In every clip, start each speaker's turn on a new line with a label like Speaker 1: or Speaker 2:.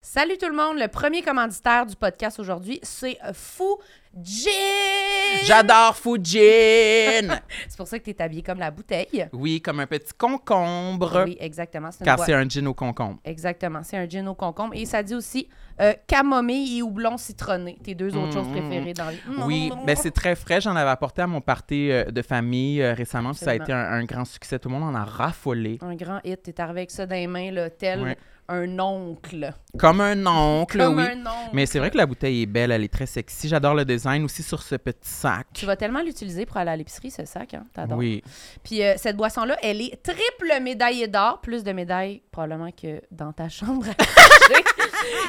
Speaker 1: Salut tout le monde, le premier commanditaire du podcast aujourd'hui, c'est Fujin!
Speaker 2: J'adore Fujin!
Speaker 1: C'est pour ça que tu es habillé comme la bouteille.
Speaker 2: oui, comme un petit concombre.
Speaker 1: Oui, exactement. C'est une
Speaker 2: car
Speaker 1: boîte-
Speaker 2: c'est un gin au concombre.
Speaker 1: Exactement, c'est un gin au concombre. Et ça dit aussi euh, camomille et houblon citronné, tes deux autres
Speaker 2: Mm,
Speaker 1: choses
Speaker 2: mm,
Speaker 1: préférées dans les...
Speaker 2: Oui, ben c'est très frais. J'en avais apporté à mon party euh, de famille euh, récemment. puis Ça a été un, un grand succès. Tout le monde en a raffolé.
Speaker 1: Un grand hit, t'es arrivé avec ça dans les mains, là, tel
Speaker 2: Ouais.
Speaker 1: un oncle.
Speaker 2: Comme un oncle,
Speaker 1: Comme
Speaker 2: oui.
Speaker 1: un oncle.
Speaker 2: Mais c'est vrai que la bouteille est belle, elle est très sexy. J'adore le design aussi sur ce petit sac.
Speaker 1: Tu vas tellement l'utiliser pour aller à l'épicerie, ce sac, hein? T'adores.
Speaker 2: Oui.
Speaker 1: Puis euh, cette boisson-là, elle est triple médaillée d'or, plus de médailles probablement que dans ta chambre. à coucher.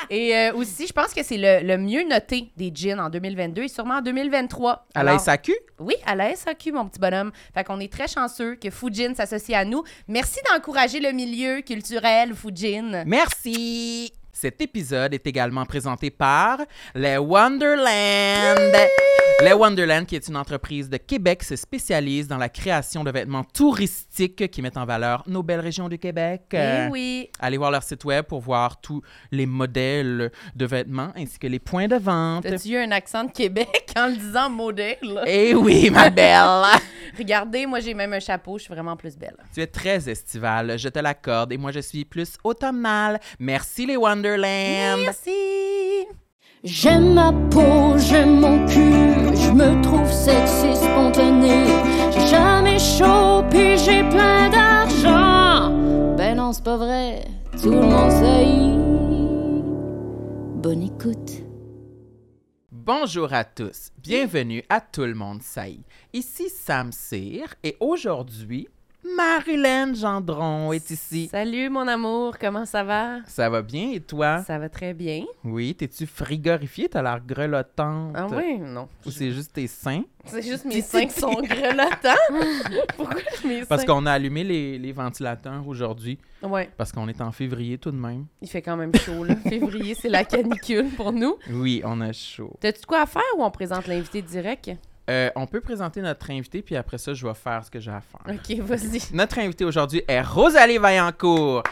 Speaker 1: Et euh, aussi, je pense que c'est le, le mieux noté des jeans en 2022 et sûrement en 2023.
Speaker 2: À la
Speaker 1: Alors,
Speaker 2: SAQ?
Speaker 1: Oui, à la SAQ, mon petit bonhomme. Fait qu'on est très chanceux que Fujin s'associe à nous. Merci d'encourager le milieu culturel, Fujin.
Speaker 2: Merci! Cet épisode est également présenté par Les Wonderland. Les Wonderland, qui est une entreprise de Québec, se spécialise dans la création de vêtements touristiques qui mettent en valeur nos belles régions du Québec. Euh,
Speaker 1: Eh oui.
Speaker 2: Allez voir leur site web pour voir tous les modèles de vêtements ainsi que les points de vente.
Speaker 1: T'as-tu eu un accent de Québec en le disant modèle?
Speaker 2: Eh oui, ma belle!
Speaker 1: Regardez, moi j'ai même un chapeau, je suis vraiment plus belle.
Speaker 2: tu es très estivale, je te l'accorde, et moi je suis plus automnale. Merci les Wonderland!
Speaker 1: Merci.
Speaker 3: J'aime ma peau, j'aime mon cul, je me trouve sexy spontané. J'ai jamais chaud, puis j'ai plein d'argent. Ben non, c'est pas vrai, tout le monde sait. Bonne écoute.
Speaker 2: Bonjour à tous, bienvenue à Tout le monde saillie. Ici Sam Cyr et aujourd'hui, Marilyn Gendron est ici.
Speaker 1: Salut mon amour, comment ça va?
Speaker 2: Ça va bien et toi?
Speaker 1: Ça va très bien.
Speaker 2: Oui, t'es-tu frigorifiée? T'as l'air grelottante.
Speaker 1: Ah oui, non.
Speaker 2: Ou c'est juste tes seins?
Speaker 1: C'est juste mes seins qui sont grelottants. Pourquoi mes seins?
Speaker 2: Parce qu'on a allumé les, les ventilateurs aujourd'hui,
Speaker 1: Ouais,
Speaker 2: parce qu'on est en février tout de même.
Speaker 1: il fait quand même chaud là. Février, c'est la canicule pour nous.
Speaker 2: Oui, on a chaud.
Speaker 1: T'as-tu de quoi à faire ou on présente l'invité direct?
Speaker 2: Euh, on peut présenter notre invité, puis après ça, je vais faire ce que j'ai à faire.
Speaker 1: Ok, vas-y.
Speaker 2: Notre invité aujourd'hui est Rosalie Vaillancourt.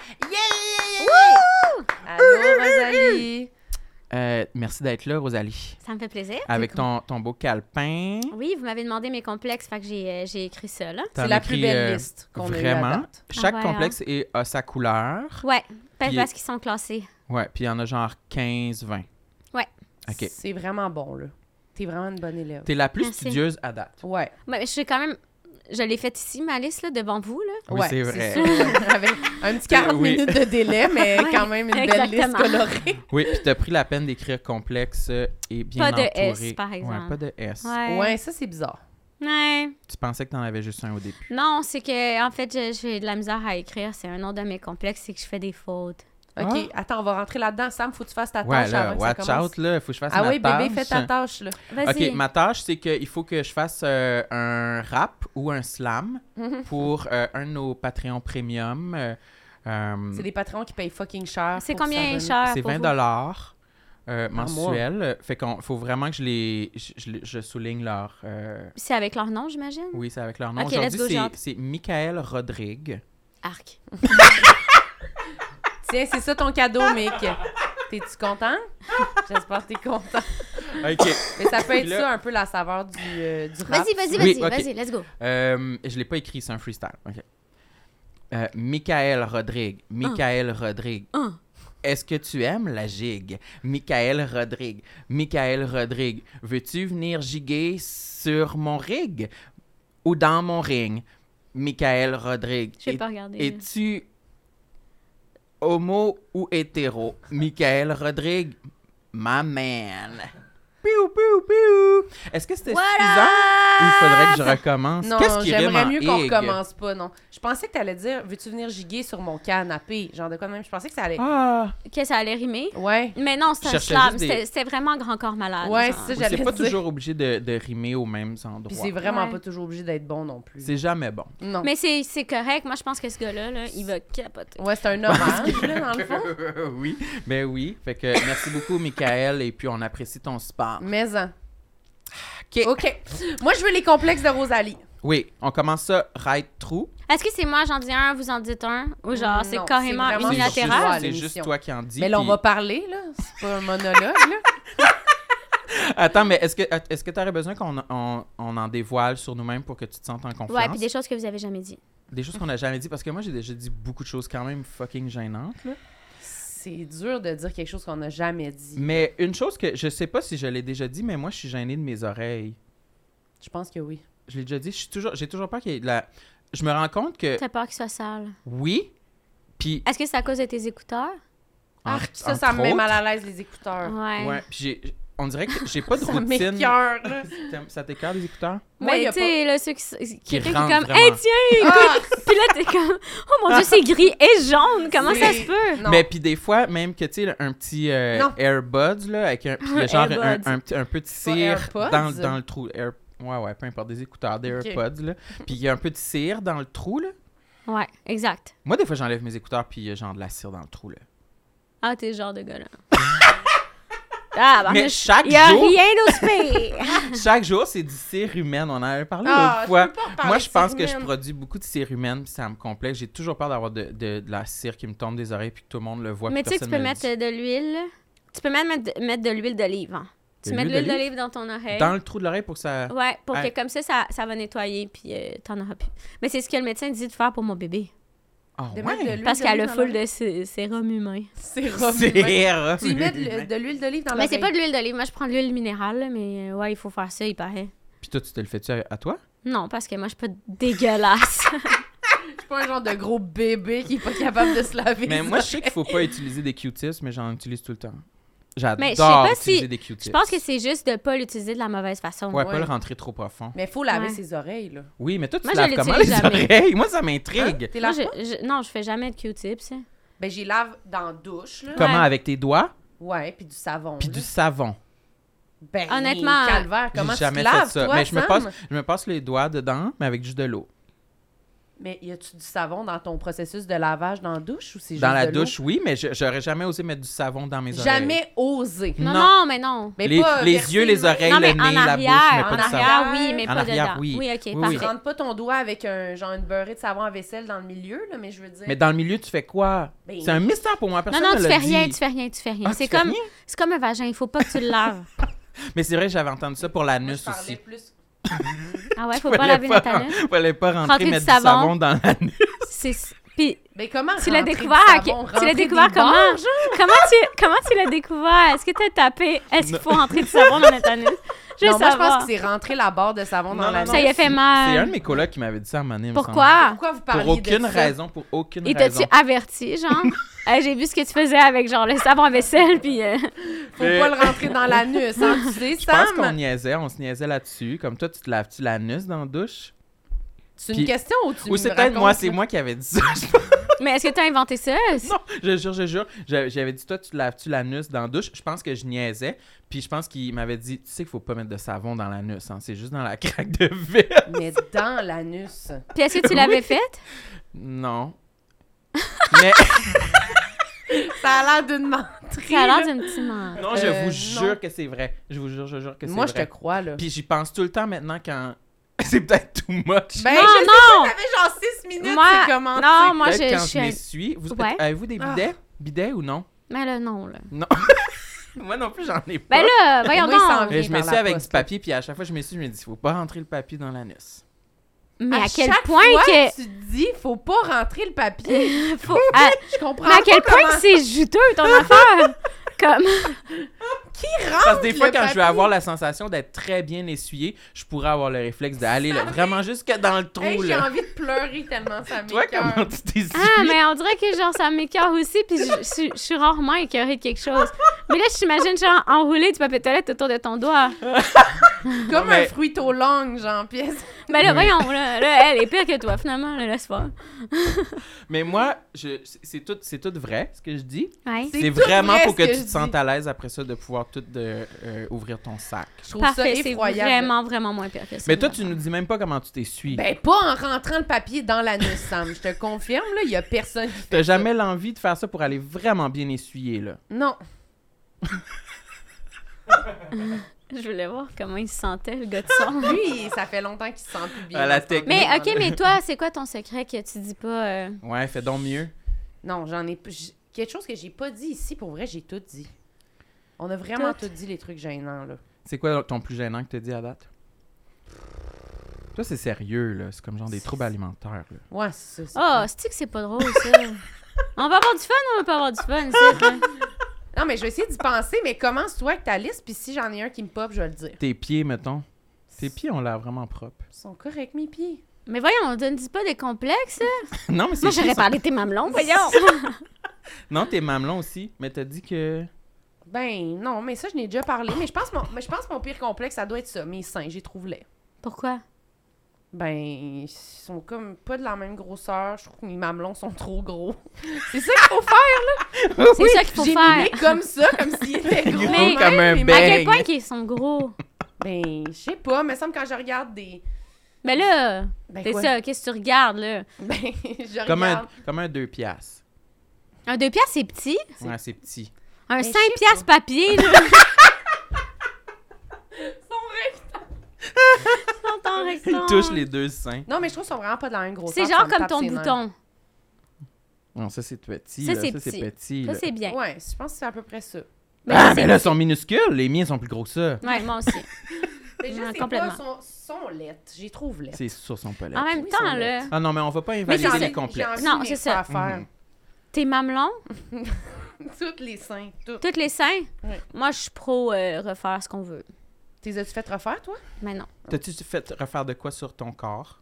Speaker 1: Allô Rosalie!
Speaker 2: Euh, merci d'être là, Rosalie.
Speaker 4: Ça me fait plaisir.
Speaker 2: Avec ton, ton beau calepin.
Speaker 4: Oui, vous m'avez demandé mes complexes, fait que j'ai, euh, j'ai écrit ça, là.
Speaker 2: T'en
Speaker 1: C'est la
Speaker 2: écris,
Speaker 1: plus belle
Speaker 2: euh,
Speaker 1: liste qu'on a eue à
Speaker 2: Vraiment.
Speaker 1: date.
Speaker 2: Chaque
Speaker 4: Ah ouais,
Speaker 2: complexe est- a sa couleur.
Speaker 4: Ouais, pa-
Speaker 2: Puis-
Speaker 4: parce qu'ils sont classés.
Speaker 2: Ouais, puis il y en a genre 15, 20.
Speaker 4: Ouais.
Speaker 2: OK.
Speaker 1: C'est vraiment bon là. T'es vraiment une bonne élève.
Speaker 2: T'es la plus
Speaker 4: Merci.
Speaker 2: studieuse à date.
Speaker 1: Ouais,
Speaker 4: Mais je suis quand même... Je l'ai faite ici, ma liste, là, devant vous, là.
Speaker 2: Oui,
Speaker 1: ouais,
Speaker 2: c'est vrai.
Speaker 1: sûr. Avec un petit 40
Speaker 2: Oui.
Speaker 1: minutes de délai, mais
Speaker 4: Ouais,
Speaker 1: quand même une belle liste
Speaker 4: exactement.
Speaker 1: colorée.
Speaker 2: Oui, puis t'as pris la peine d'écrire complexe euh, et bien
Speaker 4: Pas de
Speaker 2: entouré.
Speaker 4: S, par
Speaker 2: Ouais,
Speaker 4: exemple.
Speaker 2: pas de S.
Speaker 4: Ouais.
Speaker 1: Ouais, ça c'est bizarre.
Speaker 4: Ouais.
Speaker 2: Tu pensais que t'en avais juste un au début.
Speaker 4: Non, c'est que, en fait, je- j'ai de la misère à écrire. C'est un nom de mes complexes, c'est que je fais des fautes.
Speaker 1: OK, attends, on va rentrer là-dedans. Sam, faut que tu fasses ta tâche
Speaker 2: Hein? Ouais,
Speaker 1: avant
Speaker 2: là,
Speaker 1: que
Speaker 2: watch
Speaker 1: ça commence.
Speaker 2: out, là. Faut que je fasse
Speaker 1: Ah
Speaker 2: ma
Speaker 1: oui, bébé, fais
Speaker 2: tâche.
Speaker 1: ta tâche, là.
Speaker 4: Vas-y.
Speaker 2: OK, ma tâche, c'est qu'il faut que je fasse euh, un rap ou un slam pour euh, un de nos Patreons premium. euh, euh,
Speaker 1: C'est des patrons qui payent fucking cher.
Speaker 4: C'est
Speaker 1: pour s'abonner.
Speaker 4: combien cher
Speaker 2: C'est
Speaker 4: pour
Speaker 2: 20
Speaker 4: vous? Ah,
Speaker 2: dollars
Speaker 1: mois.
Speaker 2: mensuels. Euh, Fait qu'on faut vraiment que je les je, je les- je souligne leur euh,
Speaker 4: C'est avec leur nom, j'imagine?
Speaker 2: oui, c'est avec leur nom.
Speaker 4: Ok, let's
Speaker 2: Aujourd'hui,
Speaker 4: go, j'ai
Speaker 2: c'est-
Speaker 4: hâte.
Speaker 2: c'est Michael Rodrigue.
Speaker 4: Arc.
Speaker 1: Tiens, c'est ça ton cadeau, Mick. T'es-tu content? J'espère que t'es content.
Speaker 2: OK.
Speaker 1: Mais ça peut être
Speaker 2: Là-
Speaker 1: ça un peu la saveur du, euh, du rap.
Speaker 4: Vas-y, vas-y, vas-y,
Speaker 2: Oui, ok.
Speaker 4: vas-y, let's go.
Speaker 2: Euh, je l'ai pas écrit, c'est un freestyle. OK. Euh, Michael Rodrigue, Michael Rodrigue.
Speaker 4: Un.
Speaker 2: Est-ce que tu aimes la gigue? Michael Rodrigue, Michael Rodrigue. Veux-tu venir giguer sur mon rig ou dans mon ring? Michael Rodrigue.
Speaker 4: Je vais
Speaker 2: Et-
Speaker 4: pas regarder.
Speaker 2: Es-tu homo ou hétéro? Michael Rodrigue, ma man. Piou, piou, piou. Est-ce que c'était
Speaker 4: What
Speaker 2: suffisant? Ou il faudrait que je recommence?
Speaker 1: Non,
Speaker 2: Qu'est-ce qui rime
Speaker 1: j'aimerais
Speaker 2: en
Speaker 1: mieux qu'on
Speaker 2: hic?
Speaker 1: recommence pas, non. Je pensais que t'allais dire « Veux-tu venir giguer sur mon canapé? » Genre de quoi de même. Je pensais que ça allait...
Speaker 2: Ah,
Speaker 4: Que ça allait rimer?
Speaker 1: Ouais.
Speaker 4: Mais non, c'est
Speaker 2: Je
Speaker 4: un
Speaker 2: cherchais
Speaker 4: slam.
Speaker 2: juste des-
Speaker 4: C'était c'était vraiment grand corps malade.
Speaker 1: Ouais,
Speaker 4: Ah, genre.
Speaker 1: c'est ça,
Speaker 2: oui, c'est
Speaker 1: j'allais
Speaker 2: pas
Speaker 1: dire.
Speaker 2: toujours obligé de, de rimer aux mêmes endroits.
Speaker 1: Puis c'est vraiment
Speaker 4: Ouais.
Speaker 1: pas toujours obligé d'être bon non plus.
Speaker 2: C'est jamais bon.
Speaker 1: Non.
Speaker 4: Mais c'est c'est correct. Moi, je pense que ce gars-là, là, il va capoter.
Speaker 1: Ouais, c'est un hommage, là, dans le fond.
Speaker 2: oui, ben oui. Fait que merci beaucoup, Michael, et puis on apprécie ton sport.
Speaker 1: Mais hein. en.
Speaker 2: OK.
Speaker 1: OK. Moi, je veux les complexes de Rosalie.
Speaker 2: Oui, on commence ça right true.
Speaker 4: Est-ce que c'est moi, j'en dis un, vous en dites un? Ou genre, c'est
Speaker 1: Non, c'est
Speaker 4: carrément
Speaker 1: vraiment
Speaker 4: unilatéral?
Speaker 1: à
Speaker 2: C'est
Speaker 1: l'émission.
Speaker 2: juste toi qui en dis.
Speaker 1: Mais là, on
Speaker 2: puis-
Speaker 1: va parler, là. C'est pas un monologue, là.
Speaker 2: Attends, mais est-ce que est-ce que t'aurais besoin qu'on on, on en dévoile sur nous-mêmes pour que tu te sentes en confiance
Speaker 4: Ouais, puis des choses que vous avez jamais dit.
Speaker 2: Des choses qu'on n'a jamais dit parce que moi j'ai déjà dit beaucoup de choses quand même fucking gênantes. là.
Speaker 1: C'est dur de dire quelque chose qu'on n'a jamais dit.
Speaker 2: Mais une chose que je sais pas si je l'ai déjà dit, mais moi je suis gênée de mes oreilles.
Speaker 1: Je pense que oui.
Speaker 2: Je l'ai déjà dit. Je suis toujours j'ai toujours peur qu'il y ait de la. Je me rends compte que
Speaker 4: T'as peur qu'il soit sale.
Speaker 2: oui, puis
Speaker 4: Est-ce que c'est à cause de tes écouteurs?
Speaker 2: en-
Speaker 1: Arc, Ah, ça,
Speaker 2: entre
Speaker 1: ça me met
Speaker 2: autres-
Speaker 1: mal à l'aise, les écouteurs.
Speaker 4: Ouais.
Speaker 2: Ouais, puis j'ai- on dirait que j'ai pas de
Speaker 1: Ça
Speaker 2: routine.
Speaker 1: m'écoeure, là.
Speaker 2: T'aimes- Ça t'écœure les écouteurs
Speaker 1: Moi, il y
Speaker 4: Mais
Speaker 1: a
Speaker 4: tu sais, là, ceux qui. s- Quelqu'un qui est
Speaker 2: rentrent
Speaker 4: comme.
Speaker 2: vraiment.
Speaker 4: Hey, tiens!
Speaker 1: Ah!
Speaker 4: Puis là, t'es comme. Oh mon dieu, c'est gris et jaune! Comment
Speaker 1: Oui.
Speaker 4: ça se peut?
Speaker 1: Non.
Speaker 2: Mais puis des fois, même que, tu sais, un petit euh,
Speaker 1: Non.
Speaker 2: AirBuds, là, avec un, puis le genre un,
Speaker 4: AirBuds.
Speaker 2: un petit- un peu de cire
Speaker 1: AirPods.
Speaker 2: dans, le- dans le trou. Air- ouais, ouais, peu importe, des écouteurs, des
Speaker 1: Ok.
Speaker 2: AirPods, là. Puis il y a un peu de cire dans le trou, là.
Speaker 4: Ouais, exact.
Speaker 2: Moi, des fois, j'enlève mes écouteurs, puis il y a genre de la cire dans le trou, là.
Speaker 4: Ah, t'es le genre de gars-là. ah, bah,
Speaker 2: Mais chaque
Speaker 4: y a
Speaker 2: jour-
Speaker 4: rien d'autre pire.
Speaker 2: Chaque jour, c'est du cire humaine. On en avait parlé
Speaker 1: Ah,
Speaker 2: l'autre
Speaker 1: tu
Speaker 2: fois.
Speaker 1: peux pas parler
Speaker 2: Moi,
Speaker 1: de
Speaker 2: je
Speaker 1: cire
Speaker 2: pense que je
Speaker 1: humaine.
Speaker 2: produis beaucoup de cire humaine, puis ça me complexe. J'ai toujours peur d'avoir de, de- de la cire qui me tombe des oreilles, puis que tout le monde le voit.
Speaker 4: Mais tu
Speaker 2: puis
Speaker 4: sais que tu peux
Speaker 2: personne me le
Speaker 4: mettre euh, de l'huile. Tu peux même mettre, mettre de l'huile d'olive. hein.
Speaker 2: De
Speaker 4: Tu mets de
Speaker 2: l'huile
Speaker 4: l'huile d'olive dans ton
Speaker 2: dit.
Speaker 4: oreille.
Speaker 2: Dans le trou de l'oreille pour que
Speaker 1: Oh,
Speaker 2: ça.
Speaker 4: Ouais, pour
Speaker 2: Ouais.
Speaker 4: que comme ça, ça, ça va nettoyer, puis euh, t'en auras plus. Mais c'est ce que le médecin dit de faire pour mon bébé.
Speaker 2: Ah,
Speaker 1: De mettre de
Speaker 2: ouais.
Speaker 1: l'huile
Speaker 4: Parce qu'elle a
Speaker 1: d'olive
Speaker 4: full
Speaker 1: dans
Speaker 4: de sé- sérum humain.
Speaker 1: C'est remué.
Speaker 2: Cire.
Speaker 1: Tu y mets de,
Speaker 2: humaine.
Speaker 1: l'huile- de l'huile d'olive dans la
Speaker 4: Mais c'est pas de l'huile d'olive. Moi, je prends de l'huile minérale, là, mais euh, ouais, il faut faire ça, il paraît.
Speaker 2: Puis toi, tu te le fais-tu à, à toi?
Speaker 4: Non, parce que moi, je suis pas dégueulasse.
Speaker 1: pas un genre de gros bébé qui est pas capable de se laver.
Speaker 2: Mais
Speaker 1: les
Speaker 2: moi, je sais qu'il faut pas utiliser des Q-tips, mais j'en utilise tout le temps.
Speaker 4: Mais je sais pas
Speaker 2: J'adore utiliser
Speaker 4: si-
Speaker 2: des Q-tips.
Speaker 4: je pense que c'est juste de pas l'utiliser de la mauvaise façon.
Speaker 2: Ouais, pas
Speaker 1: Ouais.
Speaker 2: le rentrer trop profond.
Speaker 1: Mais faut laver
Speaker 4: Ouais.
Speaker 1: ses oreilles, là.
Speaker 2: Oui, mais toi, tu
Speaker 4: Moi,
Speaker 2: te laves
Speaker 4: je
Speaker 2: comment les
Speaker 4: l'utilise jamais. Ah,
Speaker 2: oreilles? Moi, ça m'intrigue.
Speaker 1: T'es
Speaker 4: Moi,
Speaker 1: là.
Speaker 4: je, je- non, je fais jamais de Q-tips. hein.
Speaker 1: Ben, j'y lave dans la douche, là.
Speaker 2: Comment?
Speaker 4: Ouais.
Speaker 2: Avec tes doigts,
Speaker 1: Ouais, puis du savon.
Speaker 2: puis
Speaker 1: là.
Speaker 2: du savon.
Speaker 1: Ben,
Speaker 4: Honnêtement,
Speaker 1: calvaire, comment
Speaker 2: J'ai
Speaker 1: tu te
Speaker 2: jamais
Speaker 1: laves,
Speaker 2: fait ça.
Speaker 1: toi,
Speaker 2: mais je me,
Speaker 1: Sam?
Speaker 2: passe, je me passe les doigts dedans, mais avec juste de l'eau.
Speaker 1: Mais y a-tu du savon dans ton processus de lavage dans la douche ou c'est juste
Speaker 2: Dans la
Speaker 1: de l'eau?
Speaker 2: douche, oui, mais je- j'aurais jamais osé mettre du savon dans mes oreilles.
Speaker 1: Jamais osé.
Speaker 4: Non,
Speaker 2: Non.
Speaker 4: non, mais non.
Speaker 1: Mais
Speaker 2: les
Speaker 1: pas
Speaker 2: les
Speaker 1: verser
Speaker 2: yeux, les
Speaker 1: le-
Speaker 2: oreilles,
Speaker 4: non,
Speaker 2: le
Speaker 4: mais
Speaker 2: nez,
Speaker 4: en
Speaker 2: la
Speaker 4: arrière,
Speaker 2: bouche, mais pas
Speaker 4: en
Speaker 2: du savon.
Speaker 4: arrière, oui, mais
Speaker 2: En
Speaker 4: pas
Speaker 2: arrière,
Speaker 4: dedans.
Speaker 2: oui.
Speaker 4: ok,
Speaker 2: Oui, oui.
Speaker 1: Tu
Speaker 4: parfait.
Speaker 1: rentres pas ton doigt avec un genre une beurrée de savon à vaisselle dans le milieu, là, mais je veux dire.
Speaker 2: Mais dans le milieu, tu fais quoi?
Speaker 1: Ben-
Speaker 2: C'est un mystère pour moi. Personne
Speaker 4: non, non,
Speaker 2: ne
Speaker 4: tu
Speaker 2: l'a
Speaker 4: fais
Speaker 2: dit.
Speaker 4: rien, tu fais rien, tu fais rien.
Speaker 2: Ah, tu
Speaker 4: c'est
Speaker 2: fais
Speaker 4: comme,
Speaker 2: rien?
Speaker 4: c'est comme un vagin, il faut pas que tu le laves.
Speaker 2: Mais c'est vrai, j'avais entendu ça pour
Speaker 1: Moi,
Speaker 2: l'anus
Speaker 1: je parlais
Speaker 2: aussi.
Speaker 1: plus.
Speaker 4: Ah ouais, faut
Speaker 2: Fallait
Speaker 4: pas laver notre anus.
Speaker 2: Fallait pas rentrer,
Speaker 4: Rentrer du
Speaker 2: mettre du savon,
Speaker 4: savon.
Speaker 2: dans l'anus.
Speaker 4: C'est puis
Speaker 1: Mais comment
Speaker 4: tu l'as
Speaker 1: rentrer du
Speaker 4: découvert, à que-
Speaker 1: savon?
Speaker 4: tu
Speaker 1: Rentrer
Speaker 4: l'as découvert
Speaker 1: des
Speaker 4: comment
Speaker 1: bords?
Speaker 4: Comment tu comment tu l'as découvert Est-ce que t'as tapé Est-ce qu'il faut rentrer du savon dans notre anus Je veux
Speaker 1: Non, moi, je
Speaker 4: savoir.
Speaker 1: pense que c'est rentrer la barre de savon
Speaker 2: Non,
Speaker 1: dans
Speaker 2: non,
Speaker 1: la
Speaker 2: non,
Speaker 4: ça y a fait
Speaker 2: C'est un de
Speaker 4: mal.
Speaker 2: mes colocs qui m'avait dit ça à un moment donné, il me semble.
Speaker 4: Pourquoi
Speaker 1: Pourquoi vous parlez
Speaker 2: Pour aucune
Speaker 1: de ça?
Speaker 2: raison, pour aucune
Speaker 4: Il
Speaker 2: raison.
Speaker 4: t'a-tu averti, genre Hey, J'ai vu ce que tu faisais avec genre le savon à vaisselle, puis euh,
Speaker 1: Faut pas le rentrer dans l'anus, hein, tu sais,
Speaker 2: Je pense qu'on
Speaker 1: Sam?
Speaker 2: niaisait, on se niaisait là-dessus. Comme toi, tu te laves-tu l'anus dans la douche?
Speaker 1: C'est une
Speaker 2: Puis-
Speaker 1: question ou tu
Speaker 2: Ou
Speaker 1: me
Speaker 2: c'est peut-être
Speaker 1: racontes,
Speaker 2: moi, c'est
Speaker 1: là?
Speaker 2: moi qui avais dit ça. je
Speaker 4: mais est-ce que t'as inventé ça
Speaker 2: Non, je jure, je jure. J'a- J'avais dit, toi, tu te laves-tu l'anus dans la douche? Je pense que je niaisais. Puis je pense qu'il m'avait dit, tu sais qu'il faut pas mettre de savon dans l'anus, hein, c'est juste dans la craque de verre.
Speaker 1: Mais dans l'anus.
Speaker 4: Puis est-ce que tu l'avais faite
Speaker 2: Non. Mais
Speaker 1: Ça a l'air d'une menterie.
Speaker 4: Ça a
Speaker 1: là.
Speaker 4: l'air d'une petite merde.
Speaker 2: non, je
Speaker 1: Euh,
Speaker 2: vous
Speaker 1: non.
Speaker 2: jure que c'est vrai. Je vous jure, je jure que c'est vrai.
Speaker 1: Moi, je te crois, là.
Speaker 2: Puis j'y pense tout le temps maintenant quand c'est peut-être too much.
Speaker 1: Ben,
Speaker 4: Non,
Speaker 1: je sais
Speaker 4: non.
Speaker 1: pas, t'avais genre 6 minutes,
Speaker 4: Moi-
Speaker 1: c'est comment?
Speaker 4: non, moi
Speaker 2: peut-être
Speaker 4: je,
Speaker 2: quand
Speaker 4: je suis.
Speaker 2: je
Speaker 4: un-
Speaker 2: m'essuie. Vous
Speaker 4: Ouais.
Speaker 2: avez-vous des
Speaker 1: Ah.
Speaker 2: bidets? Bidets ou non?
Speaker 4: Mais là non là.
Speaker 2: Non. moi non plus, j'en ai pas.
Speaker 4: Ben là, voyons
Speaker 1: Bah, Moi, il s'en
Speaker 4: donc.
Speaker 1: vient.
Speaker 2: Mais je
Speaker 1: par la
Speaker 2: m'essuie avec du
Speaker 1: poste.
Speaker 2: papier, puis à chaque fois que je m'essuie, je me dis, faut pas rentrer le papier dans l'anus.
Speaker 4: Mais à, quel
Speaker 1: chaque
Speaker 4: point
Speaker 1: fois,
Speaker 4: que
Speaker 1: tu te dis, faut pas rentrer le papier.
Speaker 4: faut- à,
Speaker 1: Je comprends
Speaker 4: mais à quel
Speaker 1: pas
Speaker 4: point
Speaker 1: comment-
Speaker 4: que c'est juteux ton affaire. Comme
Speaker 1: Qui
Speaker 2: Parce
Speaker 1: rentre
Speaker 2: que des fois,
Speaker 1: Ah, le
Speaker 2: quand je
Speaker 1: papier?
Speaker 2: vais avoir la sensation d'être très bien essuyé, je pourrais avoir le réflexe d'aller là, vraiment jusque dans le trou.
Speaker 1: Hey, j'ai
Speaker 2: là.
Speaker 1: envie de pleurer tellement ça
Speaker 2: Toi, comment
Speaker 1: m'écoeure.
Speaker 2: tu t'essuies?
Speaker 4: ah mais on dirait que genre ça m'écœure aussi puis je, je suis- je suis rarement écœurée de quelque chose. Mais là je t'imagine genre enrouler du papier toilette autour de ton doigt.
Speaker 1: Comme
Speaker 2: mais-
Speaker 1: un fruit au long, genre. Puis est-ce-
Speaker 4: Mais Ben là
Speaker 2: Oui.
Speaker 4: voyons là, là, elle est pire que toi finalement, là, laisse pas.
Speaker 2: Mais moi, je, c'est- c'est tout, c'est tout vrai, ce que je dis.
Speaker 4: Ouais.
Speaker 1: C'est
Speaker 2: C'est
Speaker 1: tout
Speaker 2: vraiment
Speaker 1: vrai,
Speaker 2: pour
Speaker 1: ce
Speaker 2: que,
Speaker 1: que
Speaker 2: tu
Speaker 1: je
Speaker 2: te
Speaker 1: dis.
Speaker 2: sentes à l'aise après ça de pouvoir tout de, euh, ouvrir ton sac.
Speaker 1: je trouve
Speaker 4: Parfait,
Speaker 1: ça
Speaker 4: c'est
Speaker 1: effroyable.
Speaker 4: vraiment vraiment moins pire que ça.
Speaker 2: Mais toi, tu nous dis même pas comment tu t'essuies.
Speaker 1: Ben, pas en rentrant le papier dans l'anus, Sam. Je te confirme, là, il y a personne qui
Speaker 2: T'as jamais l'envie de faire ça pour aller vraiment bien essuyer, là.
Speaker 1: Non.
Speaker 4: Je voulais voir comment il se sentait, le gars de son.
Speaker 1: Lui, ça fait longtemps qu'il se sent plus bien.
Speaker 2: À la
Speaker 1: dans ce temps-là.
Speaker 4: mais OK, mais toi, c'est quoi ton secret que tu dis pas? euh,
Speaker 2: Ouais, fais donc mieux.
Speaker 1: Non, j'en ai... j- Quelque chose que j'ai pas dit ici, pour vrai, j'ai tout dit. On a vraiment
Speaker 4: Tout.
Speaker 1: tout dit, les trucs gênants, là.
Speaker 2: C'est quoi ton plus gênant que t'as dit à date? Toi, c'est sérieux, là. C'est comme genre des troubles alimentaires, là.
Speaker 1: Ouais, c'est ça. c'est
Speaker 4: Oh, c'est-tu que c'est pas drôle, ça? on va avoir du fun ou on va pas avoir du fun, c'est vrai?
Speaker 1: Non, mais je vais essayer d'y penser, mais commence toi avec ta liste, puis si j'en ai un qui me pop, je vais le dire.
Speaker 2: Tes pieds, mettons. Tes pieds, on l'a vraiment propre.
Speaker 1: Ils sont corrects, mes pieds.
Speaker 4: Mais voyons, on ne dit pas des complexes, hein?
Speaker 2: non, mais c'est
Speaker 4: Moi, j'aurais
Speaker 2: chiant, ça.
Speaker 4: parlé de tes mamelons, voyons!
Speaker 2: Non, tes mamelons aussi. Mais t'as dit que.
Speaker 1: Ben non, mais ça, je n'ai déjà parlé, mais je pense mon, mais je pense que mon pire complexe, ça doit être ça, mes seins, j'y trouve laid.
Speaker 4: Pourquoi?
Speaker 1: Ben, ils sont comme pas de la même grosseur. Je trouve que mes mamelons sont trop gros. C'est ça qu'il faut faire.
Speaker 4: C'est ça qu'il faut
Speaker 1: J'ai
Speaker 4: faire.
Speaker 1: mis comme ça, comme s'ils étaient gros.
Speaker 2: Gros
Speaker 4: Mais-
Speaker 2: comme un
Speaker 1: mais-
Speaker 4: Mais à quel
Speaker 2: beigne.
Speaker 4: point qu'ils sont gros?
Speaker 1: Ben, je sais pas, mais semble quand je regarde des.
Speaker 4: Mais là,
Speaker 1: Ben,
Speaker 4: c'est
Speaker 1: quoi?
Speaker 4: ça, qu'est-ce que tu regardes, là?
Speaker 1: Ben, je
Speaker 2: Comme un,
Speaker 1: regarde.
Speaker 2: comme un 2 piastres.
Speaker 4: Un 2 piastres, c'est petit.
Speaker 2: Ouais, c'est petit.
Speaker 4: Un
Speaker 1: Mais
Speaker 4: 5
Speaker 1: Ben, je sais
Speaker 4: piastres papier, là. Son ton
Speaker 2: Il
Speaker 4: rectangle.
Speaker 2: touche les deux seins.
Speaker 1: Non, mais je trouve qu'ils sont vraiment pas de la même grosseur.
Speaker 4: C'est
Speaker 1: ça
Speaker 4: genre
Speaker 1: me
Speaker 4: comme
Speaker 1: tape
Speaker 4: ton
Speaker 1: ses nerfs.
Speaker 4: bouton.
Speaker 2: Non, ça, c'est petit.
Speaker 4: Ça,
Speaker 2: là.
Speaker 4: c'est
Speaker 2: Ça, c'est
Speaker 4: petit.
Speaker 2: petit.
Speaker 4: Ça,
Speaker 2: là.
Speaker 4: c'est bien. Ben,
Speaker 1: Ouais, je pense que c'est à peu près ça.
Speaker 2: Ah, mais là, ils sont minuscules. Les miens sont plus gros que ça.
Speaker 4: Ouais, moi aussi.
Speaker 1: Mais je
Speaker 4: Ouais,
Speaker 1: sais
Speaker 4: Mm, complètement.
Speaker 1: pas, sont, sont lettres. J'y trouve lettres.
Speaker 2: C'est sur son palais.
Speaker 4: En même
Speaker 1: Oui,
Speaker 4: temps,
Speaker 1: c'est
Speaker 4: là,
Speaker 2: Ah non, mais on va pas
Speaker 1: Mais j'ai
Speaker 2: invalider
Speaker 1: envie-
Speaker 2: les
Speaker 1: j'ai
Speaker 2: complexes.
Speaker 1: envie
Speaker 4: Non,
Speaker 1: de
Speaker 4: c'est
Speaker 1: les
Speaker 4: ça.
Speaker 1: faire faire.
Speaker 4: tes mamelons,
Speaker 2: Mm-hmm.
Speaker 1: Toutes les seins, toutes.
Speaker 4: toutes les seins,
Speaker 1: Ouais.
Speaker 4: moi, je suis pro euh, refaire ce qu'on veut.
Speaker 1: T'es as-tu fait refaire, toi?
Speaker 4: Mais non.
Speaker 2: T'as-tu fait refaire de quoi sur ton corps?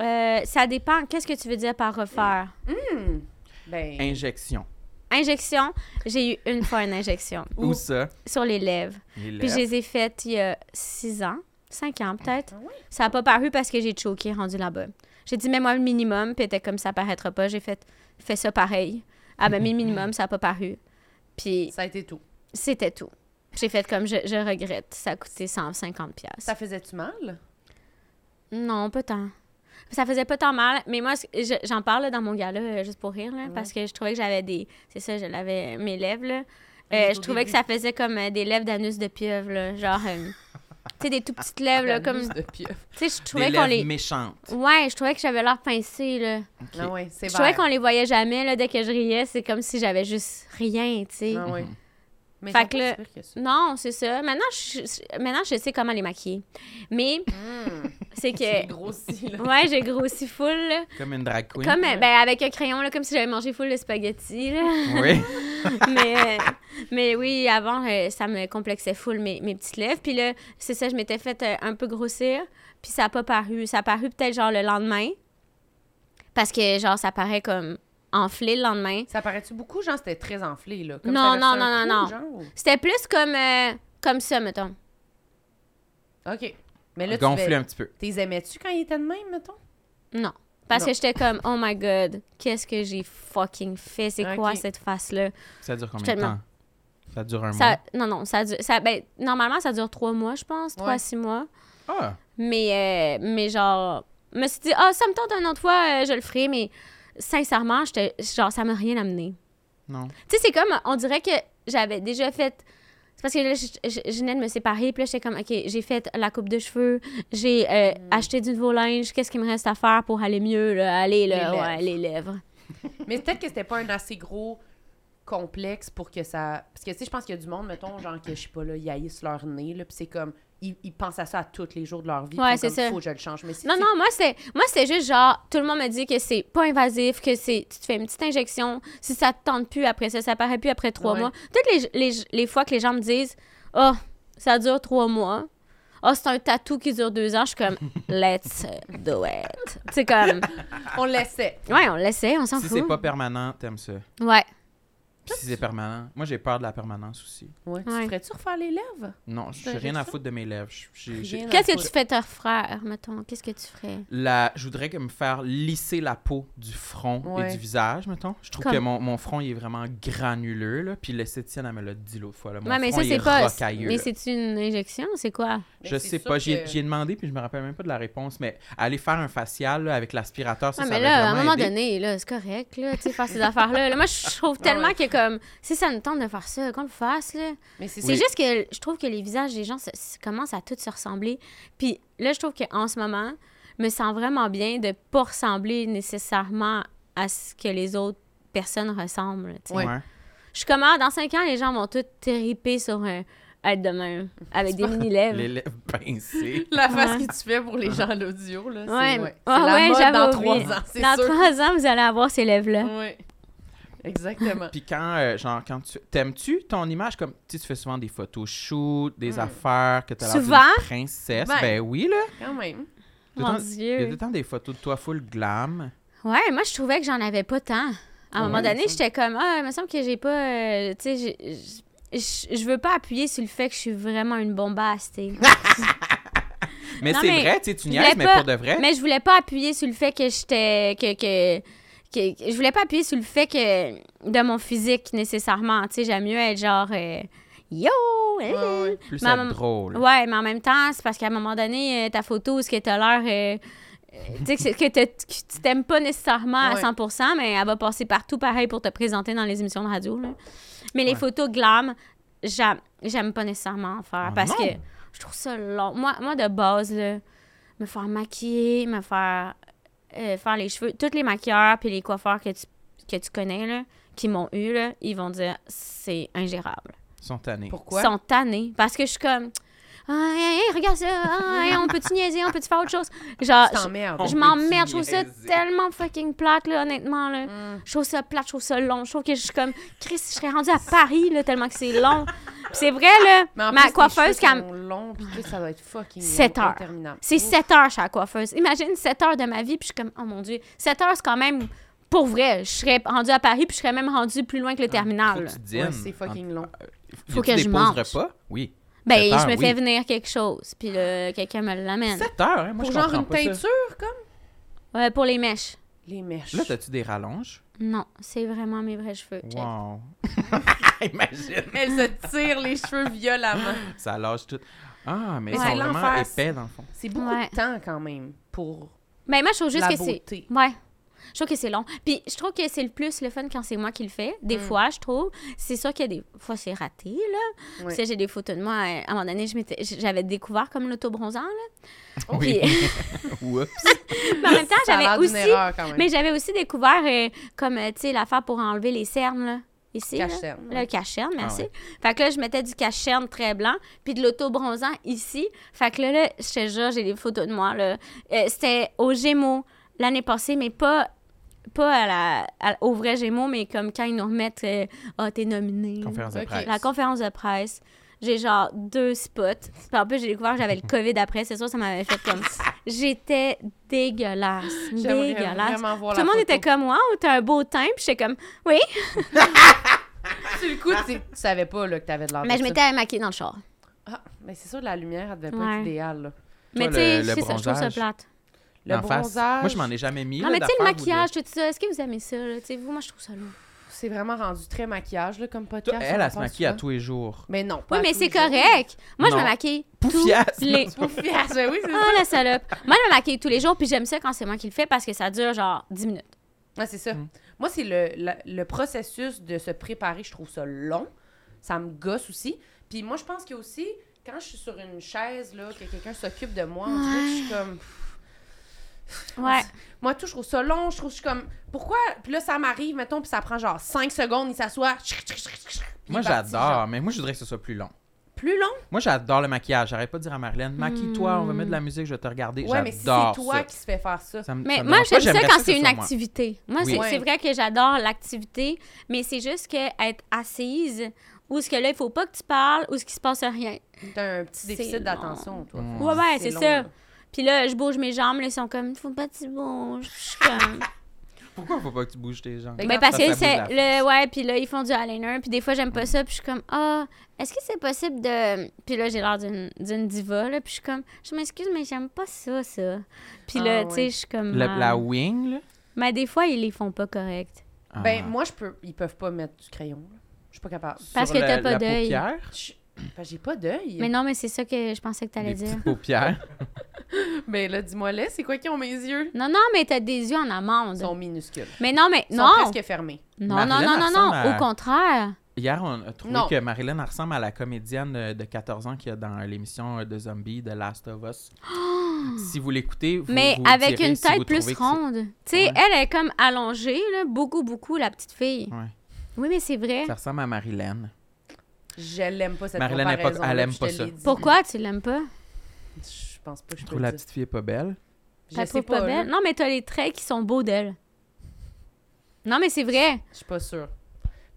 Speaker 4: Euh, ça dépend. Qu'est-ce que tu veux dire par refaire?
Speaker 1: Ben,
Speaker 2: Injection.
Speaker 4: Injection. J'ai eu une fois une injection
Speaker 2: Ou ça?
Speaker 4: sur les lèvres.
Speaker 2: Les
Speaker 4: Puis
Speaker 2: lèvres.
Speaker 4: je les ai faites il y a six ans, cinq ans peut-être.
Speaker 1: Ah oui?
Speaker 4: Ça n'a pas paru parce que j'ai choqué rendu là-bas. J'ai dit, mets-moi le minimum, puis elle était comme ça paraîtra pas. J'ai fait, fais ça pareil. Ah, ben, mis le minimum, ça n'a pas paru. Puis
Speaker 1: ça a été tout.
Speaker 4: c'était tout. J'ai fait comme je, je regrette. Ça a coûté 150$.
Speaker 1: Ça faisait-tu mal?
Speaker 4: Non, pas tant. Ça faisait pas tant mal, mais moi, ce- je- j'en parle là, dans mon gala euh, juste pour rire, là, parce que je trouvais que j'avais des. C'est ça, je l'avais. Mes lèvres, là. Euh,
Speaker 1: Juste
Speaker 4: je
Speaker 1: au
Speaker 4: trouvais que
Speaker 1: début.
Speaker 4: ça faisait comme euh, des lèvres d'anus de pieuvre, là. Genre. euh, tu sais, des tout petites lèvres, là. Comme.
Speaker 1: De pieuvre.
Speaker 4: Tu sais, je
Speaker 2: Des
Speaker 4: trouvais qu'on
Speaker 2: lèvres
Speaker 4: les.
Speaker 2: méchantes.
Speaker 4: Ouais, je trouvais que j'avais l'air pincée, là.
Speaker 2: Ok.
Speaker 1: Ah ouais, c'est
Speaker 4: Je trouvais
Speaker 1: vrai.
Speaker 4: qu'on les voyait jamais, là. Dès que je riais, c'est comme si j'avais juste rien, tu sais.
Speaker 1: Ah ouais.
Speaker 2: Mm-hmm.
Speaker 1: Mais
Speaker 4: Fait
Speaker 1: c'est
Speaker 4: que
Speaker 1: pas
Speaker 4: là-
Speaker 1: si pire que ça.
Speaker 4: Non, c'est ça. Maintenant je, je- maintenant, je sais comment les maquiller. Mais
Speaker 1: C'est
Speaker 4: c'est que.
Speaker 1: grossi, là.
Speaker 4: Ouais, j'ai grossi full, là.
Speaker 2: Comme une drag queen.
Speaker 4: Comme, euh, ben, avec un crayon, là, comme si j'avais mangé full de spaghettis. là.
Speaker 2: Oui.
Speaker 4: mais, euh, mais oui, avant, euh, ça me complexait full mes, mes petites lèvres. Puis là, c'est ça, je m'étais fait euh, un peu grossir. Puis ça a pas paru. Ça a paru peut-être genre le lendemain. Parce que, genre, ça paraît comme enflé le lendemain.
Speaker 1: Ça paraît-tu beaucoup, genre, c'était très enflé, là? Comme
Speaker 4: Non,
Speaker 1: ça avait
Speaker 4: non,
Speaker 1: fait un
Speaker 4: non, non,
Speaker 1: coup, genre,
Speaker 4: C'était plus comme, euh, comme ça, mettons.
Speaker 1: ou- OK. Mais là, tu
Speaker 2: Gonflé
Speaker 1: fais...
Speaker 2: un petit peu.
Speaker 1: T'es aimais-tu quand il était de même, mettons?
Speaker 4: Non. Parce
Speaker 1: Non.
Speaker 4: que j'étais comme, oh my god, qu'est-ce que j'ai fucking fait? C'est quoi
Speaker 1: Ok.
Speaker 4: cette face-là?
Speaker 2: Ça dure combien de
Speaker 4: Tellement.
Speaker 2: temps? Ça dure un
Speaker 4: Ça,
Speaker 2: mois.
Speaker 4: non, non, ça, dure- ça ben, normalement, ça dure trois mois, je pense, trois,
Speaker 1: Ouais.
Speaker 4: six mois.
Speaker 2: Ah!
Speaker 4: Mais, euh, mais genre, me suis dit, ah, ça me tente une autre fois, euh, je le ferai, mais sincèrement, j'étais, genre, ça m'a rien amené.
Speaker 2: Non.
Speaker 4: Tu sais, c'est comme, on dirait que j'avais déjà fait. C'est parce que là, je, je- je venais de me séparer, puis là, j'étais comme, OK, j'ai fait la coupe de cheveux, j'ai euh, acheté du nouveau linge, qu'est-ce qu'il me reste à faire pour aller mieux, là, aller, là,
Speaker 1: Les
Speaker 4: ouais,
Speaker 1: lèvres.
Speaker 4: les lèvres.
Speaker 1: Mais peut-être que c'était pas un assez gros complexe pour que ça... Parce que, tu sais, je pense qu'il y a du monde, mettons, genre, que, je sais pas, là, ils haïssent leur nez, là, puis c'est comme... Ils, ils pensent à ça à tous les jours de leur vie.
Speaker 4: Ouais,
Speaker 1: ils sont
Speaker 4: c'est
Speaker 1: comme,
Speaker 4: ça.
Speaker 1: Faut que je le change. Mais si
Speaker 4: Non,
Speaker 1: tu-
Speaker 4: non, moi, c'est moi c'est juste genre, tout le monde me dit que c'est pas invasif, que c'est tu te fais une petite injection, si ça te tente plus après ça, ça paraît plus après trois
Speaker 1: Ouais.
Speaker 4: mois. Toutes les, les, les fois que les gens me disent, oh, ça dure trois mois, oh, c'est un tatou qui dure deux ans, je suis comme, let's do it. C'est comme,
Speaker 1: on laissait.
Speaker 4: ouais, on l'essaie, on s'en
Speaker 2: Si c'est
Speaker 4: fout.
Speaker 2: pas permanent, t'aimes ça.
Speaker 4: Ouais.
Speaker 2: Puis si c'est permanent, moi j'ai peur de la permanence aussi.
Speaker 1: Ouais.
Speaker 4: Ouais.
Speaker 1: Tu ferais-tu refaire les lèvres?
Speaker 2: Non, j'ai
Speaker 1: T'as
Speaker 2: rien à
Speaker 1: ça?
Speaker 2: foutre de mes lèvres. Je- j'ai- j'ai-
Speaker 1: Rien à
Speaker 4: Qu'est-ce que
Speaker 1: foutre.
Speaker 4: tu fais te frère, mettons? Qu'est-ce que tu ferais?
Speaker 2: La, je voudrais que me faire lisser la peau du front et
Speaker 1: Ouais.
Speaker 2: du visage, mettons. Je trouve
Speaker 4: Comme-
Speaker 2: que mon, mon front, il est vraiment granuleux, là. Puis l'esthétienne, elle me l'a dit l'autre fois, là. Mon
Speaker 4: ouais, mais
Speaker 2: front,
Speaker 4: ça,
Speaker 2: il est
Speaker 4: c'est pas.
Speaker 2: rocailleux,
Speaker 4: Mais
Speaker 2: là.
Speaker 4: c'est une injection, c'est quoi?
Speaker 1: Mais
Speaker 2: Je
Speaker 1: c'est
Speaker 2: sais
Speaker 1: sûr
Speaker 2: pas,
Speaker 1: que-
Speaker 2: j'ai j'ai demandé, puis je me rappelle même pas de la réponse, mais aller faire un facial là, avec l'aspirateur, ça,
Speaker 4: Ouais,
Speaker 2: ça
Speaker 4: Ah, mais
Speaker 2: va
Speaker 4: là, à un
Speaker 2: vraiment
Speaker 4: moment
Speaker 2: aider.
Speaker 1: Ah
Speaker 4: donné, là, c'est correct, là, tu sais, faire ces affaires-là. Là, moi, je trouve tellement que, comme, si ça nous tente de faire ça, qu'on le fasse, là.
Speaker 1: Mais c'est
Speaker 4: C'est
Speaker 2: Oui.
Speaker 4: juste que je trouve que les visages des gens se- se- commencent à tous se ressembler. Puis là, je trouve qu'en ce moment, je me sens vraiment bien de pas ressembler nécessairement à ce que les autres personnes ressemblent. tu sais.
Speaker 1: Ouais.
Speaker 4: Je suis comme, ah, dans cinq ans, les gens vont tous triper sur un être de même, avec des
Speaker 2: Les
Speaker 4: mini-lèvres.
Speaker 2: lèvres pincées.
Speaker 1: La face
Speaker 4: Ouais.
Speaker 1: que tu fais pour les gens à l'audio, là. c'est-
Speaker 4: Ouais,
Speaker 1: ouais.
Speaker 4: ah
Speaker 1: C'est la
Speaker 4: ouais,
Speaker 1: mode
Speaker 4: j'avais
Speaker 1: dans
Speaker 4: oublié.
Speaker 1: trois ans, c'est
Speaker 4: Dans
Speaker 1: sûr.
Speaker 4: trois ans, vous allez avoir ces lèvres-là.
Speaker 1: Ouais. Exactement.
Speaker 2: Puis quand, euh, genre, quand tu. T'aimes-tu ton image comme. Tu sais, tu fais souvent des photoshoots, des
Speaker 1: Mm.
Speaker 2: affaires, que t'as l'air
Speaker 4: Hmm. Souvent?
Speaker 2: d'une princesse.
Speaker 1: Ben.
Speaker 2: Ben, oui, là.
Speaker 1: Quand même.
Speaker 2: Tout
Speaker 4: Mon
Speaker 2: en- Il y a tout
Speaker 4: Dieu.
Speaker 2: le temps des photos de toi full glam.
Speaker 4: Ouais, moi, je trouvais que j'en avais pas tant. À un
Speaker 2: Ouais,
Speaker 4: moment donné,
Speaker 1: ça.
Speaker 4: j'étais comme, ah, il me semble que j'ai pas. euh, tu sais, j'ai- j- j- je veux pas appuyer sur le fait que je suis vraiment une bombasse, tu sais.
Speaker 2: Mais
Speaker 4: Non,
Speaker 2: c'est
Speaker 4: mais
Speaker 2: vrai, tu sais, tu
Speaker 4: je
Speaker 2: niaises,
Speaker 4: voulais
Speaker 2: mais
Speaker 4: pas-
Speaker 2: pour de vrai.
Speaker 4: Mais je voulais pas appuyer sur le fait que j'étais. Que, que, que- que- je voulais pas appuyer sur le fait que. de mon physique, nécessairement. Tu sais, j'aime mieux être genre. euh, Yo! hein.
Speaker 1: Ouais, ouais.
Speaker 2: Plus
Speaker 4: ma
Speaker 2: c'est
Speaker 4: maman-
Speaker 2: drôle.
Speaker 4: Ouais, mais en même temps, c'est parce qu'à un moment donné, euh, ta photo, est-ce que t'as l'air. euh, euh, tu sais, que, c'est- que t'as- que tu t'aimes pas nécessairement
Speaker 1: Ouais.
Speaker 4: à 100%, mais elle va passer partout pareil pour te présenter dans les émissions de radio. là. Mais les
Speaker 2: Ouais.
Speaker 4: photos glam, j'aime j'aime pas nécessairement en faire
Speaker 2: Ah
Speaker 4: parce
Speaker 2: non?
Speaker 4: que je trouve ça long. Moi, moi de base, là, me faire maquiller, me faire euh, faire les cheveux, tous les maquilleurs puis les coiffeurs que tu, que tu connais, là, qui m'ont eu, là, ils vont dire c'est ingérable
Speaker 2: Ils sont tannés.
Speaker 1: Pourquoi?
Speaker 4: sont tannés. Parce que je suis comme, ah, hey, hey, regarde ça, ah, hey, on peut-tu niaiser, on peut-tu faire autre chose? Genre,
Speaker 1: Tu t'emmerdes.
Speaker 4: je, je
Speaker 2: On
Speaker 4: m'emmerde, je
Speaker 2: peut-tu
Speaker 4: trouve ça
Speaker 2: niaiser?
Speaker 4: tellement fucking plate, là, honnêtement. Là.
Speaker 1: Mm.
Speaker 4: Je trouve ça plate, je trouve ça long. Je trouve que je suis comme, Chris, je serais rendue à Paris, là, tellement que c'est long. Puis c'est vrai, là,
Speaker 1: Mais en
Speaker 4: ma
Speaker 1: plus, tes
Speaker 4: coiffeuse,
Speaker 1: cheveux
Speaker 4: quand
Speaker 1: sont longs, puis tout, ça doit être fucking
Speaker 4: Sept
Speaker 1: long,
Speaker 4: heures.
Speaker 1: interminable.
Speaker 4: c'est
Speaker 1: Ouf.
Speaker 4: 7 heures chez la coiffeuse. Imagine 7 heures de ma vie, puis je suis comme, oh mon Dieu, 7 heures, c'est quand même pour vrai. Je serais rendue à Paris, puis je serais même rendue plus loin que le
Speaker 1: Ah,
Speaker 2: Faut
Speaker 4: terminal.
Speaker 2: que
Speaker 4: là.
Speaker 2: tu dînes.
Speaker 1: Ouais, c'est fucking long.
Speaker 2: Y
Speaker 4: Faut
Speaker 2: a-tu
Speaker 4: que
Speaker 2: des
Speaker 4: je
Speaker 2: pauses
Speaker 4: mange.
Speaker 2: repas? Oui.
Speaker 4: Ben,
Speaker 2: Sept heures,
Speaker 4: je me fais
Speaker 2: oui.
Speaker 4: venir quelque chose, puis là, quelqu'un me l'amène.
Speaker 2: 7 heures, hein? Moi,
Speaker 1: Pour
Speaker 2: je
Speaker 1: genre
Speaker 2: comprends
Speaker 1: une
Speaker 2: pas ça.
Speaker 1: teinture, comme?
Speaker 4: Ouais, pour les mèches.
Speaker 1: Les mèches.
Speaker 2: Là, t'as-tu des rallonges?
Speaker 4: Non, c'est vraiment mes vrais cheveux. check.
Speaker 2: Wow. Imagine.
Speaker 1: Elle se tire les cheveux violemment.
Speaker 2: Ça lâche tout. Ah,
Speaker 1: Mais
Speaker 2: mais ils
Speaker 1: c'est
Speaker 2: sont vraiment
Speaker 1: l'enfer.
Speaker 2: épais, dans le fond.
Speaker 1: C'est beaucoup
Speaker 4: Ouais.
Speaker 1: de temps, quand même, pour
Speaker 4: Ben, moi, je trouve juste
Speaker 1: la
Speaker 4: que c'est.
Speaker 1: beauté.
Speaker 4: Ouais. Je trouve que c'est long. Puis, je trouve que c'est le plus le fun quand c'est moi qui le fais. Des
Speaker 1: Mm.
Speaker 4: fois, je trouve. C'est sûr qu'il y a des fois, c'est raté, là.
Speaker 1: Ouais.
Speaker 4: Tu sais, j'ai des photos de moi. euh, À un moment donné, je m'étais- j'avais découvert comme l'autobronzant, là.
Speaker 2: Oui. Oups.
Speaker 4: Mais en même temps,
Speaker 1: Ça a
Speaker 4: j'avais
Speaker 1: l'air d'une
Speaker 4: aussi.
Speaker 1: erreur, quand même.
Speaker 4: Mais j'avais aussi découvert, euh, comme, euh, tu sais, l'affaire pour enlever les cernes, là. Ici. là.
Speaker 1: Cache-cerne,
Speaker 4: Le cache-cerne, merci.
Speaker 2: ouais.
Speaker 4: Fait que là, je mettais du cache-cerne très blanc, puis de l'auto-bronzant ici. Fait que là, là, je te jure, j'ai des photos de moi, là. Euh, C'était aux Gémeaux l'année passée, mais pas pas à la, à- au vrai Gémeaux, mais comme quand ils nous remettent euh, Ah, t'es nominé.
Speaker 2: Conférence de
Speaker 1: Ok.
Speaker 2: presse.
Speaker 4: La conférence de presse. J'ai genre deux spots. Puis en plus, j'ai découvert que j'avais le COVID après. C'est sûr, ça m'avait fait comme. J'étais dégueulasse.
Speaker 1: J'aimerais
Speaker 4: Dégueulasse.
Speaker 1: vraiment voir
Speaker 4: Tout le
Speaker 1: la
Speaker 4: monde
Speaker 1: photo.
Speaker 4: était comme, waouh, t'as un beau teint. Puis j'étais comme, oui.
Speaker 1: Sur le coup, Ah, tu tu savais pas là, que t'avais
Speaker 2: Ah,
Speaker 1: de l'air
Speaker 4: Mais
Speaker 1: de
Speaker 4: je
Speaker 1: ça.
Speaker 4: m'étais maquillée dans le char.
Speaker 1: Ah, mais c'est sûr, la lumière, elle devait pas
Speaker 4: Ouais.
Speaker 1: être idéale, là.
Speaker 4: Mais
Speaker 2: le-
Speaker 4: tu sais,
Speaker 2: le
Speaker 4: c'est ça, je trouve ça
Speaker 2: bronzage.
Speaker 4: plate.
Speaker 1: Le
Speaker 2: En face.
Speaker 1: bronzage,
Speaker 2: Moi, je m'en ai jamais mis.
Speaker 4: Non,
Speaker 2: là,
Speaker 4: mais tu sais,
Speaker 2: d'affaires,
Speaker 4: le
Speaker 2: vous, là.
Speaker 4: maquillage, tout ça, est-ce que vous aimez ça? là? Tu sais, vous, moi, je trouve ça lourd.
Speaker 1: c'est vraiment rendu très maquillage, là, comme
Speaker 2: Toi,
Speaker 1: podcast.
Speaker 2: elle,
Speaker 1: on
Speaker 2: elle,
Speaker 1: en
Speaker 2: se
Speaker 1: parle
Speaker 2: maquille à
Speaker 1: souvent.
Speaker 2: tous les jours.
Speaker 1: Mais non.
Speaker 4: Oui,
Speaker 1: pas à
Speaker 4: mais
Speaker 1: tous
Speaker 4: c'est
Speaker 1: les jours.
Speaker 4: correct. Moi, je
Speaker 2: Non.
Speaker 4: me maquille.
Speaker 2: Poufias!
Speaker 4: tous les...
Speaker 1: Poufias, ben oui, c'est
Speaker 4: Ah,
Speaker 1: ça.
Speaker 4: la salope. Moi, je me maquille tous les jours, puis j'aime ça quand c'est moi qui le fais parce que ça dure genre 10 minutes.
Speaker 1: Ouais, c'est
Speaker 2: Mm.
Speaker 1: ça. Moi, c'est le, la- le processus de se préparer, je trouve ça long. Ça me gosse aussi. Puis moi, je pense qu'il y a aussi, quand je suis sur une chaise, là, que quelqu'un s'occupe de moi, on dirait que je suis comme...
Speaker 4: Ouais.
Speaker 1: Moi, tout, je trouve ça long. Je trouve, je suis comme, pourquoi? Puis là, ça m'arrive, mettons, puis ça prend genre 5 secondes, il s'assoit. Chic, chic, chic, chic, puis
Speaker 2: Moi,
Speaker 1: il est parti, genre.
Speaker 2: j'adore, mais moi, je voudrais que ce soit plus long.
Speaker 1: Plus long?
Speaker 2: Moi, j'adore le maquillage. J'arrête pas de dire à
Speaker 4: Hmm.
Speaker 2: Marilyn, maquille-toi, on va mettre de la musique, je vais te regarder.
Speaker 1: Ouais, mais si c'est toi
Speaker 2: J'adore ça.
Speaker 1: qui se fait faire ça.
Speaker 2: Ça me-
Speaker 4: Mais
Speaker 2: ça me
Speaker 4: moi,
Speaker 2: dérange pas.
Speaker 4: j'aime ça
Speaker 2: J'aimerais
Speaker 4: quand
Speaker 2: que
Speaker 4: c'est
Speaker 2: ce
Speaker 4: une
Speaker 2: soit moi.
Speaker 4: activité. Moi,
Speaker 2: Oui.
Speaker 4: c'est
Speaker 1: Ouais.
Speaker 4: c'est vrai que j'adore l'activité, mais c'est juste que être assise, ou ce que là, il faut pas que tu parles, ou ce qui se passe rien.
Speaker 1: T'as un petit
Speaker 4: C'est
Speaker 1: déficit
Speaker 4: long.
Speaker 1: d'attention, toi.
Speaker 2: Mm.
Speaker 4: Ouais, ouais, c'est
Speaker 1: long,
Speaker 4: ça.
Speaker 1: là.
Speaker 4: Puis là, je bouge mes jambes, là, ils sont comme, faut pas que tu bouges. Je suis comme.
Speaker 2: Pourquoi faut pas que tu bouges tes jambes?
Speaker 1: Ben,
Speaker 4: Ben,
Speaker 1: Regarde,
Speaker 4: parce
Speaker 2: ça,
Speaker 4: que
Speaker 2: ça bouge
Speaker 4: c'est
Speaker 2: la
Speaker 4: le ouais puis là ils font du eyeliner puis des fois j'aime pas ça puis je suis comme ah est-ce que c'est possible de puis là j'ai l'air d'une d'une diva là puis je suis comme je m'excuse mais j'aime pas ça ça puis là
Speaker 1: Ah,
Speaker 4: tu
Speaker 1: ouais.
Speaker 4: sais je suis comme
Speaker 2: Le-
Speaker 4: Ah.
Speaker 2: la wing, là?
Speaker 4: mais des fois ils les font pas correct
Speaker 2: Ah.
Speaker 1: Ben, moi, je peux... ils peuvent pas mettre du crayon. là. Je suis pas capable.
Speaker 2: Sur
Speaker 4: parce que
Speaker 2: la-
Speaker 4: t'as pas
Speaker 2: la
Speaker 4: d'œil.
Speaker 2: paupière?
Speaker 1: Je- Enfin, j'ai pas d'œil.
Speaker 4: mais non mais c'est ça que je pensais que t'allais
Speaker 2: Les
Speaker 4: dire
Speaker 2: petites paupières.
Speaker 1: Mais là, dis-moi, là, c'est quoi qui ont mes yeux?
Speaker 4: Non, non, mais t'as des yeux en amande.
Speaker 1: Ils sont minuscules.
Speaker 4: Mais non, mais
Speaker 1: Ils
Speaker 4: non.
Speaker 1: sont presque fermés.
Speaker 4: Non, non,
Speaker 2: Marilyn
Speaker 4: non, non, non.
Speaker 2: ressemble à-
Speaker 4: Au contraire.
Speaker 2: Hier, on a trouvé
Speaker 1: Non.
Speaker 2: que Marilyn ressemble à la comédienne euh, de 14 ans qu'il y a dans l'émission euh, de Zombie de Last of Us. si vous l'écoutez, vous
Speaker 4: Mais
Speaker 2: vous
Speaker 4: avec
Speaker 2: direz
Speaker 4: une
Speaker 2: si vous
Speaker 4: tête plus
Speaker 2: trouvez que c'est-
Speaker 4: ronde. Tu sais,
Speaker 2: Ouais.
Speaker 4: elle est comme allongée, là, beaucoup, beaucoup, la petite fille.
Speaker 2: Ouais.
Speaker 4: Oui, mais c'est vrai.
Speaker 2: Ça ressemble à Marilyn.
Speaker 1: Je l'aime pas cette
Speaker 2: Marilyn aime pas-
Speaker 1: comparaison.
Speaker 2: elle aime pas ça.
Speaker 4: Pourquoi tu l'aimes pas?
Speaker 1: Je pense pas que je peux
Speaker 2: Je trouve
Speaker 1: le
Speaker 2: la
Speaker 1: dire.
Speaker 2: petite fille est pas belle.
Speaker 4: T'as
Speaker 1: Je sais
Speaker 4: trouvé
Speaker 1: pas,
Speaker 4: pas belle?
Speaker 1: là.
Speaker 4: Non, mais t'as les traits qui sont beaux d'elle. Non, mais c'est vrai.
Speaker 1: Je suis pas sûre.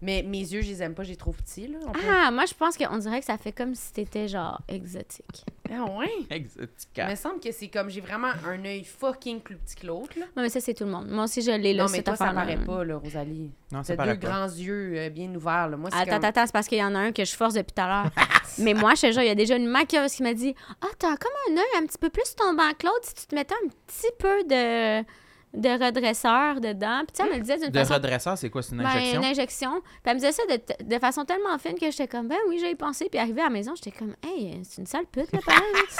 Speaker 1: Mais mes yeux, je les aime pas, je les trouve petits, là. on peut-
Speaker 4: Ah, moi, je pense qu'on dirait que ça fait comme si t'étais genre exotique.
Speaker 1: Ah ouais? Il me
Speaker 2: Exotica.
Speaker 1: semble que c'est comme j'ai vraiment un œil fucking plus petit que l'autre, là.
Speaker 4: Non, mais ça, c'est tout le monde. Moi aussi, je l'ai là,
Speaker 1: non, mais
Speaker 4: cette
Speaker 1: toi, ça
Speaker 4: affaire-là.
Speaker 1: paraît pas, là, Rosalie.
Speaker 2: Non,
Speaker 1: T'as
Speaker 2: ça paraît
Speaker 1: deux
Speaker 2: pas.
Speaker 1: grands yeux euh, bien ouverts, là. Moi, c'est
Speaker 4: Attends,
Speaker 1: comme...
Speaker 4: attends, c'est parce qu'il y en a un que je force depuis tout à l'heure. mais moi, je te jure, il y a déjà une maquilleuse qui m'a dit Ah, t'as comme un œil un petit peu plus tombant que l'autre si tu te mettais un petit peu de, de redresseur dedans. Puis, tu sais, elle me le disait d'une
Speaker 2: De
Speaker 4: façon.
Speaker 2: redresseur, c'est quoi? C'est une
Speaker 4: Ben,
Speaker 2: injection?
Speaker 4: une injection. Puis elle me disait ça de, t- de façon tellement fine que j'étais comme, ben oui, j'ai pensé. Puis arrivé à la maison, j'étais comme, hey, c'est une sale pute, là, pareil. là. Tu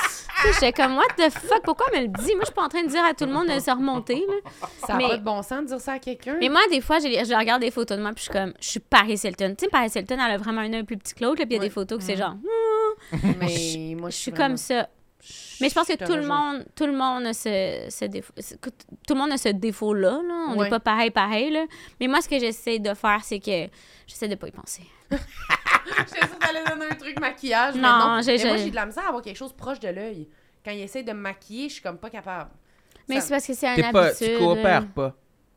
Speaker 4: sais, j'étais comme, what the fuck, pourquoi elle me le dit? Moi, je suis pas en train de dire à tout le monde de se remonter, là.
Speaker 1: Ça a
Speaker 4: Mais-
Speaker 1: pas de bon sens de dire ça à quelqu'un.
Speaker 4: Mais moi, des fois, je, les- je regarde des photos de moi, puis je suis comme, je suis Paris Hilton. Tu sais, Paris Hilton, elle a vraiment un œil plus petit que l'autre, là, puis il y a
Speaker 1: Ouais.
Speaker 4: des photos que c'est genre, hmm,
Speaker 1: Mais moi,
Speaker 4: je suis
Speaker 1: vraiment-
Speaker 4: comme ça. Mais je pense que
Speaker 1: te
Speaker 4: tout le
Speaker 1: rejoins.
Speaker 4: monde, tout le monde a ce, ce défaut, ce- que t- tout le monde a ce défaut-là. là. On n'est
Speaker 1: Ouais.
Speaker 4: pas pareil, pareil. Là. Mais moi, ce que j'essaie de faire, c'est que j'essaie de pas y penser.
Speaker 1: J'étais sûre que t'allais donner un truc maquillage. mais
Speaker 4: Non,
Speaker 1: non.
Speaker 4: j'ai-
Speaker 1: Mais moi,
Speaker 4: j'ai-
Speaker 1: j'ai de la misère à avoir quelque chose proche de l'œil. Quand il essaie de me maquiller, je suis comme pas capable.
Speaker 4: Mais
Speaker 1: Ça-
Speaker 4: c'est parce que c'est un
Speaker 2: T'es
Speaker 4: habitude.
Speaker 2: pas, tu
Speaker 4: là.
Speaker 2: coopères pas.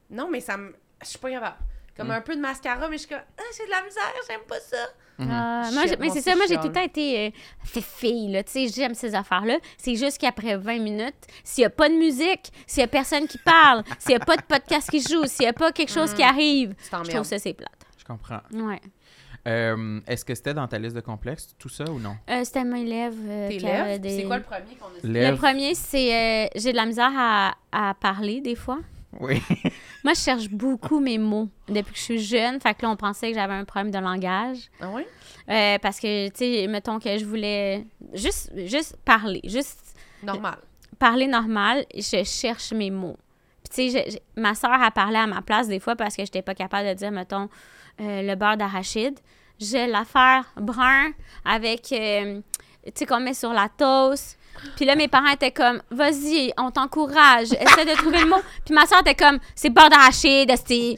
Speaker 1: Non, mais ça me. Je suis pas capable. Comme un peu de mascara, mais je suis comme. Ah, j'ai de la misère, j'aime pas ça.
Speaker 4: Ah,
Speaker 1: Mhm.
Speaker 4: moi, j'ai-
Speaker 1: Shit,
Speaker 4: mais
Speaker 1: moi
Speaker 4: c'est
Speaker 1: aussi,
Speaker 4: ça, moi
Speaker 1: je
Speaker 4: j'ai tout
Speaker 1: chiale.
Speaker 4: le temps été euh, fait fille, là, tu sais, j'aime ces affaires-là. C'est juste qu'après 20 minutes, s'il n'y a pas de musique, s'il n'y a personne qui parle, s'il n'y a pas de podcast qui joue, s'il n'y a pas quelque chose qui arrive,
Speaker 1: Mm. Tu
Speaker 4: je
Speaker 1: t'emmerdes.
Speaker 4: trouve ça c'est plate.
Speaker 2: Je comprends.
Speaker 4: Ouais.
Speaker 2: Euh, Est-ce que c'était dans ta liste de complexes, tout ça ou non?
Speaker 4: Euh, C'était mes lèvres. euh,
Speaker 1: Tes
Speaker 4: qui avaient
Speaker 1: lèvres,
Speaker 4: des-
Speaker 1: c'est quoi le premier qu'on a
Speaker 4: Le
Speaker 2: Lèvres.
Speaker 4: premier, c'est euh, j'ai de la misère à, à parler des fois.
Speaker 2: Oui.
Speaker 4: Moi, je cherche beaucoup mes mots depuis que je suis jeune. Fait que là, on pensait que j'avais un problème de langage.
Speaker 1: Ah ouais?
Speaker 4: Euh, parce que, tu sais, mettons que je voulais juste, juste parler, juste
Speaker 1: Normal.
Speaker 4: parler normal, je cherche mes mots. Puis, tu sais, je- je- ma soeur a parlé à ma place des fois parce que j'étais pas capable de dire, mettons, euh, le beurre d'arachide. J'ai l'affaire brun avec, euh, tu sais, qu'on met sur la toast. Puis là, mes parents étaient comme, vas-y, on t'encourage, essaie de trouver le mot. Puis ma soeur était comme, c'est beurre d'arachide, esti.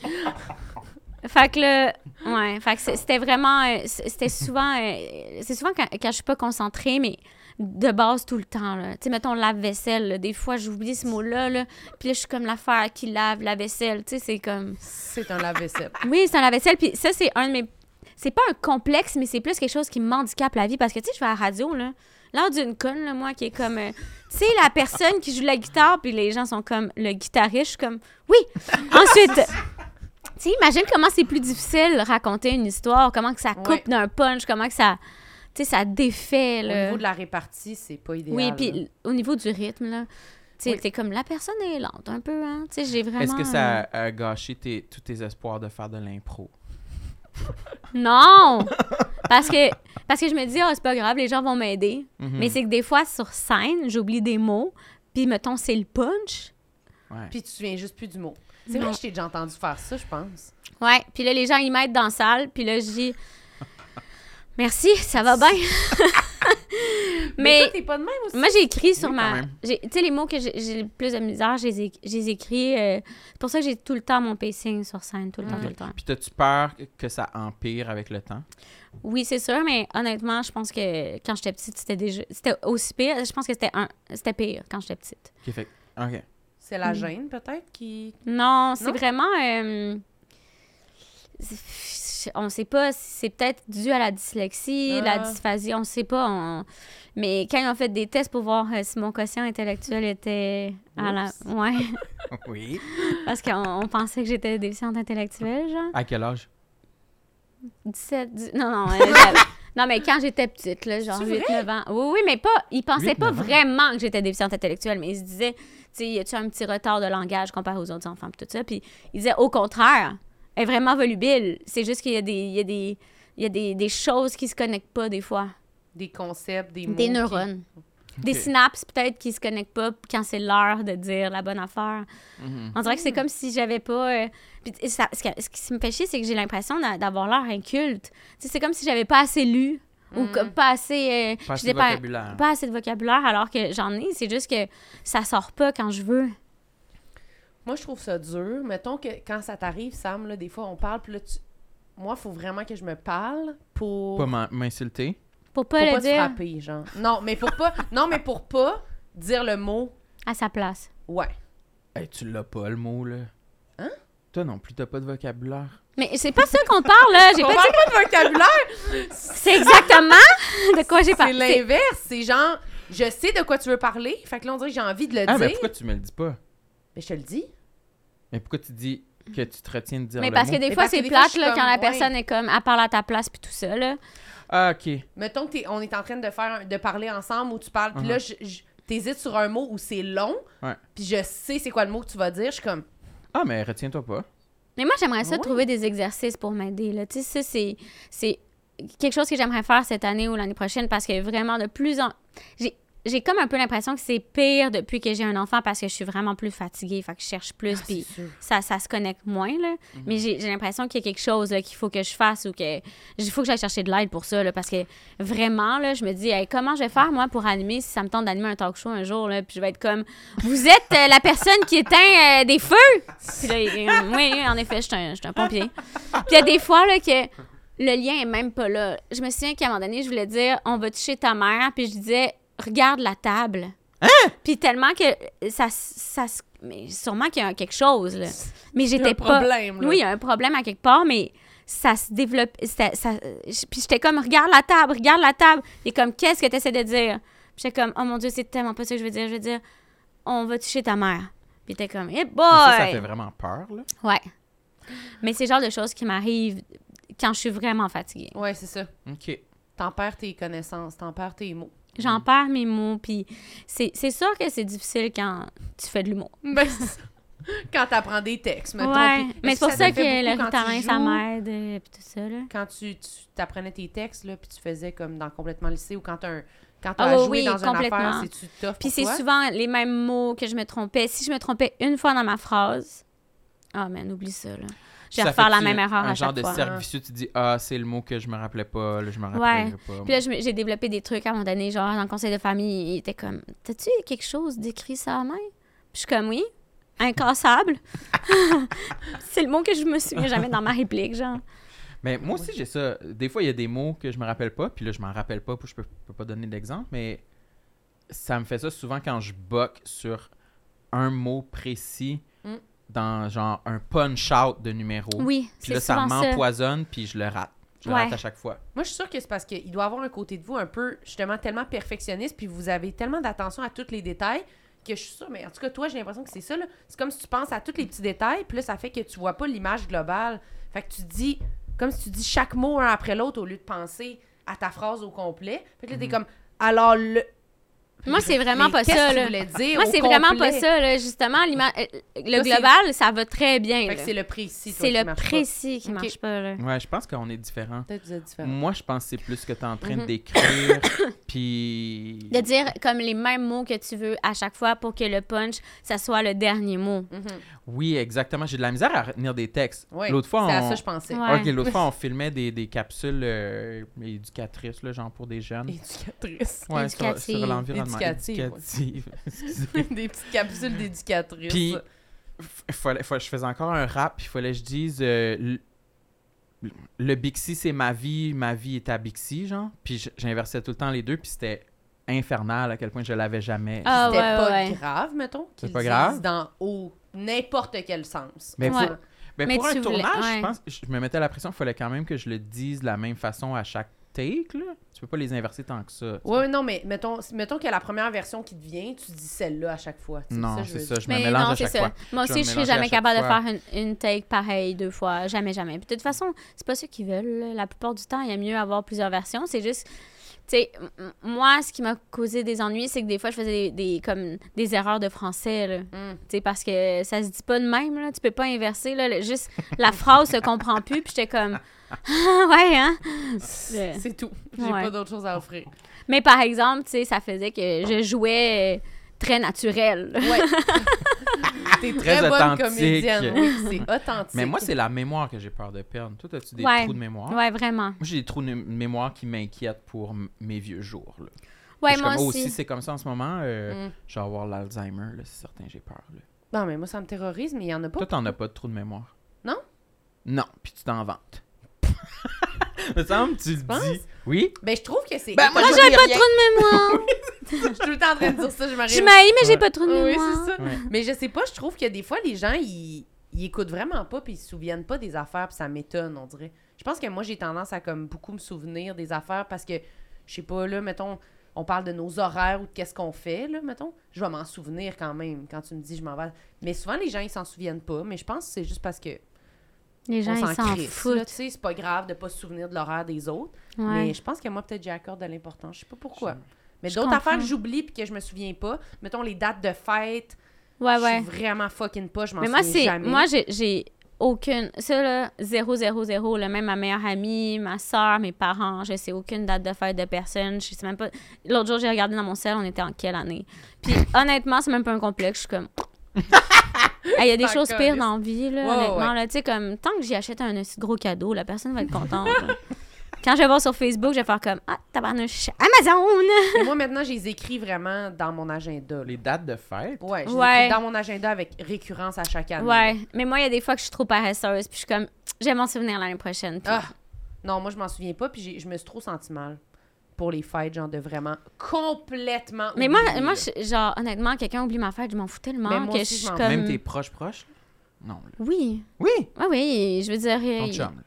Speaker 4: Fait que là, ouais, fait que c'est- c'était vraiment, euh, c- c'était souvent, euh, c'est souvent quand, quand je suis pas concentrée, mais de base tout le temps, là. Tu sais, mettons lave-vaisselle, là, des fois j'oublie ce mot-là, là, puis là, je suis comme l'affaire qui lave la vaisselle, tu sais, c'est comme...
Speaker 1: C'est un lave-vaisselle.
Speaker 4: Oui, c'est un lave-vaisselle, puis ça, c'est un de mes... C'est pas un complexe, mais c'est plus quelque chose qui m'handicape la vie, parce que, tu sais, je vais à la radio, là, l'heure d'une conne, là, moi, qui est comme... euh, tu sais, la personne qui joue de la guitare, puis les gens sont comme le guitariste, je suis comme... Oui! Ensuite... Tu sais, imagine comment c'est plus difficile raconter une histoire, comment que ça coupe
Speaker 1: Ouais.
Speaker 4: d'un punch, comment que ça... Tu sais, ça défait,
Speaker 1: Au
Speaker 4: là.
Speaker 1: niveau de la répartie, c'est pas idéal.
Speaker 4: Oui, puis
Speaker 1: là.
Speaker 4: l- au niveau du rythme, là, tu sais,
Speaker 1: Oui.
Speaker 4: t'es comme la personne est lente un peu, hein. Tu sais, j'ai vraiment. hein.
Speaker 2: Est-ce que ça a, a gâché tes- tous tes espoirs de faire de l'impro?
Speaker 4: Non! parce, que, parce que je me dis, ah, c'est pas grave, les gens vont m'aider.
Speaker 2: Mhm.
Speaker 4: Mais c'est que des fois, sur scène, j'oublie des mots, puis mettons, c'est le punch.
Speaker 2: Ouais.
Speaker 1: Puis tu te souviens juste plus du mot. C'est vrai que je t'ai déjà entendu faire ça, je pense.
Speaker 4: Ouais, puis là, les gens, ils m'aident dans la salle, puis là, je dis, merci, ça va bien.
Speaker 1: Mais, toi, t'es pas de même aussi.
Speaker 4: Moi, j'ai écrit sur
Speaker 2: Oui, quand
Speaker 4: ma.
Speaker 2: même.
Speaker 4: j'ai- Tu sais, les mots que j'ai- j'ai le plus de misère, je les ai- je les écris. euh, c'est pour ça que j'ai tout le temps mon pacing sur scène, tout le
Speaker 2: Mhm.
Speaker 4: temps, tout le temps.
Speaker 2: Puis t'as-tu peur que- que ça empire avec le temps?
Speaker 4: Oui, c'est sûr, mais honnêtement, je pense que quand j'étais petite, c'était déjà c'était aussi pire. Je pense que c'était un c'était pire quand j'étais petite.
Speaker 2: Ok, fait- ok.
Speaker 1: C'est
Speaker 4: Mm.
Speaker 1: la gêne, peut-être, qui.
Speaker 4: Non, c'est
Speaker 1: Non?
Speaker 4: vraiment euh, c'est- on sait pas si c'est peut-être dû à la dyslexie, la
Speaker 1: Ah.
Speaker 4: dysphasie, on sait pas. on- Mais quand ils ont fait des tests pour voir euh, si mon quotient intellectuel était à la
Speaker 1: Oups.
Speaker 4: ouais,
Speaker 2: Oui.
Speaker 4: parce qu'on on pensait que j'étais déficiente intellectuelle genre
Speaker 2: À quel âge?
Speaker 4: 17 dix- non non, euh, j'avais- Non, mais quand j'étais petite, là, genre
Speaker 1: C'est
Speaker 4: 8-9 ans. Oui, oui, mais pas. Ils pensaient
Speaker 2: Huit,
Speaker 4: pas
Speaker 2: neuf ans?
Speaker 4: vraiment que j'étais déficiente intellectuelle, mais ils se disaient, tu sais, y a-tu un petit retard de langage comparé aux autres enfants, puis tout ça. Puis ils disaient, au contraire, elle est vraiment volubile. C'est juste qu'il y a des. Il y a des il y a des, des choses qui se connectent pas des fois.
Speaker 1: Des concepts, des mots.
Speaker 4: Des
Speaker 1: qui-
Speaker 4: neurones. Des synapses, peut-être, qui se connectent pas quand c'est l'heure de dire la bonne affaire.
Speaker 2: Mhm.
Speaker 4: On dirait que c'est comme si j'avais pas. euh, puis, tu sais, ça- ce, que- ce qui me fait chier, c'est que j'ai l'impression d'a- d'avoir l'air inculte. Tu sais, c'est comme si j'avais pas assez lu ou
Speaker 1: Mm.
Speaker 4: comme pas assez. euh,
Speaker 2: Pas
Speaker 4: je
Speaker 2: assez
Speaker 4: dis
Speaker 2: de vocabulaire.
Speaker 4: pas assez de vocabulaire alors que j'en ai. C'est juste que ça sort pas quand je veux.
Speaker 1: Moi, je trouve ça dur. Mettons que quand ça t'arrive, Sam, là, des fois, on parle, puis là, tu... Moi, faut vraiment que je me parle pour...
Speaker 4: Oh.
Speaker 2: Pas m'in- m'insulter.
Speaker 4: Pour
Speaker 1: pour
Speaker 4: pas le
Speaker 1: pas se
Speaker 4: dire
Speaker 1: frapper, genre. Non, mais pour pas... non, mais pour pas dire le mot «
Speaker 4: à sa place.
Speaker 1: ouais
Speaker 2: Hey, tu l'as pas le mot, là.
Speaker 1: Hein?
Speaker 2: Toi non plus, t'as pas de vocabulaire.
Speaker 4: Mais c'est pas ça qu'on parle là. ». J'ai
Speaker 1: On
Speaker 4: pas
Speaker 1: parle
Speaker 4: dit-
Speaker 1: pas de vocabulaire,
Speaker 4: C'est exactement de quoi j'ai
Speaker 1: c'est
Speaker 4: parlé. C'est-
Speaker 1: l'inverse. C'est genre, je sais de quoi tu veux parler, fait que là, on dirait que j'ai envie de le
Speaker 2: Ah,
Speaker 1: dire.
Speaker 2: mais pourquoi tu me le dis pas?
Speaker 1: Mais je te le dis.
Speaker 2: Mais pourquoi tu dis que tu te retiens de dire
Speaker 4: Mais
Speaker 2: le
Speaker 4: parce que
Speaker 2: mot?
Speaker 4: des
Speaker 1: Mais
Speaker 4: fois,
Speaker 1: parce que
Speaker 4: c'est
Speaker 1: des fois, je
Speaker 4: plate
Speaker 1: suis
Speaker 4: là, quand la
Speaker 1: comme, ouais.
Speaker 4: personne est comme, elle parle à ta place puis tout ça. Là.
Speaker 2: Ah, ok.
Speaker 1: Mettons que t'es- on est en train de faire un- de parler ensemble où tu parles, puis
Speaker 2: Mhm.
Speaker 1: là, je- je- t'hésites sur un mot où c'est long,
Speaker 2: Ouais.
Speaker 1: puis je sais c'est quoi le mot que tu vas dire. Je suis comme,
Speaker 2: Ah, mais retiens-toi pas.
Speaker 4: Mais moi, j'aimerais ça
Speaker 1: Ouais.
Speaker 4: trouver des exercices pour m'aider. là. Tu sais, ça, c'est, c'est quelque chose que j'aimerais faire cette année ou l'année prochaine parce que vraiment, de plus en... J'ai, j'ai comme un peu l'impression que c'est pire depuis que j'ai un enfant parce que je suis vraiment plus fatiguée. Fait que je cherche plus, puis ça, ça se connecte moins, là. Mais j'ai, j'ai l'impression qu'il y a quelque chose là, qu'il faut que je fasse ou que... Il faut que j'aille chercher de l'aide pour ça, là, parce que vraiment, là, je me dis, Hey, comment je vais faire, moi, pour animer si ça me tente d'animer un talk show un jour, là, puis je vais être comme... Vous êtes euh, la personne qui éteint euh, des feux! Puis là, il est comme, oui, oui, en effet, je suis un, je suis un pompier. Puis il y a des fois là, que le lien est même pas là. Je me souviens qu'à un moment donné, je voulais dire on va toucher ta mère, puis je disais regarde la table.
Speaker 2: Hein?
Speaker 4: Puis tellement que ça. s- ça s- mais sûrement qu'il y a quelque chose, là. Mais
Speaker 1: il y a
Speaker 4: j'étais
Speaker 1: un
Speaker 4: pas.
Speaker 1: problème. là.
Speaker 4: Oui, il y a un problème à quelque part, mais ça se développe. c'était- ça- je- puis j'étais comme, regarde la table, regarde la table. Et comme, qu'est-ce que tu essaies de dire? Puis j'étais comme, oh mon Dieu, c'est tellement pas ça que je veux dire. Je veux dire, on va toucher ta mère. Puis t'es comme, eh boy!
Speaker 2: Mais Ça, ça fait vraiment peur, là.
Speaker 4: Ouais. Mais c'est le genre de choses qui m'arrivent quand je suis vraiment fatiguée.
Speaker 1: Ouais, c'est ça.
Speaker 2: Ok.
Speaker 1: T'en perds tes connaissances, t'en perds tes mots.
Speaker 2: Mm.
Speaker 4: J'en perds mes mots, puis c'est c'est sûr que c'est difficile quand tu fais de l'humour.
Speaker 2: Mm.
Speaker 1: Ben, c'est ça. quand t'apprends des textes, mettons.
Speaker 4: Ouais,
Speaker 1: puis-
Speaker 4: mais
Speaker 1: est-ce
Speaker 4: c'est pour
Speaker 1: te
Speaker 4: ça,
Speaker 1: le
Speaker 4: que
Speaker 1: fait
Speaker 4: le
Speaker 1: beaucoup quand tu
Speaker 4: ritalin, ça
Speaker 1: joues?
Speaker 4: m'aide, euh, puis tout ça, là.
Speaker 1: Quand tu, tu t'apprenais tes textes, là, puis tu faisais comme dans Complètement lycée ou quand t'as un- quand
Speaker 4: Ah
Speaker 1: t'as
Speaker 4: oui,
Speaker 1: joué
Speaker 4: oui,
Speaker 1: dans une affaire,
Speaker 4: complètement.
Speaker 1: c'est-tu tough
Speaker 4: Puis
Speaker 1: pour
Speaker 4: c'est
Speaker 1: toi?
Speaker 4: souvent les mêmes mots que je me trompais. Si je me trompais une fois dans ma phrase, ah man, oublie ça, là. Je vais
Speaker 2: Ça
Speaker 4: refaire la
Speaker 2: fait-tu
Speaker 4: même erreur
Speaker 2: un
Speaker 4: à
Speaker 2: genre
Speaker 4: chaque
Speaker 2: de
Speaker 4: fois.
Speaker 2: servicieux, tu dis ah c'est le mot que je me rappelais pas, là, je me rappelais
Speaker 4: Ouais.
Speaker 2: pas.
Speaker 4: Puis là, je me- j'ai développé des trucs à un moment donné, genre dans le conseil de famille, il était comme T'as-tu quelque chose d'écrit sur la main Puis je suis comme Oui, incassable. c'est le mot que je me souviens jamais dans ma réplique, genre.
Speaker 2: Mais moi aussi j'ai ça. Des fois il y a des mots que je me rappelle pas, puis là je m'en rappelle pas, puis je peux, peux pas donner d'exemple, mais ça me fait ça souvent quand je boque sur un mot précis
Speaker 1: Mm.
Speaker 2: dans genre un punch out de numéro.
Speaker 4: Oui,
Speaker 2: Puis
Speaker 4: c'est
Speaker 2: là ça
Speaker 4: souvent ça.
Speaker 2: m'empoisonne, puis je le rate. Je
Speaker 4: Ouais.
Speaker 2: le rate à chaque fois.
Speaker 1: Moi, je suis sûre que c'est parce qu'il doit avoir un côté de vous un peu, justement, tellement perfectionniste, puis vous avez tellement d'attention à tous les détails que je suis sûre, mais en tout cas, toi, j'ai l'impression que c'est ça, là. C'est comme si tu penses à tous les petits détails, puis là, ça fait que tu vois pas l'image globale. Fait que tu dis, comme si tu dis chaque mot un après l'autre au lieu de penser à ta phrase au complet. Fait que là, t'es comme, alors le.
Speaker 4: Moi, c'est vraiment
Speaker 1: Mais
Speaker 4: pas
Speaker 1: qu'est-ce
Speaker 4: ça,
Speaker 1: que tu
Speaker 4: là.
Speaker 1: voulais dire
Speaker 4: Moi,
Speaker 1: au
Speaker 4: c'est vraiment
Speaker 1: complet?
Speaker 4: pas ça, là. Justement, l'ima- euh, le
Speaker 1: Toi, c'est-
Speaker 4: global, ça va très bien.
Speaker 1: Fait
Speaker 4: là.
Speaker 1: que c'est le précis. toi,
Speaker 4: C'est
Speaker 1: qui
Speaker 4: le
Speaker 1: marche pas.
Speaker 4: précis qui
Speaker 1: Ok.
Speaker 4: marche pas, là.
Speaker 2: Ouais, je pense qu'on est différents.
Speaker 1: Peut-être que vous êtes différents.
Speaker 2: Moi, je pense que c'est plus que t'es en train de d'écrire, puis...
Speaker 4: De dire comme les mêmes mots que tu veux à chaque fois pour que le punch, ça soit le dernier mot.
Speaker 1: Mhm.
Speaker 2: Oui, exactement. J'ai de la misère à retenir des textes.
Speaker 1: Ouais,
Speaker 2: L'autre fois,
Speaker 1: C'est à
Speaker 2: on...
Speaker 1: ça, je pensais.
Speaker 4: Ouais.
Speaker 2: Ok, l'autre fois, on filmait des, des capsules euh, éducatrices, là, genre pour des jeunes.
Speaker 1: Éducatrice.
Speaker 2: Ouais, sur-
Speaker 4: Éducatives.
Speaker 2: sur, l'environnement.
Speaker 1: Éducatives, ouais.
Speaker 2: Éducatives. Excusez.
Speaker 1: Des petites capsules d'éducatrice.
Speaker 2: Puis, f- fallait- fallait- je faisais encore un rap, puis il fallait que je dise euh, l- le, Bixi, c'est ma vie, ma vie est à Bixi, genre. Puis j- j'inversais tout le temps les deux, puis c'était infernal à quel point je l'avais jamais.
Speaker 4: Ah,
Speaker 1: c'était
Speaker 4: ouais,
Speaker 1: pas
Speaker 4: ouais.
Speaker 1: grave, mettons.
Speaker 2: C'est
Speaker 1: qu'ils
Speaker 2: pas
Speaker 1: le
Speaker 2: grave.
Speaker 1: disent dans au n'importe quel sens.
Speaker 2: Mais
Speaker 4: Ouais.
Speaker 2: faut- Ben,
Speaker 4: Mais
Speaker 2: pour
Speaker 4: tu
Speaker 2: un
Speaker 4: voulais-
Speaker 2: tournage,
Speaker 4: ouais.
Speaker 2: je pense, je me mettais la pression, il fallait quand même que je le dise de la même façon à chaque take, là. Tu peux pas les inverser tant que ça.
Speaker 1: Ouais, ouais, non, mais mettons, mettons que la première version qui te vient, tu dis celle-là à chaque fois. tu sais,
Speaker 2: Non,
Speaker 1: ça, je
Speaker 2: c'est
Speaker 1: veux
Speaker 2: ça,
Speaker 1: dire.
Speaker 2: je me mélange à chaque fois.
Speaker 4: Moi
Speaker 2: Je
Speaker 4: aussi,
Speaker 2: vais
Speaker 4: je
Speaker 2: me
Speaker 4: serais
Speaker 2: mélanger à
Speaker 4: jamais
Speaker 2: chaque
Speaker 4: capable
Speaker 2: fois.
Speaker 4: de faire une, une take pareille deux fois. Jamais, jamais. Puis de toute façon, c'est pas ça qu'ils veulent. là. La plupart du temps, il y a mieux avoir plusieurs versions. C'est juste. Tu sais, m- m- moi, ce qui m'a causé des ennuis, c'est que des fois, je faisais des, des- comme, des erreurs de français. là.
Speaker 1: Mm.
Speaker 4: Tu sais, parce que ça se dit pas de même. Là. Tu peux pas inverser. Là. Le- Juste la phrase se comprend plus. Puis j'étais comme. ouais, hein?
Speaker 1: C'est c'est tout. J'ai
Speaker 4: Ouais.
Speaker 1: pas d'autre chose à offrir.
Speaker 4: Mais par exemple, tu sais, ça faisait que je jouais euh, très naturel.
Speaker 1: Ouais. T'es très,
Speaker 2: Très
Speaker 1: bonne
Speaker 2: authentique.
Speaker 1: comédienne. Oui, c'est authentique.
Speaker 2: Mais moi, c'est la mémoire que j'ai peur de perdre. Toi, as-tu des
Speaker 4: Ouais.
Speaker 2: trous de mémoire?
Speaker 4: Ouais, vraiment.
Speaker 2: Moi, j'ai des trous de mémoire qui m'inquiètent pour m- mes vieux jours. Là.
Speaker 4: Ouais,
Speaker 2: Je suis
Speaker 4: moi
Speaker 2: comme, oh,
Speaker 4: aussi.
Speaker 2: si c'est comme ça en ce moment, euh,
Speaker 1: Mm.
Speaker 2: je vais avoir l'Alzheimer, là, c'est certain, j'ai peur. Là.
Speaker 1: Non, mais moi, ça me terrorise, mais il y en a pas.
Speaker 2: Toi, t'en as pas de trou de mémoire.
Speaker 1: Non?
Speaker 2: Non, puis tu t'en vantes. Me semble, tu le
Speaker 1: penses?
Speaker 2: dis. Oui?
Speaker 1: Ben, je trouve que c'est.
Speaker 2: moi,
Speaker 4: Moi, j'ai pas de trou de mémoire.
Speaker 1: je suis tout le temps en train de dire ça, je m'arrive.
Speaker 4: Je m'haïs, mais j'ai
Speaker 2: Ouais.
Speaker 4: pas trop de
Speaker 1: Oui,
Speaker 4: mémoire.
Speaker 1: c'est ça.
Speaker 2: Ouais.
Speaker 1: Mais je sais pas, je trouve que des fois, les gens, ils, ils écoutent vraiment pas, puis ils se souviennent pas des affaires, puis ça m'étonne, on dirait. Je pense que moi, j'ai tendance à comme beaucoup me souvenir des affaires parce que, je sais pas, là, mettons, on parle de nos horaires ou de qu'est-ce qu'on fait, là, mettons. Je vais m'en souvenir quand même quand tu me dis je m'en vais. Mais souvent, les gens, ils s'en souviennent pas, mais je pense que c'est juste parce que
Speaker 4: Les gens,
Speaker 1: on
Speaker 4: ils s'en
Speaker 1: crisse, là,
Speaker 4: foutent.
Speaker 1: tu sais, c'est pas grave de pas se souvenir de l'horaire des autres.
Speaker 4: Ouais.
Speaker 1: Mais je pense que moi, peut-être, j'y accorde de l'importance. Je sais pas pourquoi. Mais
Speaker 4: Je
Speaker 1: d'autres
Speaker 4: comprends.
Speaker 1: affaires que j'oublie puis que je me souviens pas, mettons les dates de fête,
Speaker 4: Ouais,
Speaker 1: je
Speaker 4: Ah ouais.
Speaker 1: suis vraiment fucking pas, je m'en
Speaker 4: Mais moi,
Speaker 1: souviens
Speaker 4: c'est.
Speaker 1: jamais.
Speaker 4: Moi, j'ai- j'ai aucune. Ça, là, zéro, zéro, zéro. Là, même ma meilleure amie, ma soeur, mes parents, je sais aucune date de fête de personne. Je sais même pas. L'autre jour, j'ai regardé dans mon sel, on était en quelle année. Puis, honnêtement, c'est même pas un complexe. Je suis comme. Hey, Il y a des
Speaker 1: T'en
Speaker 4: choses pires
Speaker 1: calisses.
Speaker 4: dans la vie, là,
Speaker 1: Ouais,
Speaker 4: honnêtement.
Speaker 1: ouais.
Speaker 4: là. Tu sais, comme, tant que j'y achète un aussi gros cadeau, la personne va être contente. là. Quand je vais voir sur Facebook, je vais faire comme Ah, tabarnouche, Amazon!
Speaker 1: Mais moi, maintenant, je les écris vraiment dans mon agenda. là.
Speaker 2: Les dates de fête?
Speaker 1: Ouais, je les
Speaker 4: Ouais.
Speaker 1: écris dans mon agenda avec récurrence à chaque année.
Speaker 4: Ouais, mais moi, il y a des fois que je suis trop paresseuse, puis je suis comme, je vais m'en souvenir l'année prochaine. Puis-
Speaker 1: Ah! Non, moi, je m'en souviens pas, puis j'ai- je me suis trop senti mal pour les fêtes, genre de vraiment complètement.
Speaker 4: mais moi,
Speaker 1: oublier,
Speaker 4: moi
Speaker 1: là.
Speaker 4: je- genre, honnêtement, quelqu'un oublie ma fête, je m'en fous tellement
Speaker 1: Mais moi
Speaker 4: que
Speaker 1: aussi,
Speaker 4: je
Speaker 1: je
Speaker 4: suis
Speaker 1: m'en-
Speaker 4: comme.
Speaker 2: Même tes proches proches? Non. là.
Speaker 4: Oui,
Speaker 2: Oui!
Speaker 4: Euh. oui, oui, je veux dire. euh,
Speaker 2: Ton
Speaker 4: il-
Speaker 2: chum. là.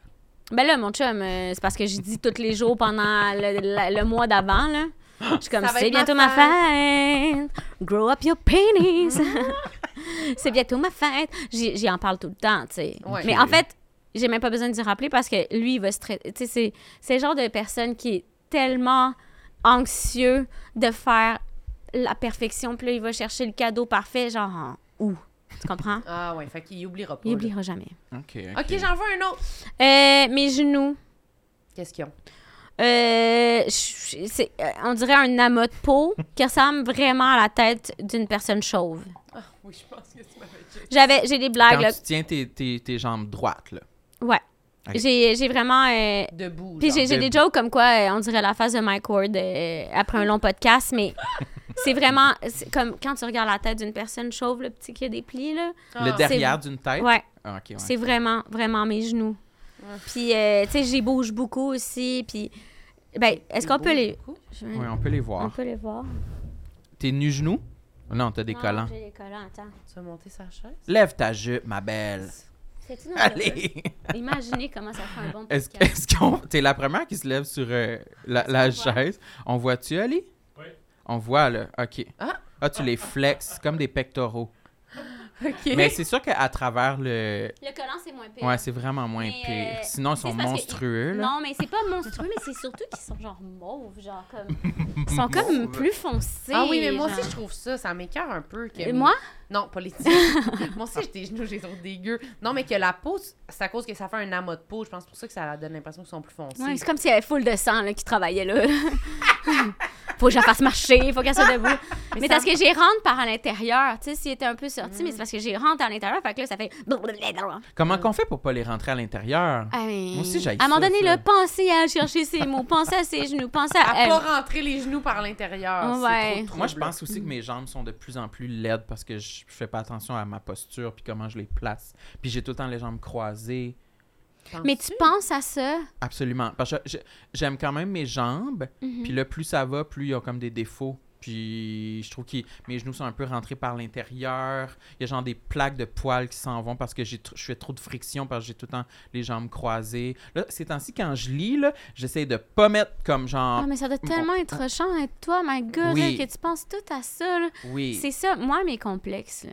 Speaker 4: Ben là, mon chum, euh, c'est parce que j'ai dit tous les jours pendant le, la- le mois d'avant, là. Je suis comme,
Speaker 1: Ça va
Speaker 4: c'est
Speaker 1: être ma
Speaker 4: bientôt ma fête. Grow up your penis. c'est bientôt ma fête. J'y j'y en parle tout le temps, tu sais.
Speaker 1: Ouais.
Speaker 4: Mais
Speaker 2: Ok.
Speaker 4: en fait, j'ai même pas besoin d'y rappeler parce que lui, il va se traiter. Tu sais, c'est- c'est le genre de personne qui est tellement anxieux de faire la perfection. Puis là, il va chercher le cadeau parfait, genre, en où? Tu comprends?
Speaker 1: Ah ouais, fait qu'il oubliera pas.
Speaker 4: Il
Speaker 1: là.
Speaker 4: oubliera jamais.
Speaker 2: OK, OK.
Speaker 1: Ok, j'en veux un autre.
Speaker 4: Euh, mes genoux.
Speaker 1: Qu'est-ce qu'ils ont?
Speaker 4: Euh, je- je- c'est- euh, on dirait un amas de peau qui ressemble vraiment à la tête d'une personne chauve.
Speaker 1: Ah oui, je pense que c'est ma fête.
Speaker 4: J'avais, j'ai des blagues.
Speaker 2: Quand
Speaker 4: Là.
Speaker 2: tu tiens tes, tes, tes jambes droites, là.
Speaker 4: Ouais.
Speaker 2: Ok.
Speaker 4: J'ai, j'ai vraiment. euh,
Speaker 1: Debout.
Speaker 4: Puis
Speaker 1: genre.
Speaker 4: j'ai, j'ai des
Speaker 2: de-
Speaker 4: jokes comme quoi euh, on dirait la face de Mike Ward euh, après un long podcast, mais c'est vraiment c'est comme quand tu regardes la tête d'une personne chauve, le petit qui a des plis là.
Speaker 1: Ah.
Speaker 2: Le derrière d'une tête?
Speaker 4: Ouais.
Speaker 2: Ah, OK, ouais.
Speaker 4: C'est vraiment, vraiment mes genoux. Puis euh, tu sais, j'y bouge beaucoup aussi. Puis ben, est-ce qu'on peut les,
Speaker 1: Beaucoup.
Speaker 2: Ouais, on peut les
Speaker 4: on
Speaker 2: voir.
Speaker 4: peut les voir?
Speaker 2: T'es nu genoux? Non, t'as des
Speaker 4: Non,
Speaker 2: collants.
Speaker 4: J'ai des collants. Attends.
Speaker 1: Tu vas monter sa chaise?
Speaker 2: Lève ta jupe, ma belle.
Speaker 4: C'est-tu dans le-
Speaker 2: Allez!
Speaker 4: Imaginez comment ça fait un bon
Speaker 2: Est-ce
Speaker 4: podcast.
Speaker 2: est-ce qu'on. T'es la première qui se lève sur euh, la, la chaise. On voit-tu, Ali?
Speaker 5: Oui.
Speaker 2: On voit, là. OK.
Speaker 1: Ah.
Speaker 2: Ah, tu les flexes comme des pectoraux.
Speaker 1: Ok.
Speaker 2: Mais c'est sûr qu'à travers le.
Speaker 4: Le collant, c'est moins pire.
Speaker 2: Ouais, c'est vraiment moins
Speaker 4: Mais,
Speaker 2: pire.
Speaker 4: euh,
Speaker 2: Sinon, ils sont
Speaker 4: c'est parce que-
Speaker 2: monstrueux, là.
Speaker 4: Non, mais c'est pas monstrueux, mais c'est surtout qu'ils sont genre mauves, genre comme... Ils sont comme plus foncés.
Speaker 1: Ah oui, mais moi aussi,
Speaker 4: genre.
Speaker 1: je trouve ça, ça m'écœure un peu. Que
Speaker 4: Et Moi?
Speaker 1: Non, pas les tiens. moi aussi, j'ai des genoux, j'ai des dégueu. Non, mais que la peau, c'est à cause que ça fait un amas de peau. Je pense pour ça que ça donne l'impression qu'ils sont plus foncés.
Speaker 4: Ouais, c'est comme s'il y avait foule de sang là, qui travaillait là. faut que je la fasse marcher, faut qu'elle soit debout. Mais,
Speaker 1: ça- Mm.
Speaker 4: parce que j'ai rentre par à l'intérieur, tu sais, s'il était un peu sorti, mais c'est parce que j'ai rentre à l'intérieur, fait que là, ça fait...
Speaker 2: Comment qu'on fait pour pas les rentrer à l'intérieur?
Speaker 4: Ah, mais-
Speaker 2: Moi aussi, j'haïs
Speaker 4: À un moment
Speaker 2: ça,
Speaker 4: donné,
Speaker 2: ça.
Speaker 4: là, pensez à chercher ses mots, pensez à ses genoux, pensez à...
Speaker 1: À
Speaker 4: elle.
Speaker 1: pas rentrer les genoux par l'intérieur.
Speaker 4: Ouais.
Speaker 1: C'est trop
Speaker 2: Moi, je
Speaker 1: troublant.
Speaker 2: pense aussi que mes jambes sont de plus en plus laides parce que je fais pas attention à ma posture puis comment je les place. Puis j'ai tout le temps les jambes croisées.
Speaker 4: Mais tu penses à ça?
Speaker 2: Absolument. Parce que je- j'aime quand même mes jambes.
Speaker 4: Mm-hmm.
Speaker 1: Mm-hmm.
Speaker 2: Puis là, plus ça va, plus ils ont comme des défauts. Puis je trouve que mes genoux sont un peu rentrés par l'intérieur. Il y a genre des plaques de poils qui s'en vont parce que j'ai tr- je fais trop de friction parce que j'ai tout le temps les jambes croisées. Là, ces temps-ci, quand je lis, là, j'essaie de pas mettre comme genre...
Speaker 4: Ah, mais ça doit
Speaker 2: Bon.
Speaker 4: tellement être rochant être toi, my God,
Speaker 2: Oui.
Speaker 4: là, que tu penses tout à ça. là.
Speaker 2: Oui.
Speaker 4: Ah, C'est ça, moi, mes complexes, là.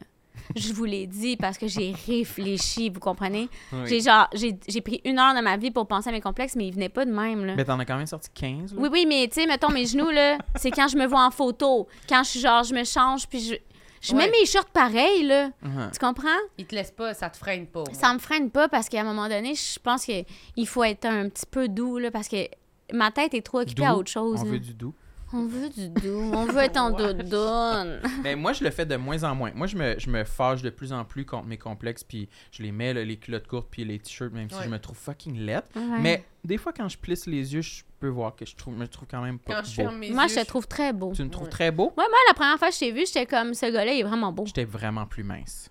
Speaker 4: Je vous l'ai dit parce que j'ai réfléchi, vous comprenez?
Speaker 2: Oui.
Speaker 4: J'ai genre, j'ai j'ai pris une heure de ma vie pour penser à mes complexes, mais ils venaient pas de même, là.
Speaker 2: Mais t'en as quand même sorti 15, là.
Speaker 4: Oui, oui, mais tu sais, mettons, mes genoux, là, c'est quand je me vois en photo, quand je suis genre, je me change, puis je... Je
Speaker 1: Ouais.
Speaker 4: mets mes shorts pareils, là.
Speaker 2: Mhm.
Speaker 4: Tu comprends?
Speaker 1: Il te laisse pas, ça te freine pas.
Speaker 4: Ça me freine pas parce qu'à un moment donné, je pense qu'il faut être un petit peu doux, là, parce que ma tête est trop occupée à
Speaker 2: Doux.
Speaker 4: autre chose. hein.
Speaker 2: On
Speaker 4: là.
Speaker 2: veut du doux.
Speaker 4: On veut du doux. On veut être en doudoune.
Speaker 2: Ben, moi, je le fais de moins en moins. Moi, je me, je me fâche de plus en plus contre mes complexes, puis je les mets, là, les culottes courtes, puis les t-shirts, même si
Speaker 1: Ouais.
Speaker 2: je me trouve fucking laide.
Speaker 4: Ouais.
Speaker 2: Mais des fois, quand je plisse les yeux, je peux voir que je trouve, me trouve quand même pas
Speaker 1: Quand
Speaker 2: beau.
Speaker 1: je ferme mes
Speaker 4: Moi,
Speaker 1: yeux,
Speaker 4: je te trouve très beau.
Speaker 2: Tu me trouves
Speaker 1: Ouais.
Speaker 2: très beau?
Speaker 4: Ouais, moi, la première fois que je t'ai vu, j'étais comme, ce gars-là, il est vraiment beau.
Speaker 2: J'étais vraiment plus mince.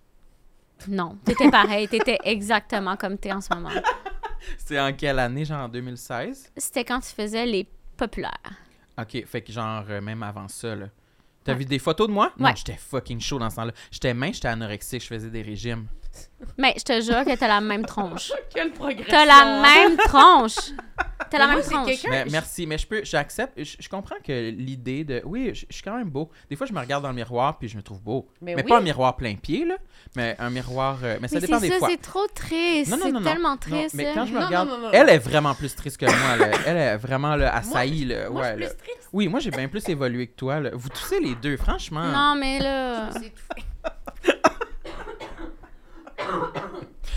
Speaker 4: Non, t'étais pareil. t'étais exactement comme t'es en ce moment.
Speaker 2: C'est en quelle année, genre en 2016?
Speaker 4: C'était quand tu faisais les populaires.
Speaker 2: Ok, fait que genre, euh, même avant ça, là. T'as vu des photos de moi? Non,
Speaker 4: Ouais.
Speaker 2: j'étais fucking chaud dans ce temps-là. J'étais mince, j'étais anorexique, je faisais des régimes.
Speaker 4: Mais je te jure que t'as la même tronche.
Speaker 1: Quel progression!
Speaker 4: T'as la même tronche.
Speaker 1: Mais
Speaker 4: T'as la
Speaker 1: moi,
Speaker 4: même
Speaker 1: c'est
Speaker 4: tronche.
Speaker 1: quelqu'un-
Speaker 2: Mais
Speaker 1: je-
Speaker 2: merci, mais je peux, j'accepte, je, je comprends que l'idée de, oui, je, je suis quand même beau. Des fois, je me regarde dans le miroir puis je me trouve beau.
Speaker 1: Mais
Speaker 2: Mais,
Speaker 1: oui.
Speaker 2: pas un miroir plein pied là, mais un miroir, euh, mais ça
Speaker 4: Mais
Speaker 2: dépend
Speaker 4: c'est
Speaker 2: des
Speaker 4: ça,
Speaker 2: fois.
Speaker 4: c'est trop triste.
Speaker 2: Non, non, non,
Speaker 4: C'est
Speaker 2: non.
Speaker 4: tellement
Speaker 2: Non,
Speaker 4: triste.
Speaker 2: mais quand je me
Speaker 1: Non, non,
Speaker 2: regarde,
Speaker 1: non, non, non.
Speaker 2: elle est vraiment plus triste que moi. là. Elle est vraiment là, assaillie. là.
Speaker 1: Moi,
Speaker 2: Ouais,
Speaker 1: je
Speaker 2: là.
Speaker 1: suis plus triste.
Speaker 2: Oui, moi j'ai bien plus évolué que toi. là. Vous toussez les deux, franchement.
Speaker 4: Non, mais là.
Speaker 1: C'est tout.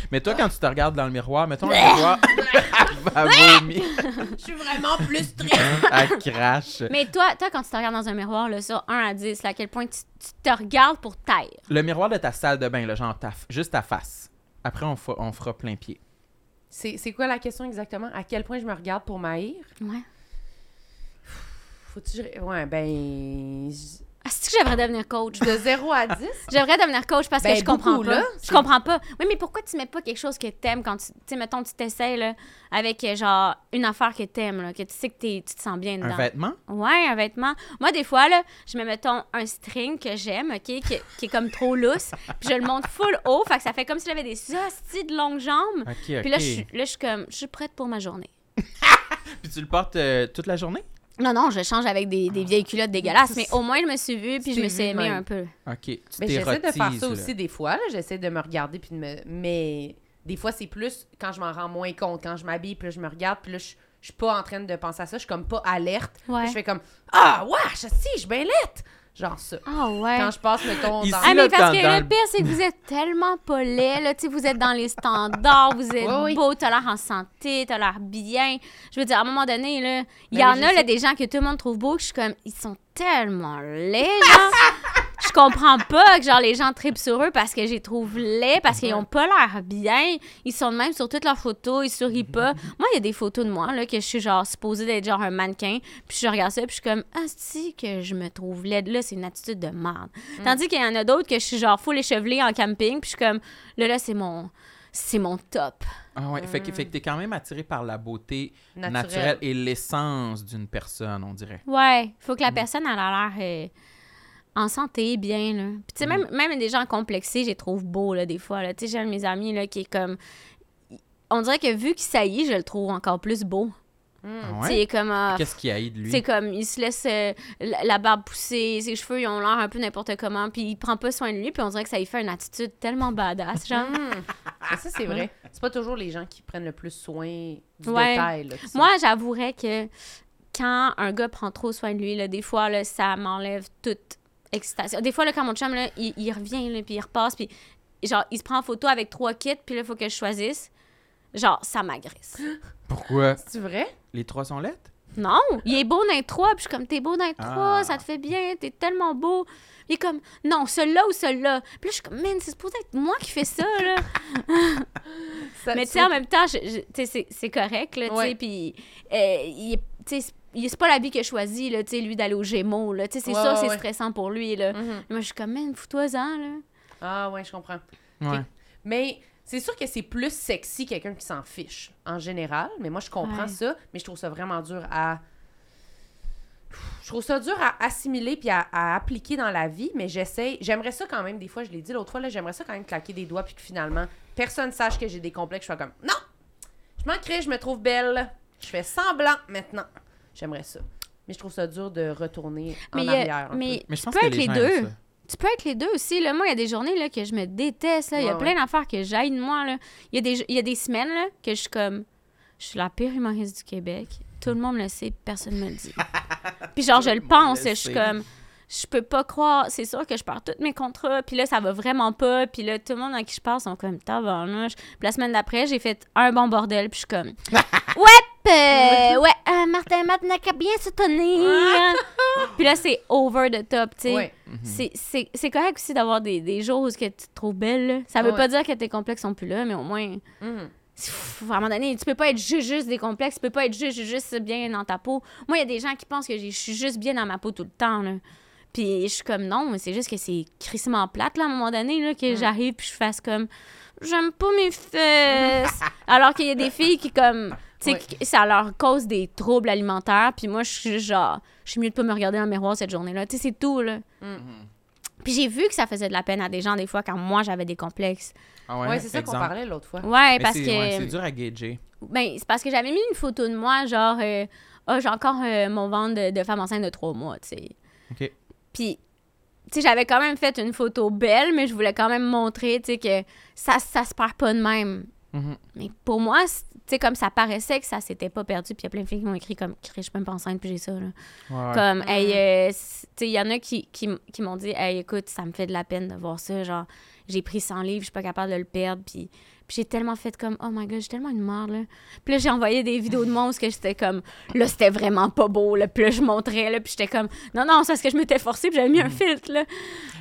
Speaker 2: Mais toi, quand tu te regardes dans le miroir, mettons le miroir, elle va vomir,
Speaker 1: Je suis vraiment plus triste.
Speaker 2: elle crache.
Speaker 4: Mais toi, toi, quand tu te regardes dans un miroir, là, sur 1 à 10, là, à quel point tu, tu te regardes pour taire.
Speaker 2: Le miroir de ta salle de bain, là, genre ta f- juste ta face. Après, on, fa- on fera plein pied.
Speaker 1: C'est c'est quoi la question exactement? À quel point je me regarde pour m'haïr?
Speaker 4: Ouais.
Speaker 1: Faut-tu... que je- Ouais, ben... je-
Speaker 4: Ah, c'est que j'aimerais devenir coach.
Speaker 1: De 0 à 10?
Speaker 4: J'aimerais devenir coach parce
Speaker 1: Ben,
Speaker 4: que je comprends
Speaker 1: beaucoup,
Speaker 4: pas.
Speaker 1: là.
Speaker 4: Je comprends pas. Oui, mais pourquoi tu mets pas quelque chose que t'aimes quand tu. Tu sais, mettons, tu t'essayes, là, avec, euh, genre, une affaire que t'aimes, là, que tu sais que t'es- tu te sens bien
Speaker 2: Un
Speaker 4: dedans.
Speaker 2: vêtement?
Speaker 4: Ouais, un vêtement. Moi, des fois, là, je me mettons un string que j'aime, OK, qui, qui est comme trop lousse, puis je le monte full haut, fait que ça fait comme si j'avais des hosties de longues jambes.
Speaker 2: Ok, ok.
Speaker 4: Puis là, je suis- là, je suis comme, je suis prête pour ma journée.
Speaker 2: Puis tu le portes euh, toute la journée?
Speaker 4: Non, non, je change avec des, des vieilles culottes dégueulasses, mais au moins, je me suis vue, puis je
Speaker 1: t'es
Speaker 4: me suis
Speaker 1: vue
Speaker 4: aimée
Speaker 1: même.
Speaker 4: un peu.
Speaker 2: Ok. Tu
Speaker 1: Ben, j'essaie de
Speaker 2: t'érotises,
Speaker 1: faire ça
Speaker 2: là.
Speaker 1: aussi des fois. là. J'essaie de me regarder puis de me. Mais des fois, c'est plus quand je m'en rends moins compte, quand je m'habille, puis là, je me regarde, puis là, je je suis pas en train de penser à ça. Je suis comme pas alerte. Puis
Speaker 4: Ouais.
Speaker 1: Je fais comme Ah, ouais, je sais, je suis bien lette. Genre ça.
Speaker 4: Ah ouais.
Speaker 1: Quand je passe, meton,
Speaker 2: Ici,
Speaker 1: dans.
Speaker 4: Ah, mais
Speaker 2: Là,
Speaker 4: parce
Speaker 2: dans-
Speaker 4: que
Speaker 2: dans
Speaker 4: le
Speaker 2: le-
Speaker 4: pire, c'est que vous êtes tellement pas laid, là, tu sais, vous êtes dans les standards, vous êtes
Speaker 1: Ouais, oui.
Speaker 4: beau, t'as l'air en santé, t'as l'air bien. Je veux dire, à un moment donné, là, il y
Speaker 1: Ben
Speaker 4: en
Speaker 1: oui, je
Speaker 4: a, là,
Speaker 1: sais.
Speaker 4: des gens que tout le monde trouve beaux, que je suis comme, ils sont tellement laids, genre. Je comprends pas que genre les gens tripent sur eux parce que je les trouve laids, parce qu'ils ont pas l'air bien. Ils sont de même sur toutes leurs photos, ils sourient
Speaker 1: Mm-hmm.
Speaker 4: pas. Moi, il y a des photos de moi là, que je suis genre supposée d'être genre un mannequin. Puis je regarde ça, puis je suis comme, ah, si que je me trouve laide. Là, c'est une attitude de merde.
Speaker 1: Mm.
Speaker 4: Tandis qu'il y en a d'autres que je suis genre full échevelée en camping, puis je suis comme, là, là, c'est mon. C'est mon top.
Speaker 2: Ah ouais, fait que, fait
Speaker 1: Mm.
Speaker 2: que t'es quand même attiré par la beauté
Speaker 1: Naturelle.
Speaker 2: naturelle, et l'essence d'une personne, on dirait.
Speaker 4: Ouais, faut
Speaker 2: Mm.
Speaker 4: que la personne elle a l'air euh, en santé, bien là. Puis tu sais
Speaker 2: Mm.
Speaker 4: même même des gens complexés, je les trouve beaux là des fois là. Tu sais j'ai un de mes amis là qui est comme on dirait que vu qu'il saillit, je le trouve encore plus beau.
Speaker 2: Ah
Speaker 4: Tu sais, il
Speaker 2: ouais?
Speaker 4: est comme ah,
Speaker 2: Qu'est-ce qui aide lui?
Speaker 4: C'est comme, il se laisse euh, la, la barbe pousser, ses cheveux, ils ont l'air un peu n'importe comment, puis il prend pas soin de lui, puis on dirait que ça lui fait une attitude tellement badass, genre.
Speaker 1: Mais ça, c'est vrai. C'est pas toujours les gens qui prennent le plus soin du
Speaker 4: Ouais.
Speaker 1: détail. là, qui sont-
Speaker 4: Moi, j'avouerais que quand un gars prend trop soin de lui, là, des fois, là, ça m'enlève toute excitation. Des fois, là, quand mon chum, là, il, il revient, là, puis il repasse, puis genre, il se prend en photo avec trois kits, puis là, il faut que je choisisse. Genre, ça m'agresse.
Speaker 2: Pourquoi?
Speaker 1: C'est vrai?
Speaker 2: Les trois sont lettres?
Speaker 4: Non, il est beau dans les trois, puis je suis comme, t'es beau dans les trois,
Speaker 2: Ah.
Speaker 4: ça te fait bien, t'es tellement beau. Il est comme, non, celui-là ou celui-là. Puis là, je suis comme, man, c'est supposé être moi qui fais ça, là.
Speaker 1: Ça-
Speaker 4: Mais tu sais, en même temps, je- je- tu sais, c'est- c'est correct, là, tu
Speaker 1: Ouais.
Speaker 4: sais, puis euh, il est- tu sais, c'est- il- c'est pas la vie que je choisis, là, tu sais, lui, d'aller aux Gémeaux, là, tu sais, c'est
Speaker 1: Ouais,
Speaker 4: ça,
Speaker 1: ouais,
Speaker 4: c'est
Speaker 1: ouais.
Speaker 4: stressant pour lui, là.
Speaker 1: Mhm.
Speaker 4: Moi, je suis comme, man, fous-toi-en, là.
Speaker 1: Ah, ouais, je comprends.
Speaker 2: Ouais.
Speaker 1: Ok. Mais c'est sûr que c'est plus sexy quelqu'un qui s'en fiche en général. Mais moi, je comprends
Speaker 4: Ouais.
Speaker 1: ça, mais je trouve ça vraiment dur à. Je trouve ça dur à assimiler puis à, à appliquer dans la vie, mais j'essaie. J'aimerais ça quand même, des fois, je l'ai dit l'autre fois, là, j'aimerais ça quand même claquer des doigts puis que finalement, personne sache que j'ai des complexes. Je sois comme, non! Je m'en crée, je me trouve belle. Je fais semblant maintenant. J'aimerais ça. Mais je trouve ça dur de retourner
Speaker 4: Mais,
Speaker 1: en
Speaker 4: euh,
Speaker 1: arrière. un
Speaker 4: mais
Speaker 2: Mais je
Speaker 4: tu
Speaker 2: pense
Speaker 4: peux
Speaker 2: que
Speaker 4: être les,
Speaker 2: gens aiment
Speaker 4: deux.
Speaker 2: ça.
Speaker 4: Tu peux être les deux aussi. Là. Moi, il y a des journées là, que je me déteste. là. Il y a
Speaker 1: Ouais,
Speaker 4: plein d'affaires que j'aille de moi. là. Il y, a des- il y a des semaines là, que je suis comme. Je suis la pire humoriste du Québec. Tout le monde le sait, personne ne me le dit. Puis genre, je le
Speaker 2: le monde
Speaker 4: pense.
Speaker 2: le
Speaker 4: Je
Speaker 2: sait.
Speaker 4: suis comme. je peux pas croire, c'est sûr que je perds tous mes contrats, puis là, ça va vraiment pas, puis là, tout le monde à qui je parle sont comme, tabarnouche. Puis la semaine d'après, j'ai fait un bon bordel, puis je suis comme, ouais, euh, ouais, euh, Martin Matt n'a qu'à bien se tenir. puis là, c'est over the top, tu sais.
Speaker 1: Ouais.
Speaker 4: C'est- C'est c'est correct aussi d'avoir des, des jours où est-ce que tu te trouves belle. là. Ça veut
Speaker 1: Ouais.
Speaker 4: pas dire que tes complexes sont plus là, mais au moins,
Speaker 1: Mhm.
Speaker 4: Pff, à un moment donné, tu peux pas être juste, juste des complexes, tu peux pas être juste, juste, juste bien dans ta peau. Moi, il y a des gens qui pensent que j'ai- je suis juste bien dans ma peau tout le temps, là. Puis je suis comme, non, mais c'est juste que c'est crissement plate, là, à un moment donné, là, que j'arrive puis je fasse comme, j'aime pas mes fesses. Alors qu'il y a des filles qui, comme, tu sais,
Speaker 1: Ouais.
Speaker 4: qui- ça leur cause des troubles alimentaires, puis moi, je suis juste genre, je suis mieux de pas me regarder dans le miroir cette journée-là. Tu sais, c'est tout, là.
Speaker 2: Mm-hmm.
Speaker 4: Puis j'ai vu que ça faisait de la peine à des gens, des fois, quand moi, j'avais des complexes.
Speaker 2: Ah
Speaker 1: Ouais, c'est ça qu'on
Speaker 2: exemple.
Speaker 1: parlait l'autre fois.
Speaker 4: Ouais,
Speaker 2: Ah. Mais
Speaker 4: parce
Speaker 2: c'est-
Speaker 4: que...
Speaker 2: ouais, c'est dur à gager.
Speaker 4: Ben, c'est parce que j'avais mis une photo de moi, genre, euh, ah, j'ai encore euh, mon ventre de, de femme enceinte de trois mois, tu sais.
Speaker 2: OK.
Speaker 4: Puis, tu sais, j'avais quand même fait une photo belle, mais je voulais quand même montrer, tu sais, que ça, ça se perd pas de même.
Speaker 2: Mhm.
Speaker 4: Mais pour moi, c'est- tu sais, comme ça paraissait que ça s'était pas perdu, puis il y a plein de filles qui m'ont écrit comme, Chris, je suis même pas enceinte, puis j'ai ça, là.
Speaker 2: Ouais, ouais.
Speaker 4: Comme, hey, euh, c- tu sais, il y en a qui, qui, m- qui m'ont dit, hey, écoute, ça me fait de la peine de voir ça. Genre, j'ai pris 100 livres, je suis pas capable de le perdre. Puis, puis j'ai tellement fait comme, oh my god, j'ai tellement une mort, là. Puis là, j'ai envoyé des vidéos de moi où ce que j'étais comme, là, c'était vraiment pas beau, là. Puis là, je montrais, là. Puis j'étais comme, non, non, c'est parce que je m'étais forcée, puis j'avais mis un filtre, là.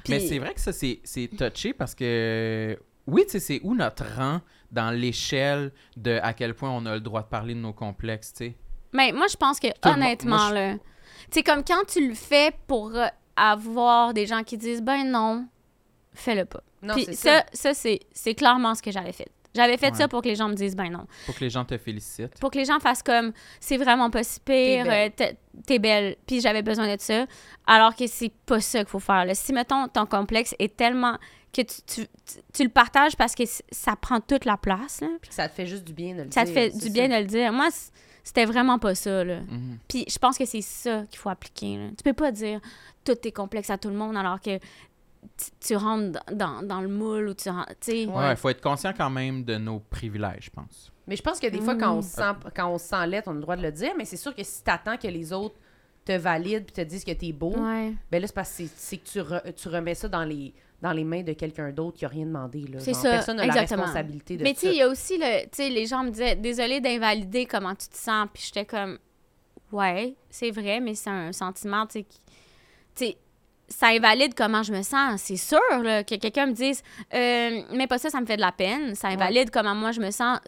Speaker 4: Puis,
Speaker 2: Mm. Mais c'est vrai que ça, c'est c'est touché parce que, oui, tu sais, c'est où notre rang dans l'échelle de à quel point on a le droit de parler de nos complexes, tu sais.
Speaker 4: Mais moi, je pense que,
Speaker 2: le monde-
Speaker 4: honnêtement,
Speaker 2: moi, je-
Speaker 4: là, tu sais, comme quand tu le fais pour euh, avoir des gens qui disent, ben non, fais-le pas.
Speaker 1: Non,
Speaker 4: Puis
Speaker 1: c'est
Speaker 4: ça,
Speaker 1: ça.
Speaker 4: ça, c'est, c'est clairement ce que j'avais fait. J'avais fait
Speaker 2: Ouais.
Speaker 4: ça pour que les gens me disent ben non.
Speaker 2: Pour que les gens te félicitent.
Speaker 4: Pour que les gens fassent comme c'est vraiment pas si pire,
Speaker 1: T'es
Speaker 4: euh, t'es t'es belle, puis j'avais besoin de ça. Alors que c'est pas ça qu'il faut faire. là. Si, mettons, ton complexe est tellement que tu, tu, tu- tu le partages parce que c- ça prend toute la place, là,
Speaker 1: Puis que ça te fait juste du bien de le
Speaker 4: ça te
Speaker 1: dire,
Speaker 4: fait
Speaker 1: c'est
Speaker 4: du bien
Speaker 1: ça.
Speaker 4: de le dire. Moi, c- c'était vraiment pas ça. Là.
Speaker 2: Mhm.
Speaker 4: Puis je pense que c'est ça qu'il faut appliquer. là. Tu peux pas dire tout est complexe à tout le monde alors que tu- tu rentres dans, dans- dans le moule ou tu rentres. tu sais.
Speaker 2: Ouais, faut être conscient quand même de nos privilèges, je pense.
Speaker 1: Mais je pense que des fois, quand on se
Speaker 4: Mm.
Speaker 1: sent, quand on se sent laid, on a le droit de le dire, mais c'est sûr que si t'attends que les autres te valident puis te disent que t'es beau,
Speaker 4: Ouais.
Speaker 1: ben là, c'est parce que c'est- c'est que tu, re- tu remets ça dans les, dans les mains de quelqu'un d'autre qui a rien demandé. là.
Speaker 4: C'est
Speaker 1: Genre,
Speaker 4: ça,
Speaker 1: Personne n'a la
Speaker 4: exactement.
Speaker 1: responsabilité de
Speaker 4: Mais tu
Speaker 1: ça.
Speaker 4: sais, il y a aussi le. Tu sais, les gens me disaient Désolée d'invalider comment tu te sens. Puis j'étais comme Ouais, c'est vrai, mais c'est un sentiment, tu sais, qui- tu sais, ça invalide comment je me sens. C'est sûr, là, que quelqu'un me dise Euh, Mais pas ça, ça me fait de la peine. Ça invalide comment moi je me sens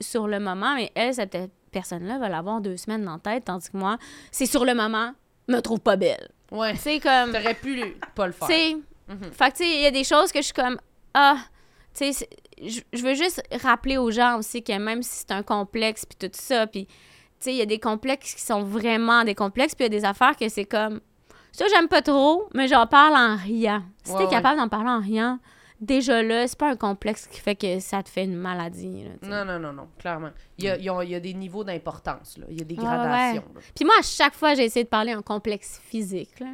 Speaker 4: sur le moment. Mais elle, cette pe- personne-là va l'avoir deux semaines dans la tête, tandis que moi, c'est sur le moment, me trouve pas belle.
Speaker 1: Ouais.
Speaker 4: Tu sais, comme.
Speaker 1: T'aurais pu le- pas le faire.
Speaker 4: Tu sais,
Speaker 1: Mhm.
Speaker 4: fait que, tu sais, il y a des choses que je suis comme, ah, tu sais, c'est- je je veux juste rappeler aux gens aussi que même si c'est un complexe, puis tout ça, puis, tu sais, il y a des complexes qui sont vraiment des complexes, puis il y a des affaires que c'est comme, ça, j'aime pas trop, mais j'en parle en riant. Si
Speaker 1: Ouais,
Speaker 4: t'es
Speaker 1: ouais.
Speaker 4: capable d'en parler en riant, déjà là, c'est pas un complexe qui fait que ça te fait une maladie, là, tu sais.
Speaker 1: Non, non, non, non, clairement. Il y a, il y a- il y a des niveaux d'importance, là. Il y a des
Speaker 4: Ouais,
Speaker 1: gradations. là.
Speaker 4: Puis moi, à chaque fois, j'ai essayé de parler en complexe physique, là,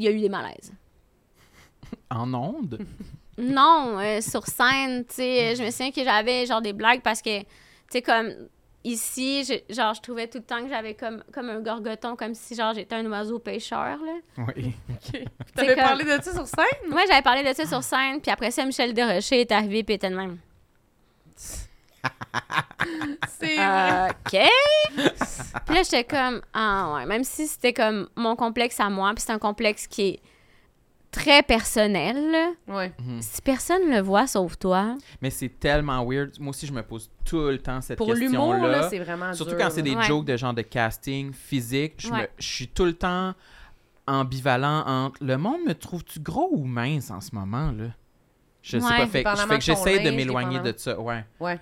Speaker 4: il y a eu des malaises.
Speaker 2: En ondes?
Speaker 4: Non, euh, sur scène, tu sais, euh, je me souviens que j'avais genre des blagues parce que, tu sais, comme ici, je- genre, je trouvais tout le temps que j'avais comme, comme un gorgoton, comme si, genre, j'étais un oiseau pêcheur, là.
Speaker 2: oui.
Speaker 1: T'avais
Speaker 4: comme-
Speaker 1: parlé de ça sur scène?
Speaker 4: Moi, j'avais parlé de ça sur scène, puis après ça, Michel Desrochers est arrivé, puis était de même.
Speaker 1: C'est vrai.
Speaker 4: Euh, OK! puis là, j'étais comme, ah ouais, même si c'était comme mon complexe à moi, puis c'est un complexe qui est très personnel, là.
Speaker 1: Ouais.
Speaker 2: Hmm.
Speaker 4: Si personne le voit sauf toi,
Speaker 2: Mais c'est tellement weird. Moi aussi, je me pose tout le temps cette
Speaker 1: Pour l'humour,
Speaker 2: question-là.
Speaker 1: là, c'est vraiment
Speaker 2: Surtout
Speaker 1: dur,
Speaker 2: quand c'est
Speaker 1: là.
Speaker 2: des
Speaker 4: Ouais.
Speaker 2: jokes de genre de casting, physique, je, me-
Speaker 4: Ouais.
Speaker 2: je suis tout le temps ambivalent entre le monde me trouve-tu gros ou mince en ce moment là. Je sais
Speaker 4: Ouais.
Speaker 2: pas, fait, que-
Speaker 1: Dépendamment
Speaker 2: fait
Speaker 1: de
Speaker 2: que
Speaker 1: ton
Speaker 2: j'essaie de
Speaker 1: linge,
Speaker 2: m'éloigner de
Speaker 1: dépendamment.
Speaker 2: ça, ouais.
Speaker 1: Ouais.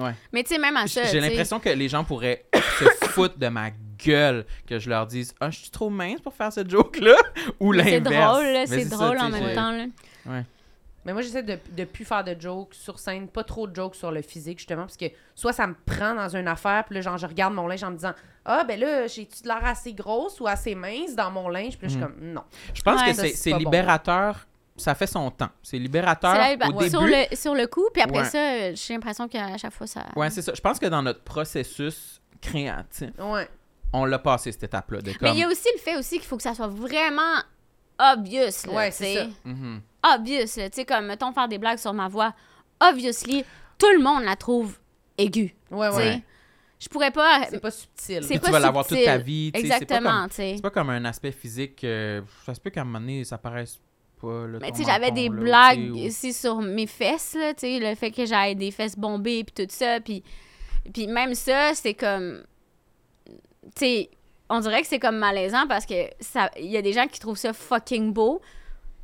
Speaker 2: Ouais.
Speaker 4: mais tu sais, même à Ah, ça,
Speaker 2: J'ai
Speaker 4: tu sais.
Speaker 2: l'impression que les gens pourraient se foutre de ma gueule que je leur dise "Ah, je suis trop mince pour faire ce joke là" ou
Speaker 4: Mais
Speaker 2: l'inverse.
Speaker 4: C'est drôle, là,
Speaker 2: Mais
Speaker 4: c'est
Speaker 2: ça,
Speaker 4: drôle
Speaker 2: tu
Speaker 4: en
Speaker 2: sais,
Speaker 4: même
Speaker 2: j'ai-
Speaker 4: temps. Là.
Speaker 1: Mais moi, j'essaie de, de plus faire de jokes sur scène, pas trop de jokes sur le physique, justement, parce que soit ça me prend dans une affaire, puis là, genre, je regarde mon linge en me disant Ah, ben là, j'ai-tu de l'air assez grosse ou assez mince dans mon linge? Puis là, je suis comme Non.
Speaker 2: Je pense
Speaker 4: Ouais.
Speaker 2: que
Speaker 1: Ça,
Speaker 2: c'est
Speaker 1: c'est
Speaker 2: c'est
Speaker 1: pas bon.
Speaker 2: libérateur, ça fait son temps. C'est libérateur
Speaker 4: C'est la-
Speaker 2: au début.
Speaker 4: sur, le, sur le coup, puis après
Speaker 2: Ouais.
Speaker 4: ça, euh, j'ai l'impression qu'à chaque fois, ça...
Speaker 2: Ouais, c'est ça. Je pense que dans notre processus créatif,
Speaker 1: Ouais.
Speaker 2: on l'a passé cette étape-là. de
Speaker 4: Mais
Speaker 2: comme-
Speaker 4: il y a aussi le fait aussi qu'il faut que ça soit vraiment obvious, là,
Speaker 1: Ouais,
Speaker 4: tu
Speaker 1: c'est
Speaker 4: sais.
Speaker 2: Mhm.
Speaker 4: Obvious, là, tu sais, comme, mettons, faire des blagues sur ma voix. Obviously, tout le monde la trouve aiguë,
Speaker 1: Ouais,
Speaker 4: tu
Speaker 1: ouais.
Speaker 4: sais.
Speaker 2: Ouais.
Speaker 4: Je pourrais pas...
Speaker 1: C'est pas subtil.
Speaker 4: C'est
Speaker 2: Puis
Speaker 4: pas
Speaker 2: tu vas l'avoir toute
Speaker 4: subtil.
Speaker 2: ta vie. tu sais, c'est pas comme-
Speaker 4: Exactement, tu sais.
Speaker 2: C'est pas comme un aspect physique. euh, ça se peut qu'à un moment donné, ça paraisse pas. Là, ton
Speaker 4: Mais Ben, tu sais, j'avais
Speaker 2: menton,
Speaker 4: des
Speaker 2: là,
Speaker 4: blagues
Speaker 2: tu sais, ou-
Speaker 4: aussi sur mes fesses, là, tu sais, le fait que j'avais des fesses bombées, puis tout ça, puis, puis même ça, c'est comme, tu sais, on dirait que c'est comme malaisant parce que ça, il y a des gens qui trouvent ça fucking beau,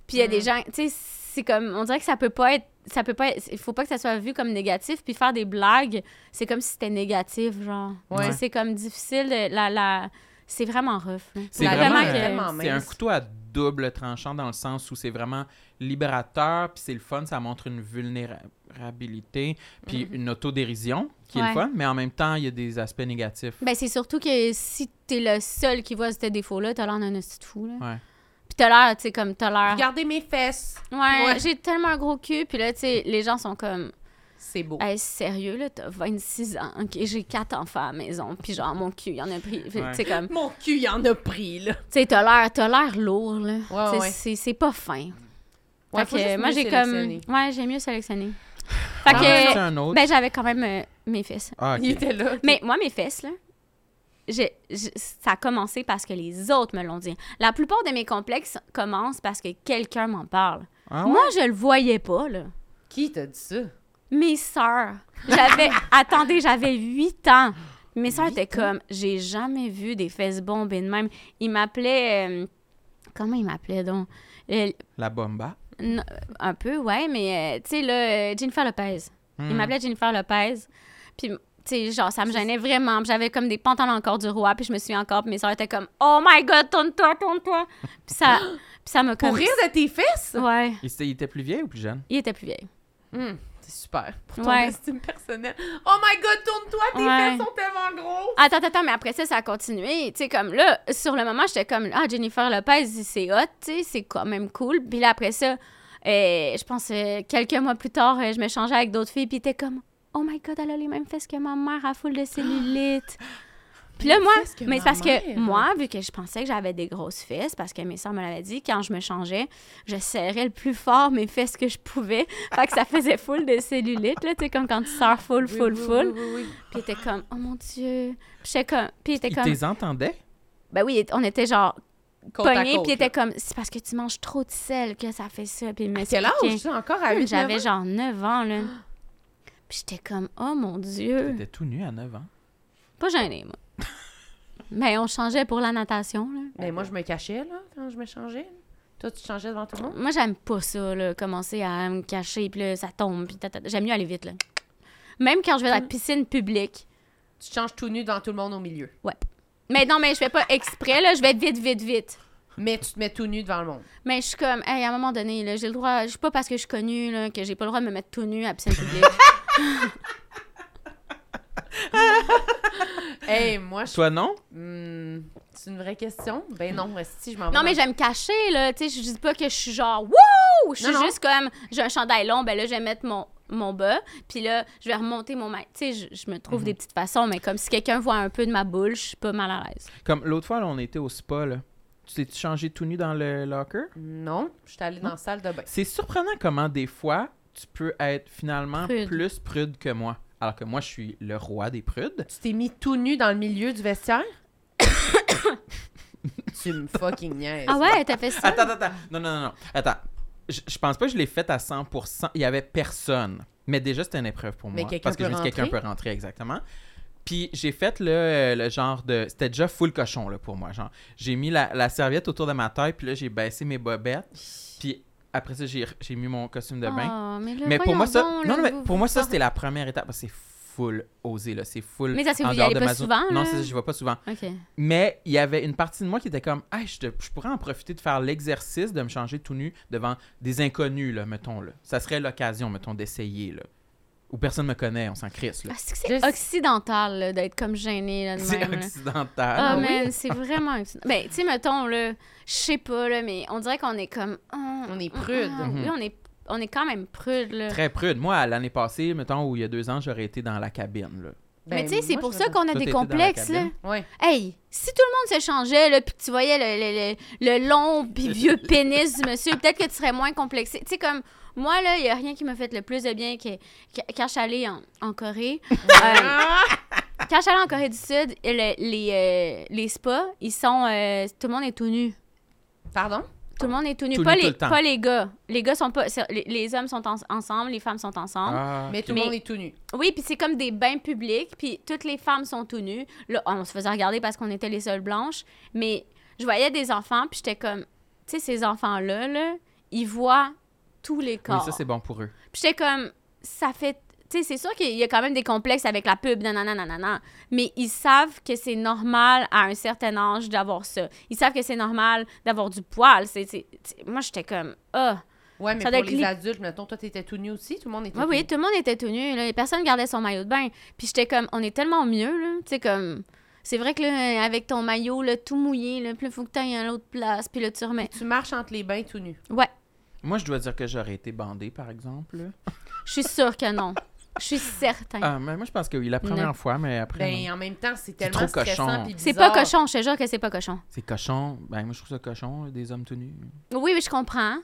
Speaker 4: puis il y a des gens, tu sais, c'est comme, on dirait que ça peut pas être, ça peut pas, être- il faut pas que ça soit vu comme négatif, puis faire des blagues, c'est comme si c'était négatif, genre, Tu sais,
Speaker 2: Ouais.
Speaker 4: c'est comme difficile, de- la, la, c'est vraiment rough. là.
Speaker 2: C'est
Speaker 1: La
Speaker 2: vraiment,
Speaker 1: lame
Speaker 4: que-
Speaker 1: est vraiment
Speaker 2: C'est un
Speaker 1: mince.
Speaker 2: couteau à double tranchant dans le sens où c'est vraiment libérateur, puis c'est le fun, ça montre une vulnérabilité, puis une autodérision, qui est
Speaker 4: Mhm. Ouais.
Speaker 2: le fun, mais en même temps, il y a des aspects négatifs.
Speaker 4: Ben, c'est surtout que si t'es le seul qui voit ce défaut-là, t'as l'air d'un esti de fou, là.
Speaker 2: Ouais.
Speaker 4: Puis t'as l'air, tu sais, comme t'as l'air.
Speaker 1: Regardez mes fesses.
Speaker 4: Ouais,
Speaker 1: Ouais.
Speaker 4: j'ai tellement un gros cul, puis là, tu sais, les gens sont comme.
Speaker 1: C'est beau.
Speaker 4: Hey, sérieux, là, t'as 26 ans, ok, j'ai quatre enfants à la maison, puis genre, mon cul, il y en a pris. Puis,
Speaker 2: Ouais.
Speaker 4: Tu sais, comme. Tu
Speaker 1: Mon cul, il en a pris, là.
Speaker 4: sais, t'as l'air, t'as l'air lourd, là.
Speaker 1: Ouais,
Speaker 4: Tu sais,
Speaker 1: ouais.
Speaker 4: C'est, c'est pas fin.
Speaker 1: Ouais,
Speaker 4: fait
Speaker 1: faut
Speaker 4: que
Speaker 1: juste
Speaker 4: moi,
Speaker 1: mieux
Speaker 4: j'ai
Speaker 1: sélectionner.
Speaker 4: comme. Ouais, j'ai mieux sélectionné. Fait
Speaker 2: Ah, c'est
Speaker 4: que.
Speaker 2: un autre.
Speaker 4: Ben, j'avais quand même euh, mes fesses.
Speaker 2: Ah, ok.
Speaker 1: Il était là.
Speaker 4: Mais moi, mes fesses, là, j'ai- j'ai- ça a commencé parce que les autres me l'ont dit. La plupart de mes complexes commencent parce que quelqu'un m'en parle.
Speaker 2: Ah ouais?
Speaker 4: Moi, je le voyais pas, là.
Speaker 1: Qui t'a dit ça?
Speaker 4: Mes sœurs. J'avais. attendez, j'avais 8 ans. Mes sœurs étaient comme. J'ai jamais vu des fesses bombées de même. Ils m'appelaient. euh, comment ils m'appelaient donc? Euh,
Speaker 2: La bomba.
Speaker 4: non, un peu, ouais, mais euh, tu sais, là, euh, Jennifer Lopez. Il
Speaker 2: Hmm.
Speaker 4: m'appelait Jennifer Lopez. Puis, tu sais, genre, ça me gênait vraiment. Puis J'avais comme des pantalons encore du roi. Puis je me suis encore. Puis mes soeurs étaient comme, Oh my God, tourne-toi, tourne-toi. Puis ça, puis ça m'a comme.
Speaker 1: Pour rire de tes fesses?
Speaker 4: Ouais.
Speaker 2: Il était, il était plus vieil ou plus jeune?
Speaker 4: Il était plus vieil.
Speaker 1: Hum, C'est super. Pour ton
Speaker 4: Ouais.
Speaker 1: estime personnelle. Oh my god, tourne-toi, tes
Speaker 4: Ouais.
Speaker 1: fesses sont tellement grosses!
Speaker 4: Attends, attends, mais après ça, ça a continué. Tu sais, comme là, sur le moment, j'étais comme, Ah, Jennifer Lopez, c'est hot, tu sais, c'est quand même cool. Puis là, après ça, euh, je pense, euh, quelques mois plus tard, euh, je me changeais avec d'autres filles. Puis était comme, Oh my God, elle a les mêmes fesses que ma mère, à full de cellulite. Puis là,
Speaker 1: Les
Speaker 4: moi,
Speaker 1: fesses que
Speaker 4: mais
Speaker 1: ma
Speaker 4: parce que
Speaker 1: mère.
Speaker 4: moi, vu que je pensais que j'avais des grosses fesses, parce que mes soeurs me l'avaient dit, quand je me changeais, je serrais le plus fort mes fesses que je pouvais. Fait que ça faisait full de cellulite, là, tu sais, comme quand tu serres full,
Speaker 1: Oui,
Speaker 4: full,
Speaker 1: oui,
Speaker 4: full.
Speaker 1: oui, oui, oui.
Speaker 4: Puis il était comme, oh mon Dieu. Puis j'étais comme, puis il était
Speaker 2: Il
Speaker 4: comme,
Speaker 2: les entendait?
Speaker 4: ben oui, on était genre
Speaker 1: Côte à
Speaker 4: pognés,
Speaker 1: côte,
Speaker 4: puis il
Speaker 1: là.
Speaker 4: était comme, c'est parce que tu manges trop de sel que ça fait ça. Puis il
Speaker 1: À quel
Speaker 4: m'expliquait.
Speaker 1: âge, ça, encore à 8
Speaker 4: J'avais genre 9 ans, là.
Speaker 1: Ah.
Speaker 4: Puis j'étais comme, oh mon
Speaker 2: Il
Speaker 4: Dieu.
Speaker 2: était tout nu à 9 ans.
Speaker 4: Pas gênée, moi. Ben, on changeait pour la natation, là.
Speaker 1: Mais moi, je me cachais, là, quand je me changeais. Toi, tu te changeais devant tout le monde?
Speaker 4: Moi, j'aime pas ça, là, commencer à me cacher, puis là, ça tombe, puis tatata. J'aime mieux aller vite, là. Même quand je vais à la piscine publique.
Speaker 1: Tu te changes tout nu devant tout le monde au milieu.
Speaker 4: Ouais. Mais non, mais je fais pas exprès, là. Je vais vite, vite, vite.
Speaker 1: Mais tu te mets tout nu devant le monde.
Speaker 4: Mais je suis comme, hey, à un moment donné, là, j'ai le droit, je suis pas parce que je suis connue, là, que j'ai pas le droit de me mettre tout nu à la piscine publique.
Speaker 1: Hey, moi, je.
Speaker 2: Toi, non?
Speaker 1: Hmm, c'est une vraie question? Ben non, si je m'en vais
Speaker 4: non, mais
Speaker 1: dans-
Speaker 4: je vais me cacher, là, tu sais, je dis pas que je suis genre, wouh! Je suis
Speaker 1: Non, non.
Speaker 4: juste comme, j'ai un chandail long, ben là, je vais mettre mon, mon bas, puis là, je vais remonter mon mail. Tu sais, je, je me trouve des petites façons, mais comme si quelqu'un voit un peu de ma boule, je suis pas mal à l'aise.
Speaker 2: Comme l'autre fois, là, on était au spa, là. Tu t'es changé tout nu dans le locker?
Speaker 1: Non, je suis allée dans la salle de bain.
Speaker 2: C'est surprenant comment des fois tu peux être finalement
Speaker 4: Prude.
Speaker 2: plus prude que moi. Alors que moi, je suis le roi des prudes.
Speaker 1: Tu t'es mis tout nu dans le milieu du vestiaire? tu me fucking niaises.
Speaker 4: Ah ouais, t'as fait ça?
Speaker 2: Attends, attends, attends. Non, non, non, non. Attends. Je, je pense pas que je l'ai faite à 100%. Il y avait personne. Mais déjà, c'était une épreuve pour
Speaker 1: Mais
Speaker 2: moi.
Speaker 1: quelqu'un
Speaker 2: Parce que je
Speaker 1: peut
Speaker 2: me suis dit, quelqu'un peut
Speaker 1: rentrer?
Speaker 2: rentrer, exactement. Puis j'ai fait le, le genre de. C'était déjà full cochon, là, pour moi. Genre, j'ai mis la, la serviette autour de ma taille, puis là, j'ai baissé mes bobettes. Puis après ça, j'ai j'ai mis mon costume de bain.
Speaker 4: Ah, mais, là,
Speaker 2: Mais pour moi,
Speaker 4: voyons
Speaker 2: ça,
Speaker 4: donc,
Speaker 2: non,
Speaker 4: là,
Speaker 2: non, mais
Speaker 4: vous-
Speaker 2: pour moi, ça,
Speaker 4: vous-
Speaker 2: c'était la première étape. parce que C'est full osé, là. C'est full.
Speaker 4: Mais ça, c'est
Speaker 2: en
Speaker 4: vous y
Speaker 2: dehors
Speaker 4: allez
Speaker 2: de
Speaker 4: pas
Speaker 2: ma zone-
Speaker 4: souvent,
Speaker 2: Non,
Speaker 4: là?
Speaker 2: c'est ça, j'y vais pas souvent.
Speaker 4: OK.
Speaker 2: Mais il y avait une partie de moi qui était comme, ah, je, te- je pourrais en profiter de faire l'exercice de me changer tout nu devant des inconnus, là, mettons, là. Ça serait l'occasion, mettons, d'essayer, là. Où personne me connaît, on s'en crisse, là.
Speaker 4: Ah, c'est que
Speaker 1: Je
Speaker 4: c'est
Speaker 1: sais-
Speaker 4: occidental, là, d'être comme gênée, là, de
Speaker 2: C'est
Speaker 4: Ah, même, là.
Speaker 2: occidental.
Speaker 4: Ah, man, c'est vraiment. excellent. Ben, tu sais, mettons, là, je sais pas, là, mais on dirait qu'on est comme. oh,
Speaker 1: On est prude.
Speaker 4: oh, oui, on est, on est quand même prude, là.
Speaker 2: Très prude. Moi, à l'année passée, mettons, où il y a deux ans, j'aurais été dans la cabine, là.
Speaker 1: Ben,
Speaker 4: mais tu sais, c'est
Speaker 1: moi,
Speaker 4: pour
Speaker 1: je
Speaker 4: ça
Speaker 1: veux
Speaker 4: qu'on a
Speaker 2: Toi,
Speaker 4: des
Speaker 2: t'étais dans la
Speaker 4: complexes, là.
Speaker 2: cabine.
Speaker 1: Ouais.
Speaker 4: Hey, si tout le monde se changeait, là, puis que tu voyais le, le- le- le long puis vieux pénis du monsieur, peut-être que tu serais moins complexé. Tu sais, comme moi, là, il n'y a rien qui m'a fait le plus de bien que, que- quand je suis allée en, en Corée. Euh, quand je suis allée en Corée du Sud, le- les, euh, les spas, ils sont. euh, tout le monde est tout nu.
Speaker 1: Pardon?
Speaker 4: Tout le monde est tout nu.
Speaker 2: Tout
Speaker 4: pas,
Speaker 2: nu tout
Speaker 4: les,
Speaker 2: le temps.
Speaker 4: pas les gars. Les gars sont pas. c'est- Les, les hommes sont en- ensemble, les femmes sont ensemble.
Speaker 2: Ah,
Speaker 1: Mais tout le
Speaker 4: Mais-
Speaker 1: monde est tout nu.
Speaker 4: Oui, puis c'est comme des bains publics, puis toutes les femmes sont tout nues. Là, on se faisait regarder parce qu'on était les seules blanches, mais je voyais des enfants, puis j'étais comme, tu sais, ces enfants-là, là, ils voient tous les
Speaker 2: oui,
Speaker 4: corps.
Speaker 2: ça, c'est bon pour eux.
Speaker 4: Puis j'étais comme, ça fait... Tu sais, c'est sûr qu'il y a quand même des complexes avec la pub, nanana, nanana, mais ils savent que c'est normal à un certain âge d'avoir ça. Ils savent que c'est normal d'avoir du poil. C'est, c'est- c'est- Moi, j'étais comme, ah...
Speaker 1: Ouais, mais
Speaker 4: Ça doit
Speaker 1: pour
Speaker 4: être
Speaker 1: les
Speaker 4: li-
Speaker 1: adultes, mettons, toi, t'étais tout nu aussi, tout le monde était
Speaker 4: Oui,
Speaker 1: tout
Speaker 4: oui,
Speaker 1: nu.
Speaker 4: tout le monde était tout nu. Là. Personne gardait son maillot de bain. Puis j'étais comme, on est tellement mieux, là. Tu sais, comme, c'est vrai que là, avec ton maillot, là, tout mouillé, là, puis il faut que tu ailles à l'autre place, puis là, tu remets.
Speaker 1: Tu marches entre les bains tout nu.
Speaker 4: Ouais,
Speaker 2: Moi, je dois dire que j'aurais été bandée, par exemple. là.
Speaker 4: je suis sûre que non. Je suis certain.
Speaker 2: Ah, mais moi, je pense que oui, la première
Speaker 4: Non.
Speaker 2: fois, mais après. non.
Speaker 1: Ben, en même temps, c'est tellement
Speaker 2: trop cochon.
Speaker 1: stressant pis
Speaker 4: c'est pas
Speaker 1: bizarre.
Speaker 4: cochon, je te jure que c'est pas cochon.
Speaker 2: C'est cochon. Ben, moi, je trouve ça cochon, là, des hommes tout nus.
Speaker 4: Oui, mais je comprends.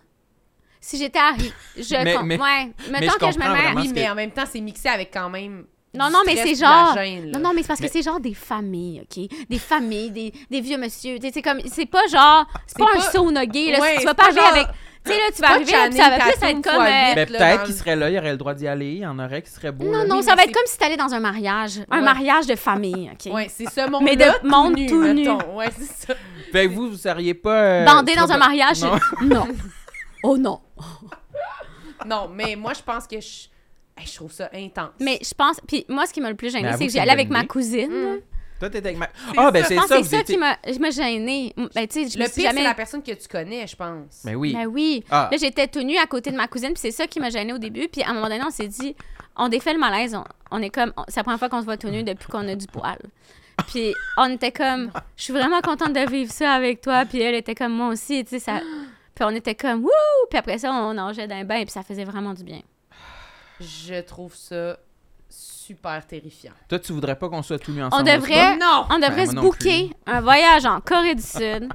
Speaker 4: Si j'étais à Ri- je
Speaker 2: Mais-
Speaker 4: com-
Speaker 2: mais-
Speaker 4: ouais, mettons
Speaker 2: je
Speaker 4: que je
Speaker 2: comprends
Speaker 4: me mets.
Speaker 2: vraiment.
Speaker 1: Oui,
Speaker 2: Parce
Speaker 1: mais
Speaker 2: que-
Speaker 1: en même temps, c'est mixé avec quand même.
Speaker 4: Non,
Speaker 1: du
Speaker 4: non,
Speaker 1: stress
Speaker 4: mais c'est
Speaker 1: pis de la
Speaker 4: genre-
Speaker 1: gêne, là.
Speaker 4: Non, non, mais c'est parce que
Speaker 2: Mais-
Speaker 4: c'est genre des familles, OK? Des familles, des, des vieux monsieur. Tu sais, c'est comme, c'est pas genre, c'est pas, un
Speaker 1: pas-
Speaker 4: sauna gay, là.
Speaker 1: Ouais,
Speaker 4: tu
Speaker 1: c'est
Speaker 4: vas
Speaker 1: pas
Speaker 4: pas arriver
Speaker 1: genre-
Speaker 4: avec. Tu sais, là, tu vas
Speaker 1: pas
Speaker 4: arriver, là, puis ça va
Speaker 1: Channing
Speaker 4: plus être
Speaker 1: Tatum
Speaker 4: comme.
Speaker 1: fois
Speaker 4: euh,
Speaker 1: huit.
Speaker 2: Ben,
Speaker 1: Peut-être, là,
Speaker 2: peut-être
Speaker 1: dans
Speaker 2: qu'il
Speaker 1: le-
Speaker 2: serait là, il aurait le droit d'y aller, il y en aurait qui seraient beaux.
Speaker 4: Non,
Speaker 2: là.
Speaker 4: non,
Speaker 1: Oui,
Speaker 4: ça
Speaker 1: mais
Speaker 4: va être
Speaker 1: c'est-
Speaker 4: comme si t'allais dans un mariage. Un
Speaker 1: Ouais.
Speaker 4: mariage de famille, OK?
Speaker 1: Ouais, c'est ce monde
Speaker 4: Mais de
Speaker 1: là, tout
Speaker 4: monde
Speaker 1: nu,
Speaker 4: tout nu.
Speaker 1: mettons. Ouais, c'est ça.
Speaker 2: Fait que vous, vous seriez pas. euh,
Speaker 4: Bandé dans
Speaker 2: trop-
Speaker 4: un mariage?
Speaker 2: Non.
Speaker 4: non. Oh non.
Speaker 1: Non, mais moi, je pense que je. Hey, je trouve ça intense.
Speaker 4: Mais je pense. Puis moi, ce qui m'a le plus gêné,
Speaker 2: Mais avoue
Speaker 4: c'est
Speaker 2: que
Speaker 4: que j'y
Speaker 2: c'est
Speaker 4: allais
Speaker 2: une
Speaker 4: avec
Speaker 2: bonne
Speaker 4: ma
Speaker 2: idée.
Speaker 4: cousine.
Speaker 1: Mm.
Speaker 4: là.
Speaker 2: Toi, t'étais avec ma. Ah, ben,
Speaker 1: ça.
Speaker 2: c'est
Speaker 4: Je pense
Speaker 2: ça,
Speaker 4: que
Speaker 2: vous
Speaker 4: c'est ça
Speaker 2: étiez.
Speaker 4: qui m'a je me gênée. Ben, tu sais, je me
Speaker 1: le
Speaker 4: suis
Speaker 1: pire, c'est
Speaker 4: jamais.
Speaker 1: la personne que tu connais, je pense.
Speaker 2: Ben oui.
Speaker 4: Ben oui.
Speaker 2: Ah.
Speaker 4: Là, j'étais tout nue à côté de ma cousine, puis c'est ça qui m'a gênée au début. Puis à un moment donné, on s'est dit, on défait le malaise. On, on est comme, on- c'est la première fois qu'on se voit tout nu depuis qu'on a du poil. Puis on était comme, je suis vraiment contente de vivre ça avec toi. Puis elle était comme, moi aussi, tu sais, ça. Puis on était comme, wouh! Puis après ça, on nageait d'un bain, puis ça faisait vraiment du bien.
Speaker 1: Je trouve ça super terrifiant.
Speaker 2: Toi, tu voudrais pas qu'on soit tous nus
Speaker 4: On
Speaker 2: ensemble.
Speaker 4: devrait.
Speaker 1: non!
Speaker 4: On devrait
Speaker 2: moi
Speaker 4: se
Speaker 2: non
Speaker 4: booker un voyage en Corée du Sud.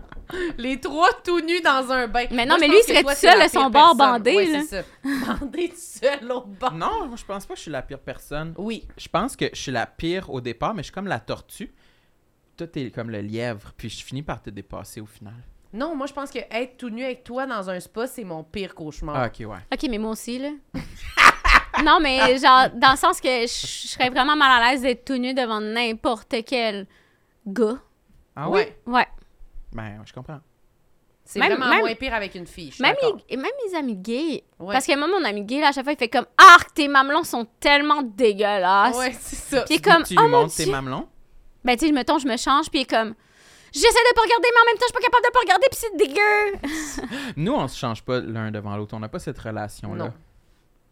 Speaker 1: Les trois tout nus dans un bain.
Speaker 4: Mais non,
Speaker 1: Moi, je pense
Speaker 4: mais lui, il
Speaker 1: que
Speaker 4: serait
Speaker 1: toi,
Speaker 4: tout
Speaker 1: c'est la
Speaker 4: seul à
Speaker 1: pire
Speaker 4: son bord
Speaker 1: personne.
Speaker 4: bandé,
Speaker 1: Ouais,
Speaker 4: là.
Speaker 1: c'est ça. Bandé tout seul au
Speaker 4: Ah.
Speaker 1: bord.
Speaker 2: Non, moi, je pense pas que je suis la pire personne.
Speaker 1: Oui.
Speaker 2: Je pense que je suis la pire au départ, mais je suis comme la tortue. Toi, t'es comme le lièvre, puis je finis par te dépasser au final.
Speaker 1: Non, moi, je pense que être tout nu avec toi dans un spa, c'est mon pire cauchemar.
Speaker 2: Ah, ok, ouais.
Speaker 4: OK, mais moi aussi, là. non, mais genre, dans le sens que je je serais vraiment mal à l'aise d'être tout nu devant n'importe quel gars.
Speaker 2: Ah
Speaker 1: ouais.
Speaker 2: oui?
Speaker 4: Ouais.
Speaker 2: Ben, ouais, je comprends.
Speaker 1: C'est
Speaker 4: Même-
Speaker 1: vraiment
Speaker 4: même-
Speaker 1: moins pire avec une fille. je suis
Speaker 4: Même
Speaker 1: d'accord.
Speaker 4: les, et même les amis gays.
Speaker 1: Ouais.
Speaker 4: Parce que moi, mon ami gay, là, à chaque fois, il fait comme Arc, tes mamelons sont tellement dégueulasses.
Speaker 1: Ouais, c'est ça.
Speaker 4: Puis il est comme
Speaker 2: tu lui
Speaker 4: Oh mon
Speaker 2: montres tes
Speaker 4: Dieu.
Speaker 2: mamelons.
Speaker 4: Ben, tu sais, je me tombe, je me change, puis il est comme J'essaie de pas regarder, mais en même temps, je suis pas capable de pas regarder, puis c'est dégueu.
Speaker 2: Nous, on se change pas l'un devant l'autre. On n'a pas cette relation-là.
Speaker 1: Non.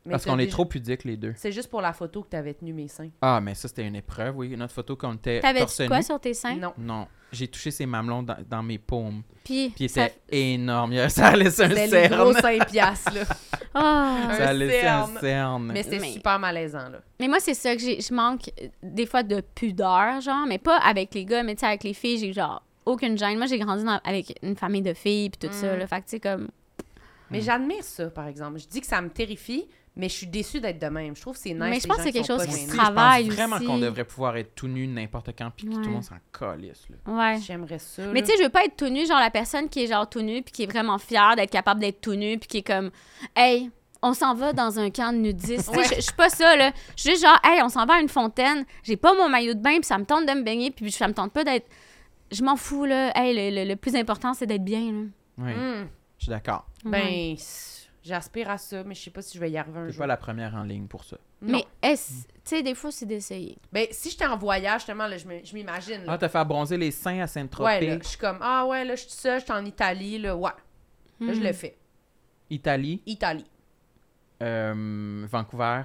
Speaker 1: Mais
Speaker 2: Parce
Speaker 1: t'as
Speaker 2: qu'on est
Speaker 1: déjà-
Speaker 2: trop pudiques, les deux.
Speaker 1: C'est juste pour la photo que t'avais tenu mes seins.
Speaker 2: Ah, mais ça, c'était une épreuve, oui. Notre photo quand on était torse
Speaker 4: T'avais-tu quoi
Speaker 2: nu.
Speaker 4: sur tes seins?
Speaker 1: Non.
Speaker 2: Non, j'ai touché ses mamelons dans, dans mes paumes.
Speaker 4: Puis.
Speaker 2: Puis il
Speaker 4: ça-
Speaker 2: était énorme. Il- Ça a laissé un
Speaker 1: C'était les gros
Speaker 2: cerne.
Speaker 1: 5 piastres, là.
Speaker 4: Ah.
Speaker 2: Ça a
Speaker 1: Un
Speaker 2: laissé un
Speaker 1: cerne.
Speaker 2: cerne.
Speaker 1: Mais c'était
Speaker 4: Mais-
Speaker 1: super malaisant, là.
Speaker 4: Mais moi, c'est ça que j'ai- je manque euh, des fois de pudeur, genre, mais pas avec les gars, mais tu sais, avec les filles, j'ai genre aucune gêne. Moi, j'ai grandi dans- avec une famille de filles, puis tout ça,
Speaker 1: Mm.
Speaker 4: là. Fait que, tu sais, comme.
Speaker 2: Mm.
Speaker 1: Mais j'admire ça, par exemple. Je dis que ça me terrifie, mais je suis déçue d'être de même. Je trouve que c'est nice.
Speaker 4: Mais je
Speaker 1: les gens
Speaker 4: pense que c'est quelque
Speaker 1: sont pas
Speaker 4: chose qui
Speaker 2: Moi
Speaker 4: se
Speaker 1: gênés.
Speaker 2: aussi,
Speaker 4: travail
Speaker 2: je pense vraiment
Speaker 4: aussi.
Speaker 2: qu'on devrait pouvoir être tout nu n'importe quand puis que tout
Speaker 4: Ouais.
Speaker 2: le monde s'en calisse. là.
Speaker 4: Ouais.
Speaker 1: J'aimerais ça.
Speaker 4: Mais
Speaker 1: là.
Speaker 4: tu sais, je veux pas être tout nu, genre la personne qui est genre tout nu, puis qui est vraiment fière d'être capable d'être tout nu, puis qui est comme, hey, on s'en va dans un camp de nudistes. Tu sais,
Speaker 1: Ouais.
Speaker 4: Je je suis pas ça, là. Je suis juste genre, hey, on s'en va à une fontaine, j'ai pas mon maillot de bain, puis ça me tente de me baigner, puis ça me tente pas d'être. Je m'en fous, là. Hey, le, le- le plus important, c'est d'être bien, là.
Speaker 2: Oui,
Speaker 1: Hmm.
Speaker 2: je suis d'accord.
Speaker 4: Ouais.
Speaker 1: Ben, c'est- j'aspire à ça, mais je sais pas si je vais y arriver un
Speaker 2: T'es
Speaker 1: jour.
Speaker 2: pas la première en ligne pour ça.
Speaker 1: Non.
Speaker 4: Mais est-ce. Tu sais, des fois, c'est d'essayer.
Speaker 1: Ben, si j'étais en voyage, justement, là, je me- je m'imagine. là.
Speaker 2: Ah, t'as fait bronzer les seins à
Speaker 1: ouais, là,
Speaker 2: Saint-Tropez,
Speaker 1: je suis comme, ah ouais, là, je suis seule, je suis en Italie, là, ouais. Là,
Speaker 4: Hmm.
Speaker 1: je le fais.
Speaker 2: Italie,
Speaker 1: Italie.
Speaker 2: euh, Vancouver.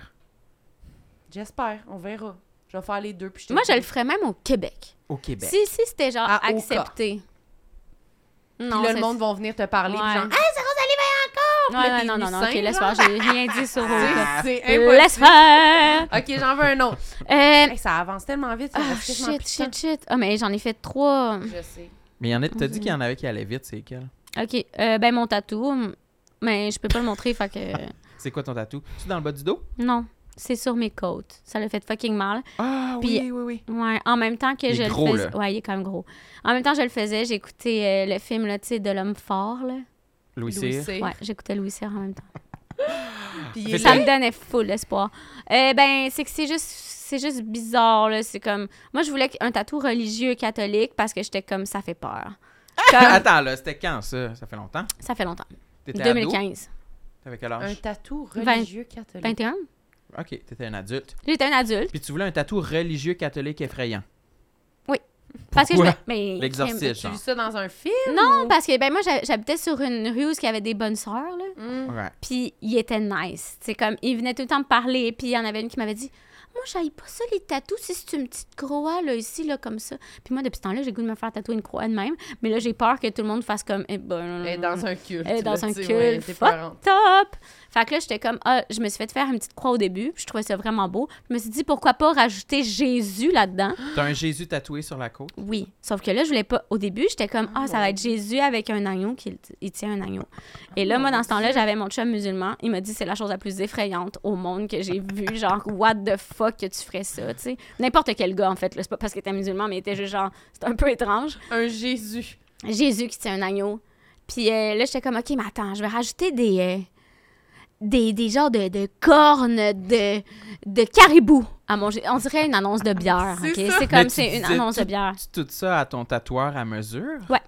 Speaker 1: J'espère, on verra. Je vais faire les deux, puis je te
Speaker 4: Moi,
Speaker 1: dis.
Speaker 4: je le ferais même au Québec.
Speaker 2: Au Québec.
Speaker 4: Si, si, c'était genre
Speaker 1: À Oka.
Speaker 4: accepté.
Speaker 1: Puis
Speaker 4: Non,
Speaker 1: là,
Speaker 4: ça-
Speaker 1: le monde va venir te parler, puis
Speaker 4: Ouais.
Speaker 1: genre, puis là, t'es
Speaker 4: non, non, non,
Speaker 1: mi-sain,
Speaker 4: ok, laisse
Speaker 1: genre.
Speaker 4: faire, j'ai rien dit sur
Speaker 1: Tu sais,
Speaker 4: eux.
Speaker 1: C'est
Speaker 4: Ah. Laisse
Speaker 1: impossible.
Speaker 4: faire!
Speaker 1: OK, j'en veux un autre.
Speaker 4: Euh,
Speaker 1: Hey, ça avance tellement vite. ça
Speaker 4: ah,
Speaker 1: reste quasiment
Speaker 4: shit,
Speaker 1: plus de temps.
Speaker 4: shit, shit. Ah, mais j'en ai fait trois.
Speaker 1: Je sais.
Speaker 2: Mais il y en a, t'as dit qu'il y en avait qui allaient vite, c'est quel?
Speaker 4: Ok, euh, ben mon tatou, mais je peux pas le montrer, fait que.
Speaker 2: C'est quoi ton tatou? Tu dans le bas du dos?
Speaker 4: Non, c'est sur mes côtes. Ça l'a fait fucking mal.
Speaker 2: Ah
Speaker 4: Puis-
Speaker 2: oui, oui, oui.
Speaker 4: Ouais, en même temps que
Speaker 2: Il est
Speaker 4: je
Speaker 2: gros,
Speaker 4: le faisais.
Speaker 2: là.
Speaker 4: Ouais, il est quand même gros. En même temps, que je le faisais, j'écoutais euh, le film, là, tu sais, de l'homme fort, là.
Speaker 1: Louis
Speaker 2: Louis Cyr. Ah,
Speaker 1: C.
Speaker 4: Ouais, j'écoutais Louis Cyr en même temps.
Speaker 1: Puis
Speaker 2: Ça
Speaker 1: il est
Speaker 4: Ça
Speaker 1: là.
Speaker 4: me donnait full espoir. Euh, ben, c'est que c'est juste, c'est juste bizarre, là. C'est comme. Moi, je voulais un tatou religieux catholique parce que j'étais comme, ça fait peur.
Speaker 1: Ah!
Speaker 4: Comme,
Speaker 2: Attends, là, c'était quand ça? Ça fait longtemps?
Speaker 4: ça fait longtemps.
Speaker 2: T'étais ado?
Speaker 4: 2015.
Speaker 2: T'avais quel
Speaker 1: un
Speaker 2: âge?
Speaker 1: tatou religieux catholique.
Speaker 4: 21?
Speaker 2: Ok, t'étais un adulte.
Speaker 4: J'étais un adulte.
Speaker 2: Puis tu voulais un tatou religieux catholique effrayant.
Speaker 4: Parce que je.
Speaker 2: Pourquoi?
Speaker 4: ben,
Speaker 2: L'exorciste,
Speaker 1: J'ai
Speaker 2: genre.
Speaker 1: vu ça dans un film.
Speaker 4: Non, parce que ben moi j'ha- j'habitais sur une rue où il y avait des bonnes sœurs là.
Speaker 1: Hmm.
Speaker 2: Ouais.
Speaker 4: Puis ils étaient nice. C'est comme ils venaient tout le temps me parler. Puis il y en avait une qui m'avait dit moi j'aille pas ça les tatous si c'est une petite croix là ici là comme ça. Puis moi depuis ce temps-là j'ai le goût de me faire tatouer une croix de même. Mais là j'ai peur que tout le monde fasse comme eh ben,
Speaker 1: Elle est dans un culte.
Speaker 4: Elle est dans
Speaker 1: là,
Speaker 4: un
Speaker 1: tu sais, ouais,
Speaker 4: culte.
Speaker 1: t'es
Speaker 4: Fuck.
Speaker 1: peurante.
Speaker 4: top. Fait que là j'étais comme ah je me suis fait faire une petite croix au début. Puis je trouvais ça vraiment beau. Je me suis dit pourquoi pas rajouter Jésus là-dedans.
Speaker 2: T'as un Jésus tatoué sur la côte?
Speaker 4: Oui. Sauf que là, je voulais pas. Au début, j'étais comme, ah, ça va être Jésus avec un agneau, qu'il il tient un agneau. Et là, moi, dans ce temps-là, j'avais mon chum musulman. Il m'a dit, c'est la chose la plus effrayante au monde que j'ai vue. Genre, what the fuck que tu ferais ça, tu sais. N'importe quel gars, en fait. là. C'est pas parce qu'il était musulman, mais il était juste genre, c'est un peu étrange.
Speaker 1: Un Jésus.
Speaker 4: Jésus qui tient un agneau. Puis euh, là, j'étais comme, OK, mais attends, je vais rajouter des. euh, des, des genres de, de cornes de, de caribou à manger. On dirait une annonce de bière,
Speaker 1: C'est
Speaker 4: OK?
Speaker 1: ça.
Speaker 4: C'est
Speaker 2: Mais
Speaker 4: comme,
Speaker 2: tu
Speaker 4: c'est une
Speaker 2: disais
Speaker 4: annonce de
Speaker 2: tout-
Speaker 4: bière.
Speaker 2: Tu- Tout ça à ton tatoueur à mesure?
Speaker 4: Ouais.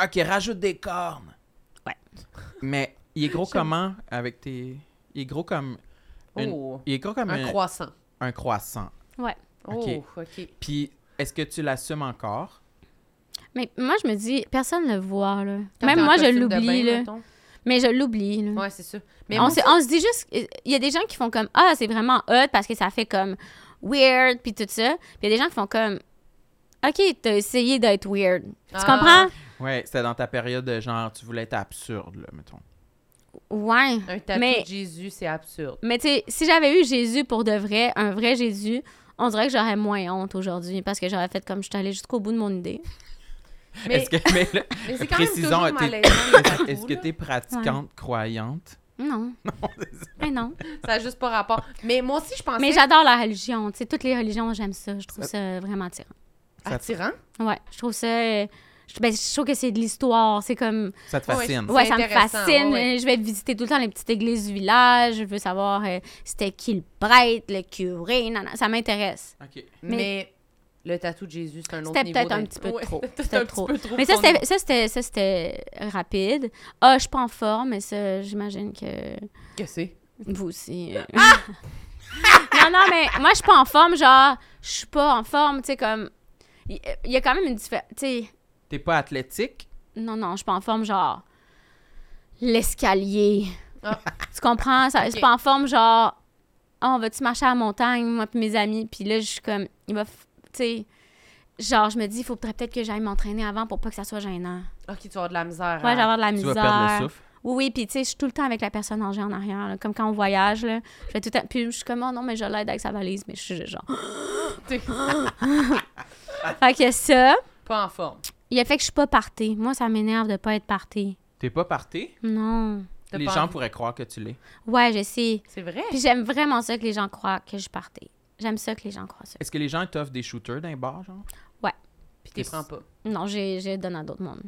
Speaker 2: Ok, rajoute des cornes.
Speaker 4: Ouais.
Speaker 2: Mais il est gros comment avec tes. Il est gros comme. une- euh,
Speaker 1: Oh.
Speaker 2: Il est gros comme
Speaker 1: Un
Speaker 2: un-
Speaker 1: croissant.
Speaker 2: un croissant.
Speaker 4: Ouais.
Speaker 1: Oh, OK.
Speaker 2: Puis, est-ce que tu l'assumes encore?
Speaker 4: Mais moi, je me dis, personne ne le voit, là.
Speaker 1: Quand t'es
Speaker 4: Même
Speaker 1: en
Speaker 4: moi, je
Speaker 1: costume de
Speaker 4: l'oublie,
Speaker 1: bain,
Speaker 4: là.
Speaker 1: mettons.
Speaker 4: Mais je l'oublie, là.
Speaker 1: Ouais, c'est ça. Mais
Speaker 4: on,
Speaker 1: moi,
Speaker 4: se, on se dit juste, il y a des gens qui font comme, ah, c'est vraiment hot parce que ça fait comme weird, puis tout ça. Puis il y a des gens qui font comme, OK, t'as essayé d'être weird.
Speaker 1: Ah.
Speaker 4: Tu comprends?
Speaker 2: Ouais, c'était dans ta période de genre, tu voulais être absurde, là, mettons.
Speaker 4: Ouais.
Speaker 1: un tatou
Speaker 4: Mais-
Speaker 1: de Jésus, c'est absurde.
Speaker 4: Mais tu sais, si j'avais eu Jésus pour de vrai, un vrai Jésus, on dirait que j'aurais moins honte aujourd'hui parce que j'aurais fait comme, je suis allée jusqu'au bout de mon idée.
Speaker 1: Mais,
Speaker 2: Est-ce que. Mais là,
Speaker 1: mais c'est quand même
Speaker 2: précisons,
Speaker 1: toujours
Speaker 2: t'es-
Speaker 1: malaisant, les tatous,
Speaker 2: est-ce que
Speaker 1: là.
Speaker 2: t'es pratiquante, croyante?
Speaker 4: Non. Mais non.
Speaker 1: Ça n'a juste pas rapport. Mais moi aussi, je pensais...
Speaker 4: Mais j'adore la religion. Tu sais, toutes les religions, j'aime ça. Je trouve ça vraiment attirant.
Speaker 1: Attirant.
Speaker 4: Ouais, je trouve ça. euh, Je, ben, je trouve que c'est de l'histoire. C'est comme.
Speaker 2: Ça te
Speaker 1: Ouais,
Speaker 2: fascine?
Speaker 1: C'est
Speaker 4: Ouais, ça me
Speaker 1: intéressant,
Speaker 4: fascine.
Speaker 1: ouais.
Speaker 4: Euh, Je vais visiter tout le temps les petites églises du village. Je veux savoir euh, c'était qui le prêtre, le curé. nan, nan, ça m'intéresse.
Speaker 2: Ok.
Speaker 1: Mais...
Speaker 4: Mais-
Speaker 1: le tatou de Jésus, c'est un autre niveau.
Speaker 4: C'était peut-être un
Speaker 1: d'in-
Speaker 4: petit peu
Speaker 1: Ouais,
Speaker 4: trop.
Speaker 1: c'était
Speaker 4: C'était
Speaker 1: un
Speaker 4: trop.
Speaker 1: petit peu trop.
Speaker 4: Mais ça,
Speaker 1: pour nous.
Speaker 4: c'était- ça, c'était ça, c'était rapide. Ah, je suis pas en forme, mais ça, j'imagine que
Speaker 1: Que c'est?
Speaker 4: vous aussi. euh.
Speaker 1: Ah!
Speaker 4: non, non, mais moi, je suis pas en forme. Genre, je suis pas en forme. Tu sais, comme. Il il y a quand même une différence. Tu sais.
Speaker 2: T'es pas athlétique?
Speaker 4: Non, non, je suis pas en forme, genre. L'escalier.
Speaker 1: Ah.
Speaker 4: Tu comprends? Ça, Je suis
Speaker 1: Ok.
Speaker 4: pas en forme, genre. Ah, on va-tu marcher à la montagne, moi puis mes amis? Puis là, je suis comme. Il va. f- Tu sais. Genre, je me dis, il faudrait peut-être que j'aille m'entraîner avant pour pas que ça soit gênant.
Speaker 1: Ok, tu vas avoir de la misère.
Speaker 4: Ouais,
Speaker 1: hein?
Speaker 4: j'ai avoir de la
Speaker 2: Tu
Speaker 4: misère.
Speaker 2: vas perdre le souffle?
Speaker 4: Oui, oui, puis tu sais, je suis tout le temps avec la personne âgée en arrière, là, comme quand on voyage, là. Je fais tout le temps- Puis je suis comme, oh non, mais je l'aide avec sa valise, mais je suis juste genre.
Speaker 1: T'es
Speaker 4: fait que ça,
Speaker 1: pas en forme.
Speaker 4: il a fait que je suis pas partée. Moi, ça m'énerve de pas être partée.
Speaker 2: T'es pas parté?
Speaker 4: Non.
Speaker 1: T'as
Speaker 2: Les
Speaker 1: pas
Speaker 2: gens
Speaker 1: envie.
Speaker 2: pourraient croire que tu l'es.
Speaker 4: Ouais, je sais.
Speaker 1: C'est vrai.
Speaker 4: Puis j'aime vraiment ça que les gens croient que je partais. J'aime ça que les gens croient ça.
Speaker 2: Est-ce que les gens t'offrent des shooters dans les bars, genre?
Speaker 1: Puis t'es prends pas.
Speaker 4: Non, j'ai- je donne à d'autres mondes.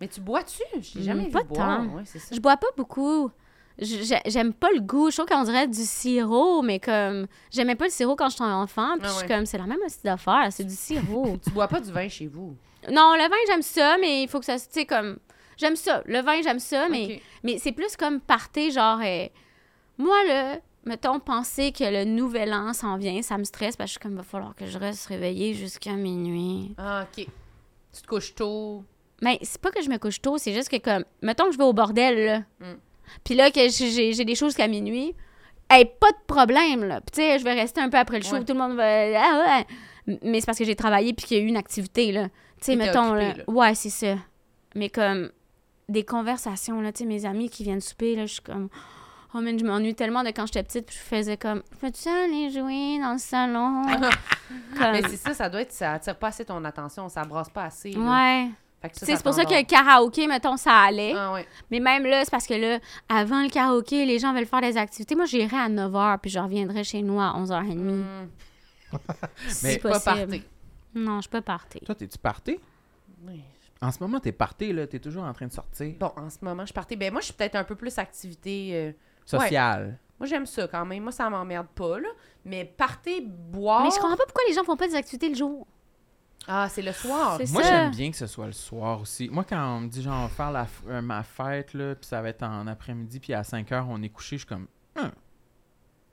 Speaker 1: Mais tu bois-tu? Je t'ai
Speaker 4: Hmm,
Speaker 1: jamais
Speaker 4: pas
Speaker 1: vu boire.
Speaker 4: tant.
Speaker 1: Ouais, c'est ça.
Speaker 4: Je bois pas beaucoup. Je- j'ai- J'aime pas le goût. Je trouve qu'on dirait du sirop, mais comme. J'aimais pas le sirop quand j'étais enfant. Puis
Speaker 1: Ah
Speaker 4: je suis
Speaker 1: ouais.
Speaker 4: comme, c'est la même hostie d'affaire, c'est du sirop.
Speaker 1: Tu bois pas du vin chez vous.
Speaker 4: non, le vin, j'aime ça, mais il faut que ça. se- Tu sais, comme. J'aime ça. Le vin, j'aime ça, Ah, mais.
Speaker 1: Ok.
Speaker 4: Mais c'est plus comme parter, genre. euh, moi, là, mettons, penser que le nouvel an s'en vient, ça me stresse parce que je suis comme, va falloir que je reste réveillée jusqu'à minuit.
Speaker 1: Ah, ok. Tu te couches tôt.
Speaker 4: Mais c'est pas que je me couche tôt, c'est juste que comme mettons que je vais au bordel là.
Speaker 1: Mm.
Speaker 4: Puis là que j'ai- j'ai j'ai des choses qu'à minuit, hey, pas de problème là. Puis tu sais, je vais rester un peu après le show,
Speaker 1: Ouais.
Speaker 4: tout le monde va ah ouais. Mais c'est parce que j'ai travaillé puis qu'il y a eu une activité là. Tu sais
Speaker 1: Puis t'es
Speaker 4: mettons
Speaker 1: occupée,
Speaker 4: là. Ouais, c'est ça. Mais comme des conversations, là, tu sais, mes amis qui viennent souper, là, je suis comme... Oh man, je m'ennuie tellement de quand j'étais petite, puis je faisais comme... Peux-tu aller jouer dans le salon? Comme-
Speaker 1: Ah, Mais c'est ça, ça doit être, ça attire pas assez ton attention, ça brasse pas assez. là.
Speaker 4: Ouais.
Speaker 1: Fait que
Speaker 4: Tu sais, c'est pour ça que
Speaker 1: t'endort.
Speaker 4: le karaoké, mettons, ça allait.
Speaker 1: Ah ouais.
Speaker 4: Mais même là, c'est parce que là, avant le karaoké, les gens veulent faire des activités. Moi, j'irai à 9h, puis je reviendrai chez nous à 11h30.
Speaker 1: Hmm.
Speaker 4: si
Speaker 2: Mais-
Speaker 1: C'est pas
Speaker 4: possible.
Speaker 1: party.
Speaker 4: Non, je peux partir.
Speaker 2: Toi, t'es-tu parté?
Speaker 1: Oui.
Speaker 2: En ce moment, t'es parté, là. T'es toujours en train de sortir.
Speaker 1: Bon, en ce moment, je partais. Ben moi, je suis peut-être un peu plus activité. euh,
Speaker 2: Social.
Speaker 1: Moi, j'aime ça quand même. Moi, ça m'emmerde pas, là. Mais partez boire.
Speaker 2: Ah!
Speaker 4: Mais je comprends pas pourquoi les gens font pas des activités le jour.
Speaker 1: Ah, c'est le soir.
Speaker 4: C'est
Speaker 2: Moi,
Speaker 4: ça.
Speaker 2: j'aime bien que ce soit le soir aussi. Moi, quand on me dit, genre, on va faire la f- euh, ma fête, là, puis ça va être en après-midi, puis à 5 heures, on est couché, je suis comme. Hum.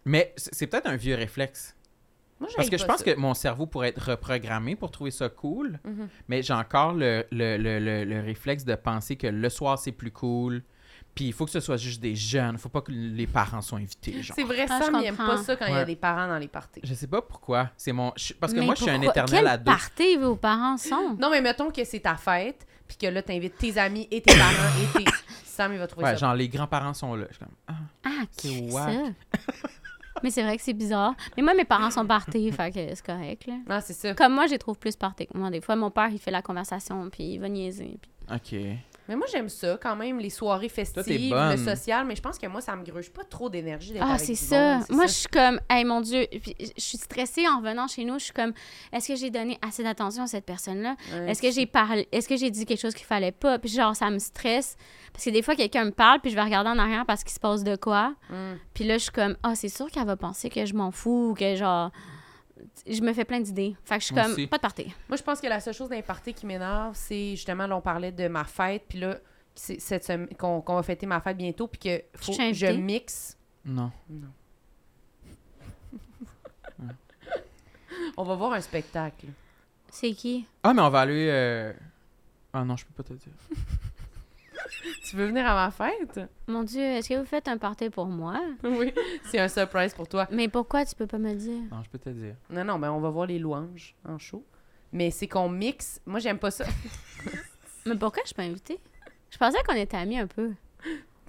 Speaker 2: Mais c- c'est peut-être un vieux réflexe.
Speaker 1: Moi, j'aille
Speaker 2: Parce que je
Speaker 1: pas
Speaker 2: pense
Speaker 1: ça.
Speaker 2: que mon cerveau pourrait être reprogrammé pour trouver ça cool,
Speaker 1: Mhm.
Speaker 2: mais j'ai encore le, le, le- le- le réflexe de penser que le soir, c'est plus cool. Puis il faut que ce soit juste des jeunes. faut pas que les parents soient invités. Genre.
Speaker 1: C'est vrai,
Speaker 4: Ah,
Speaker 1: ça,
Speaker 4: je
Speaker 1: mais j'aime pas
Speaker 4: comprends.
Speaker 1: ça quand il y a
Speaker 2: Ouais.
Speaker 1: des parents dans les parties.
Speaker 2: Je sais pas pourquoi. C'est mon. je- Parce que
Speaker 4: Mais
Speaker 2: moi, je suis un
Speaker 4: pourquoi-
Speaker 2: éternel
Speaker 4: Quel
Speaker 2: ado.
Speaker 4: party vos parents sont?
Speaker 1: Non, mais mettons que c'est ta fête, puis que là, t'invites tes amis et tes parents et tes... Sam, il va trouver
Speaker 2: Ouais,
Speaker 1: ça.
Speaker 2: genre, les grands-parents sont là. Je suis comme, ah,
Speaker 4: Ah,
Speaker 2: C'est
Speaker 4: qui fait
Speaker 2: whack.
Speaker 4: ça? Mais c'est vrai que c'est bizarre. Mais moi, mes parents sont partis, fait que c'est correct, là.
Speaker 1: Non, c'est ça.
Speaker 4: Comme moi, je les trouve plus partis que moi. Des fois, mon père, il fait la conversation, puis il va niaiser. puis-
Speaker 2: OK.
Speaker 1: Mais moi, j'aime ça quand même, les soirées festives, le
Speaker 2: bonne.
Speaker 1: social, mais je pense que moi, ça me gruge pas trop d'énergie d'être
Speaker 4: Ah,
Speaker 1: avec
Speaker 4: c'est
Speaker 1: du
Speaker 4: ça.
Speaker 1: monde, c'est
Speaker 4: Moi, je suis comme, hey, mon Dieu, puis je suis stressée en revenant chez nous. Je suis comme, est-ce que j'ai donné assez d'attention à cette personne-là?
Speaker 1: Ouais.
Speaker 4: Est-ce que j'ai parlé, est-ce que j'ai dit quelque chose qu'il fallait pas? Puis genre, ça me stresse. Parce que des fois, quelqu'un me parle, puis je vais regarder en arrière parce qu'il se passe de quoi.
Speaker 1: Mm.
Speaker 4: Puis là, je suis comme, ah, c'est sûr qu'elle va penser que je m'en fous ou que genre. Je me fais plein d'idées. Fait que je suis
Speaker 2: Moi
Speaker 4: comme,
Speaker 2: aussi.
Speaker 4: pas de party.
Speaker 1: Moi, je pense que la seule chose d'un party qui m'énerve, c'est justement, là, on parlait de ma fête, puis là, c'est cette semaine qu'on qu'on va fêter ma fête bientôt, puis que faut
Speaker 4: t'es
Speaker 1: que je
Speaker 4: invitée?
Speaker 1: mixe.
Speaker 2: Non.
Speaker 1: On va voir un spectacle.
Speaker 4: C'est qui?
Speaker 2: Ah, mais on va aller. euh, Ah non, je peux pas te dire.
Speaker 1: tu veux venir à ma fête?
Speaker 4: Mon Dieu, est-ce que vous faites un party pour moi?
Speaker 1: oui. C'est un surprise pour toi.
Speaker 4: Mais pourquoi tu peux pas me le dire?
Speaker 2: Non, je peux te dire.
Speaker 1: Non, non, mais on va voir les louanges en show. Mais c'est qu'on mixe. Moi, j'aime pas ça.
Speaker 4: Mais pourquoi je suis pas invitée? Je pensais qu'on était amis un peu.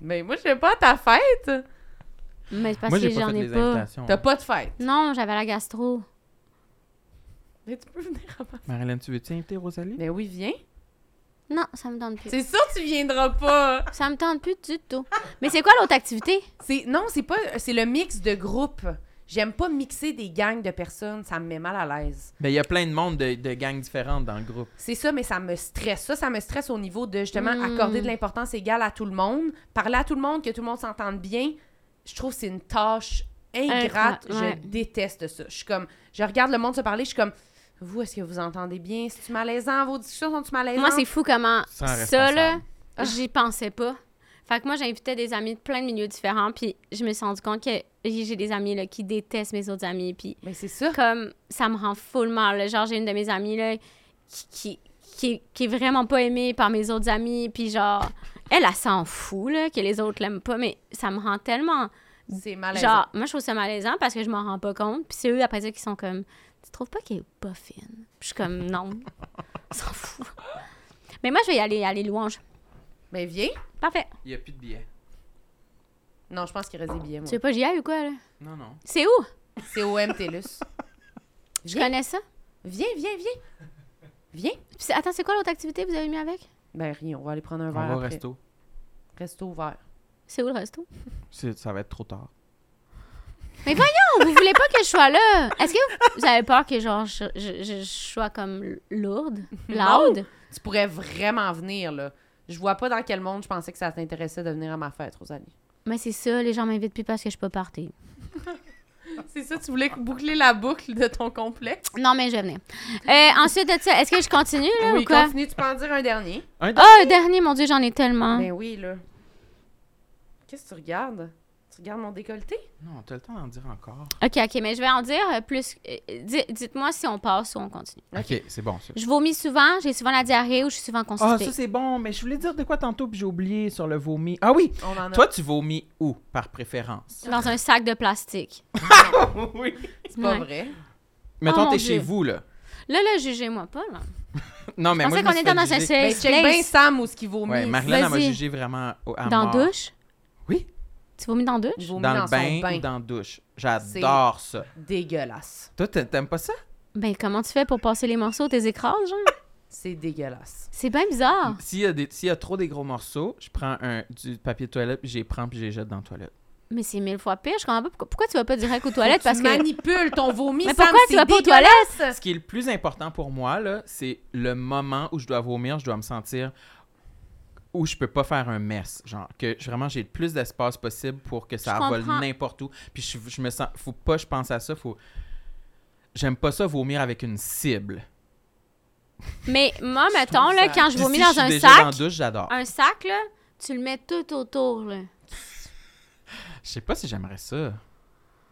Speaker 1: Mais Ben, moi, je vais pas à ta fête.
Speaker 4: Mais c'est parce
Speaker 2: moi,
Speaker 4: que
Speaker 2: j'ai pas
Speaker 4: j'en
Speaker 2: fait
Speaker 4: ai
Speaker 2: les
Speaker 4: pas.
Speaker 2: invitations.
Speaker 1: T'as pas de fête.
Speaker 4: Non, j'avais la gastro.
Speaker 1: Mais tu peux venir à ma fête.
Speaker 2: Marilyn, tu veux-tu inviter Rosalie?
Speaker 1: Mais Ben oui, viens.
Speaker 4: Non, ça me tente plus.
Speaker 1: C'est sûr que tu viendras pas.
Speaker 4: Ça me tente plus du tout. Mais c'est quoi l'autre activité?
Speaker 1: C'est non, c'est pas c'est le mix de groupe. J'aime pas mixer des gangs de personnes, ça me met mal à l'aise.
Speaker 2: Ben, il y a plein de monde de, de gangs différentes dans le groupe.
Speaker 1: C'est ça, mais ça me stresse. Ça, ça me stresse au niveau de justement
Speaker 4: Mm.
Speaker 1: accorder de l'importance égale à tout le monde, parler à tout le monde, que tout le monde s'entende bien. Je trouve que c'est une tâche ingrate.
Speaker 4: Incroyable, ouais.
Speaker 1: Je déteste ça. Je suis comme, je regarde le monde se parler, je suis comme, vous, est-ce que vous entendez bien? C'est-tu malaisant? Vos discussions sont-tu malaisantes?
Speaker 4: Moi, c'est fou comment
Speaker 2: Sans
Speaker 4: ça,
Speaker 2: responsable.
Speaker 4: là, j'y pensais pas. Fait que moi, j'invitais des amis de plein de milieux différents, puis je me suis rendu compte que j'ai des amis là, qui détestent mes autres amis, puis
Speaker 1: Mais c'est ça.
Speaker 4: comme ça me rend full mal. là. Genre, j'ai une de mes amies là, qui, qui, qui, est- qui est vraiment pas aimée par mes autres amis, puis genre, elle, elle s'en fout là, que les autres l'aiment pas, mais ça me rend tellement.
Speaker 1: C'est malaisant.
Speaker 4: Genre, moi, je trouve ça malaisant parce que je m'en rends pas compte. Puis c'est eux, après ça, qui sont comme, tu trouves pas qu'elle est pas fine? Puis je suis comme, non, on s'en fout. Mais moi, je vais y aller, aller louange.
Speaker 1: Mais viens.
Speaker 4: Parfait.
Speaker 2: Il y a plus de billets.
Speaker 1: Non, je pense qu'il reste des billets, moi.
Speaker 4: Tu veux pas que j'y aille ou quoi, là?
Speaker 2: Non, non.
Speaker 4: C'est où?
Speaker 1: C'est au MTLUS.
Speaker 4: Je
Speaker 1: Viens.
Speaker 4: connais ça.
Speaker 1: Viens, viens, viens. Viens.
Speaker 4: Puis c'est- attends, c'est quoi l'autre activité que vous avez mis avec?
Speaker 1: Ben rien, on va aller prendre un
Speaker 2: On
Speaker 1: verre
Speaker 2: va au
Speaker 1: après.
Speaker 2: resto.
Speaker 1: Resto ouvert.
Speaker 4: C'est où le resto?
Speaker 2: C'est- Ça va être trop tard.
Speaker 4: Non, vous voulez pas que je sois là? Est-ce que vous- vous avez peur que, genre, je, je- je- je sois comme lourde? Loud?
Speaker 1: Tu pourrais vraiment venir, là. Je vois pas dans quel monde je pensais que ça t'intéressait de venir à ma fête, Rosalie.
Speaker 4: Mais c'est ça, les gens m'invitent plus parce que je suis pas partie.
Speaker 1: C'est ça, tu voulais boucler la boucle de ton complexe?
Speaker 4: Non, mais je vais venir. Euh, ensuite de ça, est-ce que je continue, là,
Speaker 1: Oui,
Speaker 4: ou quoi?
Speaker 1: Ah, continue, tu peux en dire un dernier.
Speaker 2: Un
Speaker 4: Ah, oh, dernier, mon Dieu, j'en ai tellement.
Speaker 1: Ben oui, là. Qu'est-ce que tu regardes? Tu regardes mon décolleté?
Speaker 2: Non, t'as le temps d'en dire encore.
Speaker 4: OK, OK, mais je vais en dire euh, plus. euh, di- Dites-moi si on passe ou on continue.
Speaker 2: OK, c'est bon, ça.
Speaker 4: Je vomis souvent, j'ai souvent la diarrhée ou je suis souvent
Speaker 2: Ah,
Speaker 4: constipée.
Speaker 2: ça, c'est bon, mais je voulais dire de quoi tantôt, puis j'ai oublié sur le vomi. Ah oui!
Speaker 1: On en a.
Speaker 2: Toi, tu vomis où, par préférence?
Speaker 4: dans un sac de plastique.
Speaker 2: oui!
Speaker 1: c'est pas
Speaker 4: Ouais. Ben,
Speaker 1: vrai.
Speaker 2: Mettons,
Speaker 4: Oh, mon
Speaker 2: t'es
Speaker 4: Dieu.
Speaker 2: chez vous, là.
Speaker 4: Là, là, jugez-moi pas, là.
Speaker 2: Non, mais
Speaker 4: Je
Speaker 2: moi, je me
Speaker 4: pensais
Speaker 2: suis
Speaker 4: qu'on était
Speaker 2: fait
Speaker 4: dans un
Speaker 2: juger.
Speaker 1: Ben,
Speaker 4: safe
Speaker 1: check bien
Speaker 4: place.
Speaker 1: Sam ou ce qu'il vomit.
Speaker 2: Ouais, Marlène, elle m'a
Speaker 4: Vas-y.
Speaker 2: jugé vraiment au- à
Speaker 4: Dans
Speaker 2: mort.
Speaker 4: douche?
Speaker 2: Oui,
Speaker 4: Tu vomis dans douche?
Speaker 1: Il vomit
Speaker 2: dans,
Speaker 1: dans,
Speaker 2: le
Speaker 1: son
Speaker 2: bain,
Speaker 1: bain.
Speaker 2: ou dans la douche. J'adore ça.
Speaker 1: Dégueulasse.
Speaker 2: Toi, t'a- t'aimes pas ça?
Speaker 4: Ben, comment tu fais pour passer les morceaux? T'es écrases, genre?
Speaker 1: C'est dégueulasse.
Speaker 4: C'est bien bizarre.
Speaker 2: S'il y, a des- s'il y a trop des gros morceaux, je prends un, du papier de toilette, puis j'y prends, puis je les jette dans la toilette.
Speaker 4: Mais c'est mille fois pire. Je comprends pas pourquoi, pourquoi tu vas pas direct aux toilettes parce
Speaker 1: tu
Speaker 4: que.
Speaker 1: manipules ton vomi,
Speaker 4: Mais
Speaker 1: Sam,
Speaker 4: pourquoi tu
Speaker 1: c'est
Speaker 4: vas pas aux
Speaker 1: dégueulasse.
Speaker 2: Ce qui est le plus important pour moi, là, c'est le moment où je dois vomir, je dois me sentir où je peux pas faire un mess. Genre, que je- vraiment, j'ai le plus d'espace possible pour que ça
Speaker 4: Je
Speaker 2: vole
Speaker 4: comprends.
Speaker 2: n'importe où. Puis je, je me sens. Faut pas, je pense à ça. Faut. J'aime pas ça vomir avec une cible.
Speaker 4: Mais moi, mettons, là, quand je
Speaker 2: Puis
Speaker 4: vomis
Speaker 2: si
Speaker 4: dans
Speaker 2: suis
Speaker 4: un
Speaker 2: déjà
Speaker 4: sac,
Speaker 2: Dans la douche, j'adore.
Speaker 4: un sac, là, tu le mets tout autour, là.
Speaker 2: Je sais pas si j'aimerais ça.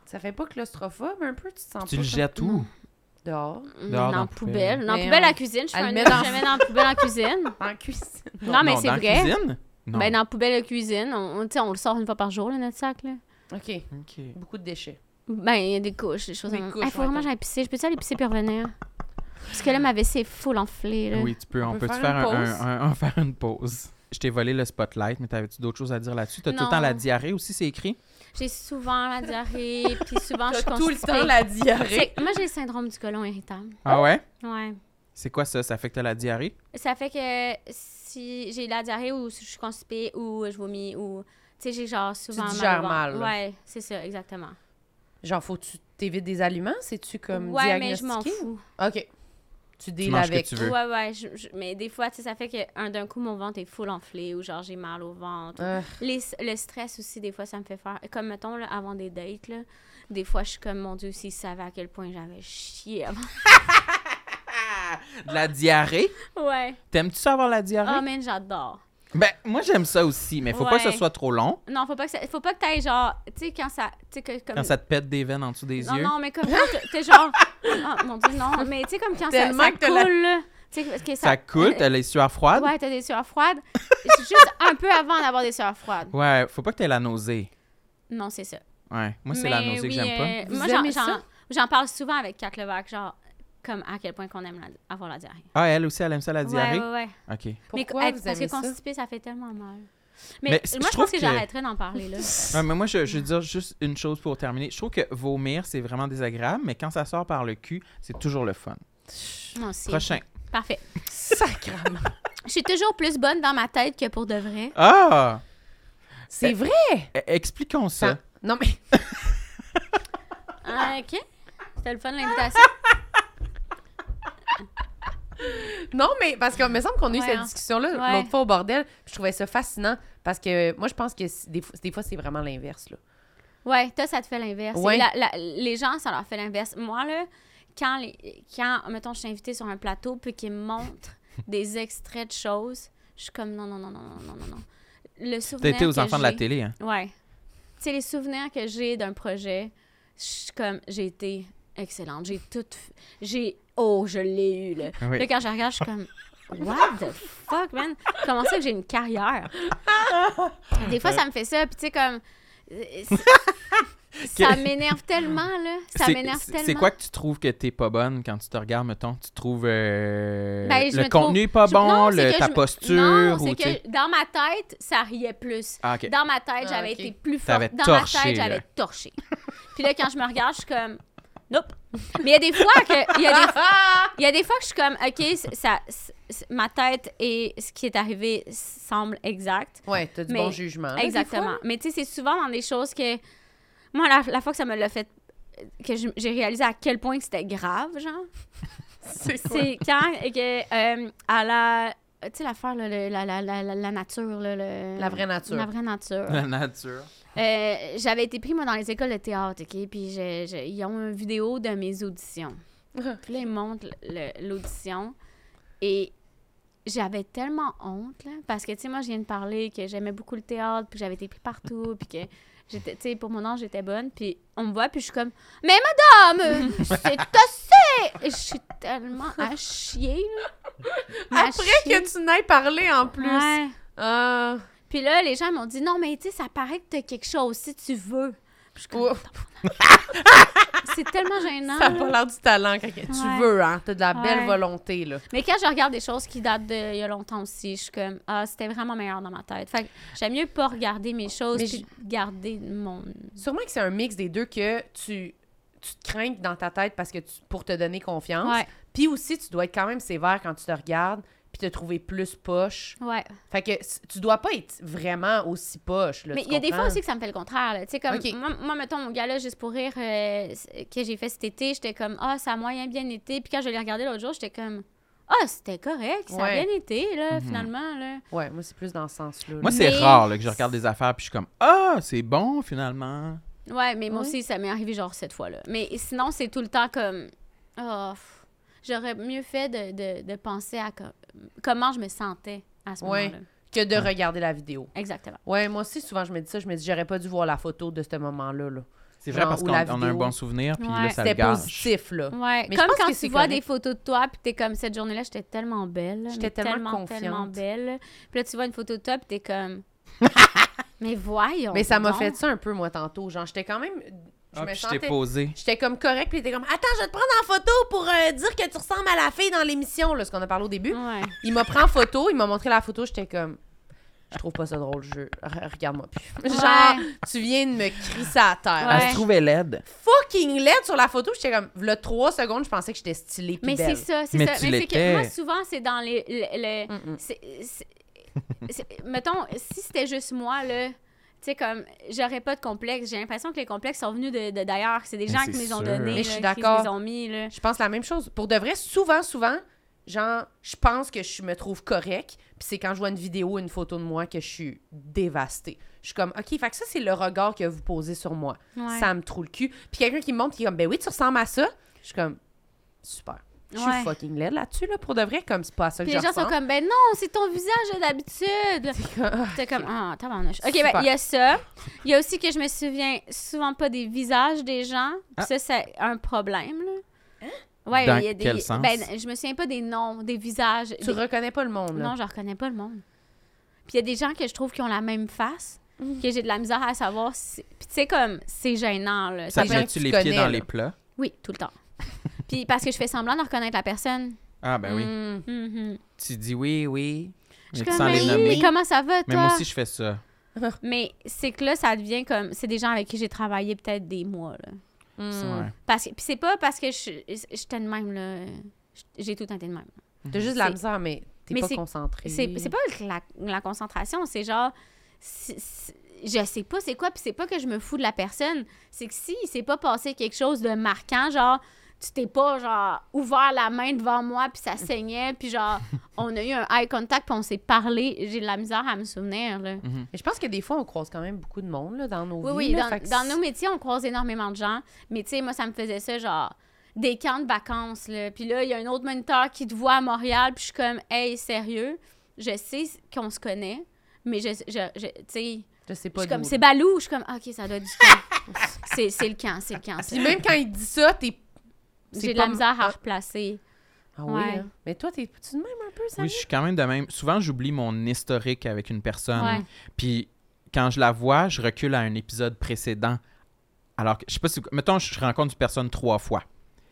Speaker 1: Ça fait pas claustrophobe un peu, tu te sens
Speaker 2: Tu
Speaker 1: pas
Speaker 2: le
Speaker 1: ça?
Speaker 2: jettes où?
Speaker 1: dehors,
Speaker 2: Dehors,
Speaker 4: Mm, dans
Speaker 2: dans la
Speaker 4: la poubelle. Dans la
Speaker 1: Mais
Speaker 4: poubelle à
Speaker 1: on-
Speaker 4: la cuisine. Je fais
Speaker 1: elle
Speaker 4: un
Speaker 1: le met
Speaker 4: œuf,
Speaker 1: dans-
Speaker 4: je le mets dans la poubelle en cuisine.
Speaker 1: en cuisine.
Speaker 4: Non, mais
Speaker 2: Non,
Speaker 4: c'est
Speaker 2: dans la
Speaker 4: vrai.
Speaker 2: cuisine? Non.
Speaker 4: Ben, dans la poubelle de cuisine, on, on- tu sais, on le sort une fois par jour, là, notre sac, là.
Speaker 1: OK,
Speaker 2: Ok.
Speaker 4: Euh,
Speaker 1: beaucoup de déchets.
Speaker 4: Ben, il y a des couches, des choses.
Speaker 1: Des
Speaker 4: comme-
Speaker 1: couches,
Speaker 4: Hey, faut vraiment
Speaker 1: ouais,
Speaker 4: que j'aille pisser. Je peux-tu aller pisser puis revenir? Parce que là, ma vessie est full enflée, là.
Speaker 2: Oui, tu peux. On,
Speaker 1: peut
Speaker 2: peut,
Speaker 1: faire
Speaker 2: faire,
Speaker 1: une
Speaker 2: un-
Speaker 1: pause?
Speaker 2: un- un- un- faire une pause. Je t'ai volé le spotlight, mais t'avais-tu d'autres choses à dire là-dessus? T'as tout le temps
Speaker 4: Non.
Speaker 2: la diarrhée aussi, c'est écrit?
Speaker 4: J'ai souvent la diarrhée, puis souvent je suis
Speaker 1: T'as tout le
Speaker 4: constipée.
Speaker 1: temps la diarrhée.
Speaker 4: C'est- Moi, j'ai le syndrome du côlon irritable.
Speaker 2: Ah ouais?
Speaker 4: Ouais.
Speaker 2: C'est quoi ça? Ça fait que t'as la diarrhée?
Speaker 4: Ça fait que si j'ai de la diarrhée ou si je suis constipée ou je vomis ou... Tu sais, j'ai genre souvent mal. au
Speaker 1: digères
Speaker 4: ventre.
Speaker 1: mal, là.
Speaker 4: Ouais, c'est ça, exactement.
Speaker 1: Genre, faut-tu t'évites des aliments? C'est-tu comme
Speaker 4: ouais, mais je
Speaker 1: diagnostiqué?
Speaker 4: m'en fous.
Speaker 1: OK. Tu deals
Speaker 2: manges ce que
Speaker 1: avec.
Speaker 2: tu veux.
Speaker 4: Ouais, ouais. je- je- mais des fois, tu sais, ça fait que un d'un coup, mon ventre est full enflé ou genre j'ai mal au ventre.
Speaker 1: Euh,
Speaker 4: Les- le stress aussi, des fois, ça me fait faire. Comme mettons, là, avant des dates, là, des fois, je suis comme, mon Dieu, s'ils savaient à quel point j'avais chié avant.
Speaker 2: De la diarrhée?
Speaker 4: ouais.
Speaker 2: T'aimes-tu ça avoir la
Speaker 4: Oh,
Speaker 2: diarrhée?
Speaker 4: man, j'adore.
Speaker 2: Ben, moi, j'aime ça aussi, mais faut pas que ce
Speaker 4: Ouais.
Speaker 2: soit trop long.
Speaker 4: Non, faut pas que ça- faut pas que t'ailles genre. Tu sais, quand ça. Tu sais, que comme.
Speaker 2: Quand ça te pète des veines en dessous des
Speaker 4: Um, non,
Speaker 2: yeux.
Speaker 4: non, mais comme quand t'es- t'es genre. Oh mon dieu, non. Mais tu sais, comme quand ça,
Speaker 1: Tellement
Speaker 4: ça
Speaker 1: que t'as la-
Speaker 4: coule, là. Tu sais, parce que ça.
Speaker 2: Ça coule, t'as les sueurs froides?
Speaker 4: Ouais, t'as des sueurs froides. C'est juste un peu avant d'avoir des sueurs froides.
Speaker 2: Ouais, faut pas que t'aies la nausée.
Speaker 4: Non, c'est ça.
Speaker 2: Ouais, moi, c'est la
Speaker 4: Mais
Speaker 2: nausée
Speaker 4: oui,
Speaker 2: que j'aime pas.
Speaker 4: euh,
Speaker 1: Vous
Speaker 4: moi, j'en-
Speaker 1: aimez
Speaker 4: j'en,
Speaker 1: ça?
Speaker 4: j'en parle souvent avec Kat Levac, genre, comme à quel point qu'on aime la- avoir la diarrhée.
Speaker 2: Ah, elle aussi, elle aime ça, la diarrhée?
Speaker 4: Ouais, ouais, ouais.
Speaker 2: OK.
Speaker 1: pourquoi
Speaker 4: Mais, euh,
Speaker 1: vous
Speaker 4: parce
Speaker 1: aimez
Speaker 4: que
Speaker 1: ça?
Speaker 4: constipé, ça fait tellement mal.
Speaker 2: Mais
Speaker 4: Mais,
Speaker 2: c- je
Speaker 4: moi, je
Speaker 2: trouve
Speaker 4: pense que,
Speaker 2: que-
Speaker 4: j'arrêterais d'en parler, là.
Speaker 2: Ouais, mais moi, je, je veux dire juste une chose pour terminer. Je trouve que vomir, c'est vraiment désagréable, mais quand ça sort par le cul, c'est toujours le fun.
Speaker 4: Moi aussi.
Speaker 2: Prochain.
Speaker 4: Parfait.
Speaker 1: Sacrement.
Speaker 4: Je suis toujours plus bonne dans ma tête que pour de vrai.
Speaker 2: Ah!
Speaker 1: C'est vrai?
Speaker 2: E- Expliquons ça.
Speaker 1: Non, mais
Speaker 4: Ah, OK. C'était le fun, l'invitation.
Speaker 1: Non, mais parce qu'il me semble qu'on a eu
Speaker 4: Ouais,
Speaker 1: cette
Speaker 4: hein.
Speaker 1: discussion-là
Speaker 4: Ouais.
Speaker 1: l'autre fois au bordel. puis Je trouvais ça fascinant parce que moi, je pense que c- des, fois- des fois, c'est vraiment l'inverse. là.
Speaker 4: Ouais, toi, ça te fait l'inverse.
Speaker 1: Ouais.
Speaker 4: Et la- la- les gens, ça leur fait l'inverse. Moi, là, quand, les, quand, mettons, je suis invitée sur un plateau, puis qu'ils me montrent des extraits de choses, je suis comme non, non, non, non, non, non, non, non. Le
Speaker 2: T'as
Speaker 4: souvenir.
Speaker 2: été aux
Speaker 4: que
Speaker 2: enfants de la
Speaker 4: j'ai-
Speaker 2: télé, hein?
Speaker 4: Ouais. Tu sais, les souvenirs que j'ai d'un projet, je suis comme, j'ai été excellente. J'ai tout. f- J'ai. Oh, je l'ai eu, là.
Speaker 2: Oui.
Speaker 4: Là, quand je regarde, je suis comme. What the fuck, man? Comment ça que j'ai une carrière? Des fois, ça me fait ça. Puis, tu sais, comme. euh, c'est- ça m'énerve tellement, là. Ça
Speaker 2: C'est-
Speaker 4: m'énerve
Speaker 2: c'est-
Speaker 4: tellement.
Speaker 2: C'est quoi que tu trouves que t'es pas bonne quand tu te regardes, mettons? Tu trouves euh,
Speaker 4: Ben, je
Speaker 2: le
Speaker 4: me
Speaker 2: contenu
Speaker 4: trouve-
Speaker 2: pas
Speaker 4: je-
Speaker 2: bon,
Speaker 4: non,
Speaker 2: le-
Speaker 4: c'est que
Speaker 2: ta
Speaker 4: je me-
Speaker 2: posture
Speaker 4: Non,
Speaker 2: ou
Speaker 4: c'est
Speaker 2: tu sais-
Speaker 4: que dans ma tête, ça riait plus.
Speaker 2: Ah, ok.
Speaker 4: Dans ma
Speaker 1: Ah,
Speaker 4: tête, j'avais
Speaker 1: ok.
Speaker 4: été plus
Speaker 2: T'avais
Speaker 4: forte. Dans
Speaker 2: torché,
Speaker 4: ma tête,
Speaker 2: là.
Speaker 4: j'avais torché. Puis là, quand je me regarde, je suis comme... Nope. Mais il y a des fois que... Il y, a des- il y a des fois que je suis comme, OK, c- ça, c- c- ma tête et ce qui est arrivé semble exact.
Speaker 1: Ouais, t'as du
Speaker 4: Mais-
Speaker 1: bon jugement. là, des
Speaker 4: Exactement.
Speaker 1: fois.
Speaker 4: Mais tu sais, c'est souvent dans des choses que... Moi, la, la fois que ça me l'a fait... Que je- j'ai réalisé à quel point que c'était grave, genre.
Speaker 1: C'est quoi?
Speaker 4: C'est quand que, euh, à la. Tu sais, l'affaire, là, le- la, la, la, la- la nature. là, le-
Speaker 1: La vraie nature.
Speaker 4: La vraie nature.
Speaker 2: La nature.
Speaker 4: Euh, J'avais été pris, moi, dans les écoles de théâtre, OK? Puis je- je- ils ont une vidéo de mes auditions. Puis là, ils montrent le- l'audition. Et j'avais tellement honte, là, parce que, tu sais, moi, je viens de parler que j'aimais beaucoup le théâtre, puis que j'avais été pris partout, puis que, j'étais, tu sais, pour mon âge, j'étais bonne, puis on me voit, puis je suis comme, « Mais madame, euh, c'est assez! » Et Je suis tellement à chier, là. À
Speaker 1: Après
Speaker 4: chier.
Speaker 1: que tu n'aies parlé en plus.
Speaker 4: Ouais.
Speaker 1: Ah,
Speaker 4: Puis là, les gens m'ont dit, « Non, mais tu sais, ça paraît que t'as quelque chose, si tu veux. » Puis je suis comme,
Speaker 1: Ouf.
Speaker 4: tabarnak. C'est tellement gênant.
Speaker 1: Ça a
Speaker 4: là.
Speaker 1: pas l'air du talent quand que
Speaker 4: Ouais.
Speaker 1: tu veux, hein. T'as de la belle
Speaker 4: Ouais.
Speaker 1: volonté, là.
Speaker 4: Mais quand je regarde des choses qui datent d'il y a longtemps aussi, je suis comme ah, c'était vraiment meilleur dans ma tête. Fait que j'aime mieux pas regarder mes choses
Speaker 1: Mais
Speaker 4: puis garder mon
Speaker 1: Sûrement que c'est un mix des deux que tu, tu te crains dans ta tête parce que tu- pour te donner confiance.
Speaker 4: Ouais.
Speaker 1: Puis aussi, tu dois être quand même sévère quand tu te regardes puis te trouver plus poche.
Speaker 4: Ouais.
Speaker 1: Fait que c- tu dois pas être vraiment aussi poche, là.
Speaker 4: Mais
Speaker 1: tu
Speaker 4: il y a des fois
Speaker 1: comprends?
Speaker 4: aussi que ça me fait le contraire. là. Tu sais, comme
Speaker 1: Ok.
Speaker 4: moi, moi, mettons, mon gars-là, juste pour rire, euh, c- que j'ai fait cet été, j'étais comme, ah, ça a moyen bien été. Puis quand je l'ai regardé l'autre jour, j'étais comme, ah, c'était correct, ça a
Speaker 1: Ouais. Mhm.
Speaker 4: bien été, là, finalement. Là.
Speaker 1: Ouais, moi, c'est plus dans ce sens-là. là.
Speaker 2: Moi, c'est
Speaker 4: Mais-
Speaker 2: rare là, que je regarde des affaires puis je suis comme Ah, c'est bon finalement.
Speaker 4: Ouais, mais moi
Speaker 1: Ouais.
Speaker 4: aussi, ça m'est arrivé genre cette fois-là. Mais sinon, c'est tout le temps comme. Oh, pff, j'aurais mieux fait de, de- de penser à co- comment je me sentais à ce
Speaker 1: Ouais.
Speaker 4: moment-là.
Speaker 1: que de regarder la vidéo.
Speaker 4: Exactement.
Speaker 1: Ouais, moi aussi, souvent, je me dis ça. Je me dis, j'aurais pas dû voir la photo de ce moment-là. Là.
Speaker 2: C'est vrai
Speaker 1: Genre,
Speaker 2: parce
Speaker 1: ou
Speaker 2: qu'on
Speaker 1: la
Speaker 2: on a un
Speaker 1: vidéo.
Speaker 2: bon souvenir puis là,
Speaker 4: Ouais.
Speaker 2: ça le
Speaker 1: C'était
Speaker 2: gâche.
Speaker 1: positif, là.
Speaker 4: Ouais,
Speaker 1: Mais je
Speaker 4: comme
Speaker 1: pense
Speaker 4: quand
Speaker 1: que
Speaker 4: tu
Speaker 1: c'est
Speaker 4: vois
Speaker 1: correct.
Speaker 4: des photos de toi, puis t'es comme cette journée-là, j'étais tellement belle.
Speaker 1: J'étais
Speaker 4: mais
Speaker 1: tellement
Speaker 4: tellement, tellement
Speaker 1: confiante.
Speaker 4: belle. Puis là, tu vois une photo de toi, puis t'es comme. mais voyons.
Speaker 1: Mais ça m'a
Speaker 4: donc.
Speaker 1: fait ça un peu, moi, tantôt. Genre, j'étais quand même. Je
Speaker 2: Ah,
Speaker 1: me
Speaker 2: puis je t'ai
Speaker 1: sentais.
Speaker 2: posé.
Speaker 1: J'étais comme correct, puis il était comme Attends, je vais te prendre en photo pour euh, dire que tu ressembles à la fille dans l'émission, là, ce qu'on a parlé au début.
Speaker 4: Ouais.
Speaker 1: Il m'a pris en photo, il m'a montré la photo, j'étais comme Je trouve pas ça drôle, je. re- Regarde-moi plus. Genre,
Speaker 4: Ouais.
Speaker 1: tu viens de me crisser à terre.
Speaker 4: Ouais.
Speaker 2: Elle se trouvait laide.
Speaker 1: Fucking laide sur la photo, j'étais comme V'là trois secondes, je pensais que j'étais stylée. Pis
Speaker 4: Mais c'est
Speaker 1: belle.
Speaker 4: ça, c'est
Speaker 2: Mais
Speaker 4: ça.
Speaker 2: tu
Speaker 4: Mais c'est
Speaker 2: l'étais.
Speaker 4: que moi, souvent, c'est dans les. le- le-
Speaker 1: Mm-mm.
Speaker 4: c'est- c'est- c'est- mettons, si c'était juste moi, là, tu sais, comme, j'aurais pas de complexe. J'ai l'impression que les complexes sont venus de de- d'ailleurs. c'est des
Speaker 2: Mais
Speaker 4: gens
Speaker 2: c'est
Speaker 4: qui me les ont
Speaker 2: sûr.
Speaker 4: donnés,
Speaker 1: Mais
Speaker 4: là,
Speaker 1: je suis
Speaker 4: qui
Speaker 1: d'accord.
Speaker 4: me les ont mis, là.
Speaker 1: Je pense la même chose. Pour de vrai, souvent, souvent, genre, je pense que je me trouve correct, puis c'est quand je vois une vidéo, une photo de moi que je suis dévastée. Je suis comme, OK, fait que ça, c'est le regard que vous posez sur moi.
Speaker 4: Ouais.
Speaker 1: Ça me trouve le cul. Puis quelqu'un qui me montre, qui est comme, ben oui, tu ressembles à ça. Je suis comme, super. Je suis
Speaker 4: Ouais.
Speaker 1: fucking laide là-dessus, là, pour de vrai, comme c'est pas à ça que
Speaker 4: Puis
Speaker 1: je
Speaker 4: les gens sont
Speaker 1: ressemble.
Speaker 4: comme, ben non, c'est ton visage d'habitude. T'es comme, ah, tabarnouche. OK, ben,
Speaker 1: Super.
Speaker 4: il y a ça. Il y a aussi que je me souviens souvent pas des visages des gens. Puis ça, c'est un problème, là. Ouais,
Speaker 2: Ah. Dans
Speaker 4: il y a des.
Speaker 2: quel sens?
Speaker 4: Ben, je me souviens pas des noms, des visages.
Speaker 1: Tu
Speaker 4: des-
Speaker 1: reconnais pas le monde, là.
Speaker 4: Non, je reconnais pas le monde. Puis il y a des gens que je trouve qui ont la même face, que j'ai de la misère à savoir. Si... Puis tu sais, comme, c'est gênant, là.
Speaker 2: Ça
Speaker 1: te gens
Speaker 2: te
Speaker 4: C'est gênant.
Speaker 1: met-
Speaker 2: met-tu
Speaker 1: que tu
Speaker 2: les
Speaker 1: connais,
Speaker 2: pieds dans
Speaker 1: là.
Speaker 2: les plats?
Speaker 4: Oui, tout le temps. Puis parce que je fais semblant de reconnaître la personne.
Speaker 2: Ah ben oui.
Speaker 1: Hmm.
Speaker 4: Mhm.
Speaker 2: Tu dis oui, oui.
Speaker 4: Je
Speaker 2: Mais
Speaker 4: suis
Speaker 2: tu
Speaker 4: comme,
Speaker 2: sens les
Speaker 4: mais
Speaker 2: nommer.
Speaker 4: oui, comment ça va, toi?
Speaker 2: Mais moi aussi, je fais ça.
Speaker 4: Mais c'est que là, ça devient comme. C'est des gens avec qui j'ai travaillé peut-être des mois, là. mm.
Speaker 2: C'est
Speaker 1: Hmm.
Speaker 2: vrai.
Speaker 4: Parce que... Puis c'est pas parce que je- j'étais de même, là. J'ai tout le temps été de même.
Speaker 1: T'as juste de la
Speaker 4: C'est-
Speaker 1: misère, mais t'es
Speaker 4: mais
Speaker 1: pas
Speaker 4: c'est-
Speaker 1: concentré.
Speaker 4: C'est c'est pas que la, la concentration, c'est genre. si- si- je sais pas c'est quoi, puis c'est pas que je me fous de la personne. C'est que si il s'est pas passé quelque chose de marquant, genre, tu t'es pas, genre, ouvert la main devant moi, puis ça saignait, puis genre, on a eu un eye contact, puis on s'est parlé, j'ai de la misère à me souvenir, là.
Speaker 1: Mais je pense que des fois, on croise quand même beaucoup de monde, là, dans nos
Speaker 4: Oui,
Speaker 1: vies.
Speaker 4: oui,
Speaker 1: là,
Speaker 4: dans,
Speaker 1: fait que
Speaker 4: dans nos métiers, on croise énormément de gens. Mais tu sais, moi, ça me faisait ça, genre, des camps de vacances, là. Puis là, il y a un autre moniteur qui te voit à Montréal, puis je suis comme, hey, sérieux, je sais qu'on se connaît, mais je, je, je- tu sais,
Speaker 1: Je sais pas
Speaker 4: je suis comme,
Speaker 1: d'où,
Speaker 4: c'est Balou, je suis comme, Ah, ok, ça doit être du camp. c'est, c'est le camp, c'est le camp. ça.
Speaker 1: Puis même quand il dit ça, t'es. c'est
Speaker 4: J'ai de
Speaker 1: pas
Speaker 4: la misère à replacer.
Speaker 1: Ah oui,
Speaker 4: Ouais.
Speaker 1: hein. Mais toi, t'es-tu de même un peu, ça?
Speaker 2: Oui, je suis quand même de même. Souvent, j'oublie mon historique avec une personne.
Speaker 4: Ouais.
Speaker 2: Puis quand je la vois, je recule à un épisode précédent. Alors que, je sais pas si. Mettons, je rencontre une personne trois fois.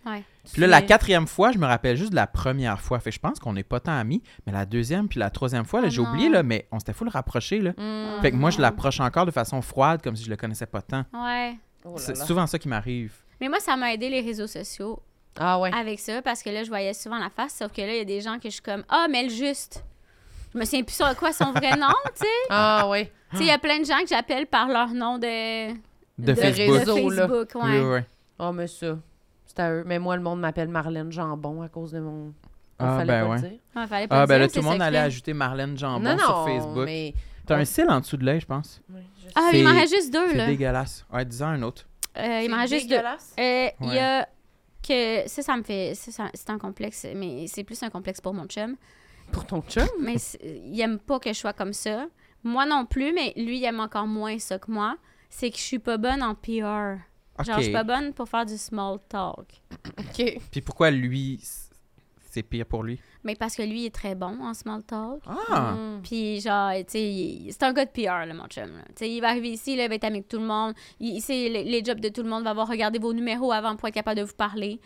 Speaker 1: ah.
Speaker 4: Ouais.
Speaker 2: Puis là, la quatrième fois, je me rappelle juste de la première fois. Fait que je pense qu'on n'est pas tant amis. Mais la deuxième puis la troisième fois, là,
Speaker 4: Ah
Speaker 2: j'ai
Speaker 4: non.
Speaker 2: oublié, là, mais on s'était fou le rapprocher, là.
Speaker 1: Mm.
Speaker 2: Fait que moi, je l'approche encore de façon froide, comme si je le connaissais pas tant.
Speaker 4: Ouais.
Speaker 1: Oh là
Speaker 2: C'est
Speaker 1: là.
Speaker 2: souvent ça qui m'arrive.
Speaker 4: Mais moi, ça m'a aidé les réseaux sociaux
Speaker 1: Ah ouais.
Speaker 4: avec ça parce que là, je voyais souvent la face, sauf que là, il y a des gens que je suis comme, ah, mais le juste. Je me souviens plus sur quoi son vrai nom, tu sais.
Speaker 1: Ah ouais.
Speaker 4: Tu sais, il y a plein de gens que j'appelle par leur nom de,
Speaker 2: De, Facebook.
Speaker 1: réseau, là.
Speaker 4: Facebook, ouais.
Speaker 2: Oui, oui, oui.
Speaker 1: Ah, mais ça, c'est à eux. Mais moi, le monde m'appelle Marlène Jambon à cause de mon... On
Speaker 2: Ah,
Speaker 1: fallait
Speaker 2: ben
Speaker 1: pas
Speaker 2: ouais.
Speaker 1: le dire.
Speaker 4: Ouais, fallait pas
Speaker 2: Ah,
Speaker 4: le
Speaker 2: ben
Speaker 4: dire,
Speaker 2: là, tout
Speaker 4: c'est
Speaker 2: le monde
Speaker 4: secret.
Speaker 2: allait ajouter Marlène Jambon
Speaker 1: non, non,
Speaker 2: sur Facebook.
Speaker 1: mais...
Speaker 2: T'as
Speaker 1: on-
Speaker 2: un cil en dessous de l'œil, je pense.
Speaker 1: Oui, je sais.
Speaker 4: Ah,
Speaker 2: C'est-
Speaker 4: il m'en reste juste deux,
Speaker 2: C'est
Speaker 4: là.
Speaker 2: dégueulasse. Ouais, dis-en un autre.
Speaker 4: Euh, il m'en reste
Speaker 1: C'est
Speaker 4: juste deux.
Speaker 1: dégueulasse.
Speaker 4: Euh, Il y
Speaker 2: Ouais.
Speaker 4: a que... Ça, ça me fait... ça, ça- c'est un complexe, mais c'est plus un complexe pour mon chum.
Speaker 1: Pour ton chum?
Speaker 4: Mais c'est- il aime pas que je sois comme ça. Moi non plus, mais lui, il aime encore moins ça que moi. C'est que je suis pas bonne en PR. Genre,
Speaker 2: OK.
Speaker 4: je suis pas bonne pour faire du small talk.
Speaker 1: OK.
Speaker 2: Puis pourquoi lui, c- c'est pire pour lui?
Speaker 4: Mais parce que lui, il est très bon en small talk.
Speaker 2: Ah!
Speaker 1: Mm. Hmm.
Speaker 4: Puis, genre, tu sais, il- c'est un gars de PR, là, mon chum. là. Tu sais, il va arriver ici, là, il va être ami avec tout le monde. Il, il sait les, les jobs de tout le monde, il va avoir regardé vos numéros avant pour être capable de vous parler.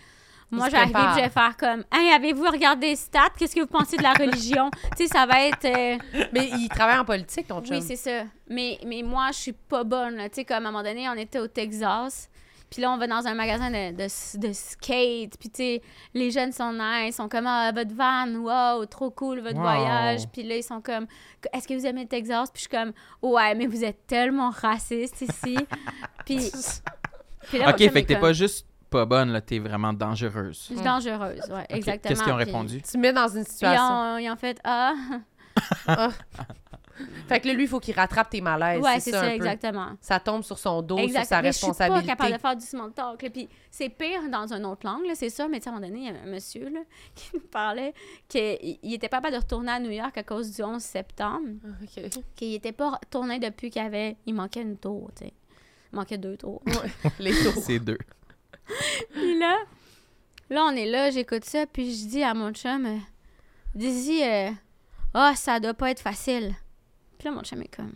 Speaker 4: Moi,
Speaker 1: se
Speaker 4: je vais arriver,
Speaker 1: prépare.
Speaker 4: puis je vais faire comme Hey, avez-vous regardé les stats Qu'est-ce que vous pensez de la religion Tu sais, ça va être. euh,
Speaker 1: Mais il travaille en politique, ton chum.
Speaker 4: Oui, c'est ça. Mais, mais moi, je suis pas bonne. là. Tu sais, comme à un moment donné, on était au Texas. Puis là, on va dans un magasin de, de, de skate. Puis, tu sais, les jeunes sont nice. Ils sont comme, ah, votre van, wow, trop cool, votre
Speaker 2: Wow.
Speaker 4: voyage. Puis là, ils sont comme, est-ce que vous aimez le Texas? Puis je suis comme, ouais, mais vous êtes tellement raciste ici. puis, puis là,
Speaker 2: Ah! OK,
Speaker 4: mon chum
Speaker 2: fait
Speaker 4: est
Speaker 2: que t'es
Speaker 4: comme,
Speaker 2: pas juste pas bonne, là, t'es vraiment dangereuse.
Speaker 4: Je suis dangereuse, ouais,
Speaker 2: OK,
Speaker 4: exactement.
Speaker 2: Qu'est-ce qu'ils ont
Speaker 4: Puis-
Speaker 2: répondu?
Speaker 1: Tu me mets dans une
Speaker 4: Puis ils
Speaker 1: situation.
Speaker 4: ont, ils ont fait, ah,
Speaker 1: Fait que là, lui, il faut qu'il rattrape tes malaises.
Speaker 4: ouais, c'est ça,
Speaker 1: un peu.
Speaker 4: exactement.
Speaker 1: Ça tombe sur son dos, sur sa
Speaker 4: Exactement. Mais Je suis
Speaker 1: responsabilité.
Speaker 4: pas capable de faire du small talk. là. Puis c'est pire dans une autre langue, là, c'est ça. Mais tu sais, à un moment donné, il y avait un monsieur là, qui nous parlait qu'il il était pas capable de retourner à New York à cause du 11 septembre,
Speaker 1: Ah. Ok.
Speaker 4: qu'il était pas retourné depuis qu'il avait... Il manquait une tour, tu sais. Il manquait deux tours.
Speaker 1: Les tours.
Speaker 2: C'est deux.
Speaker 4: Puis là, là, on est là, j'écoute ça, puis je dis à mon chum, euh, Dizzy, euh, ah, ça doit pas être facile. Puis là, mon chum est comme,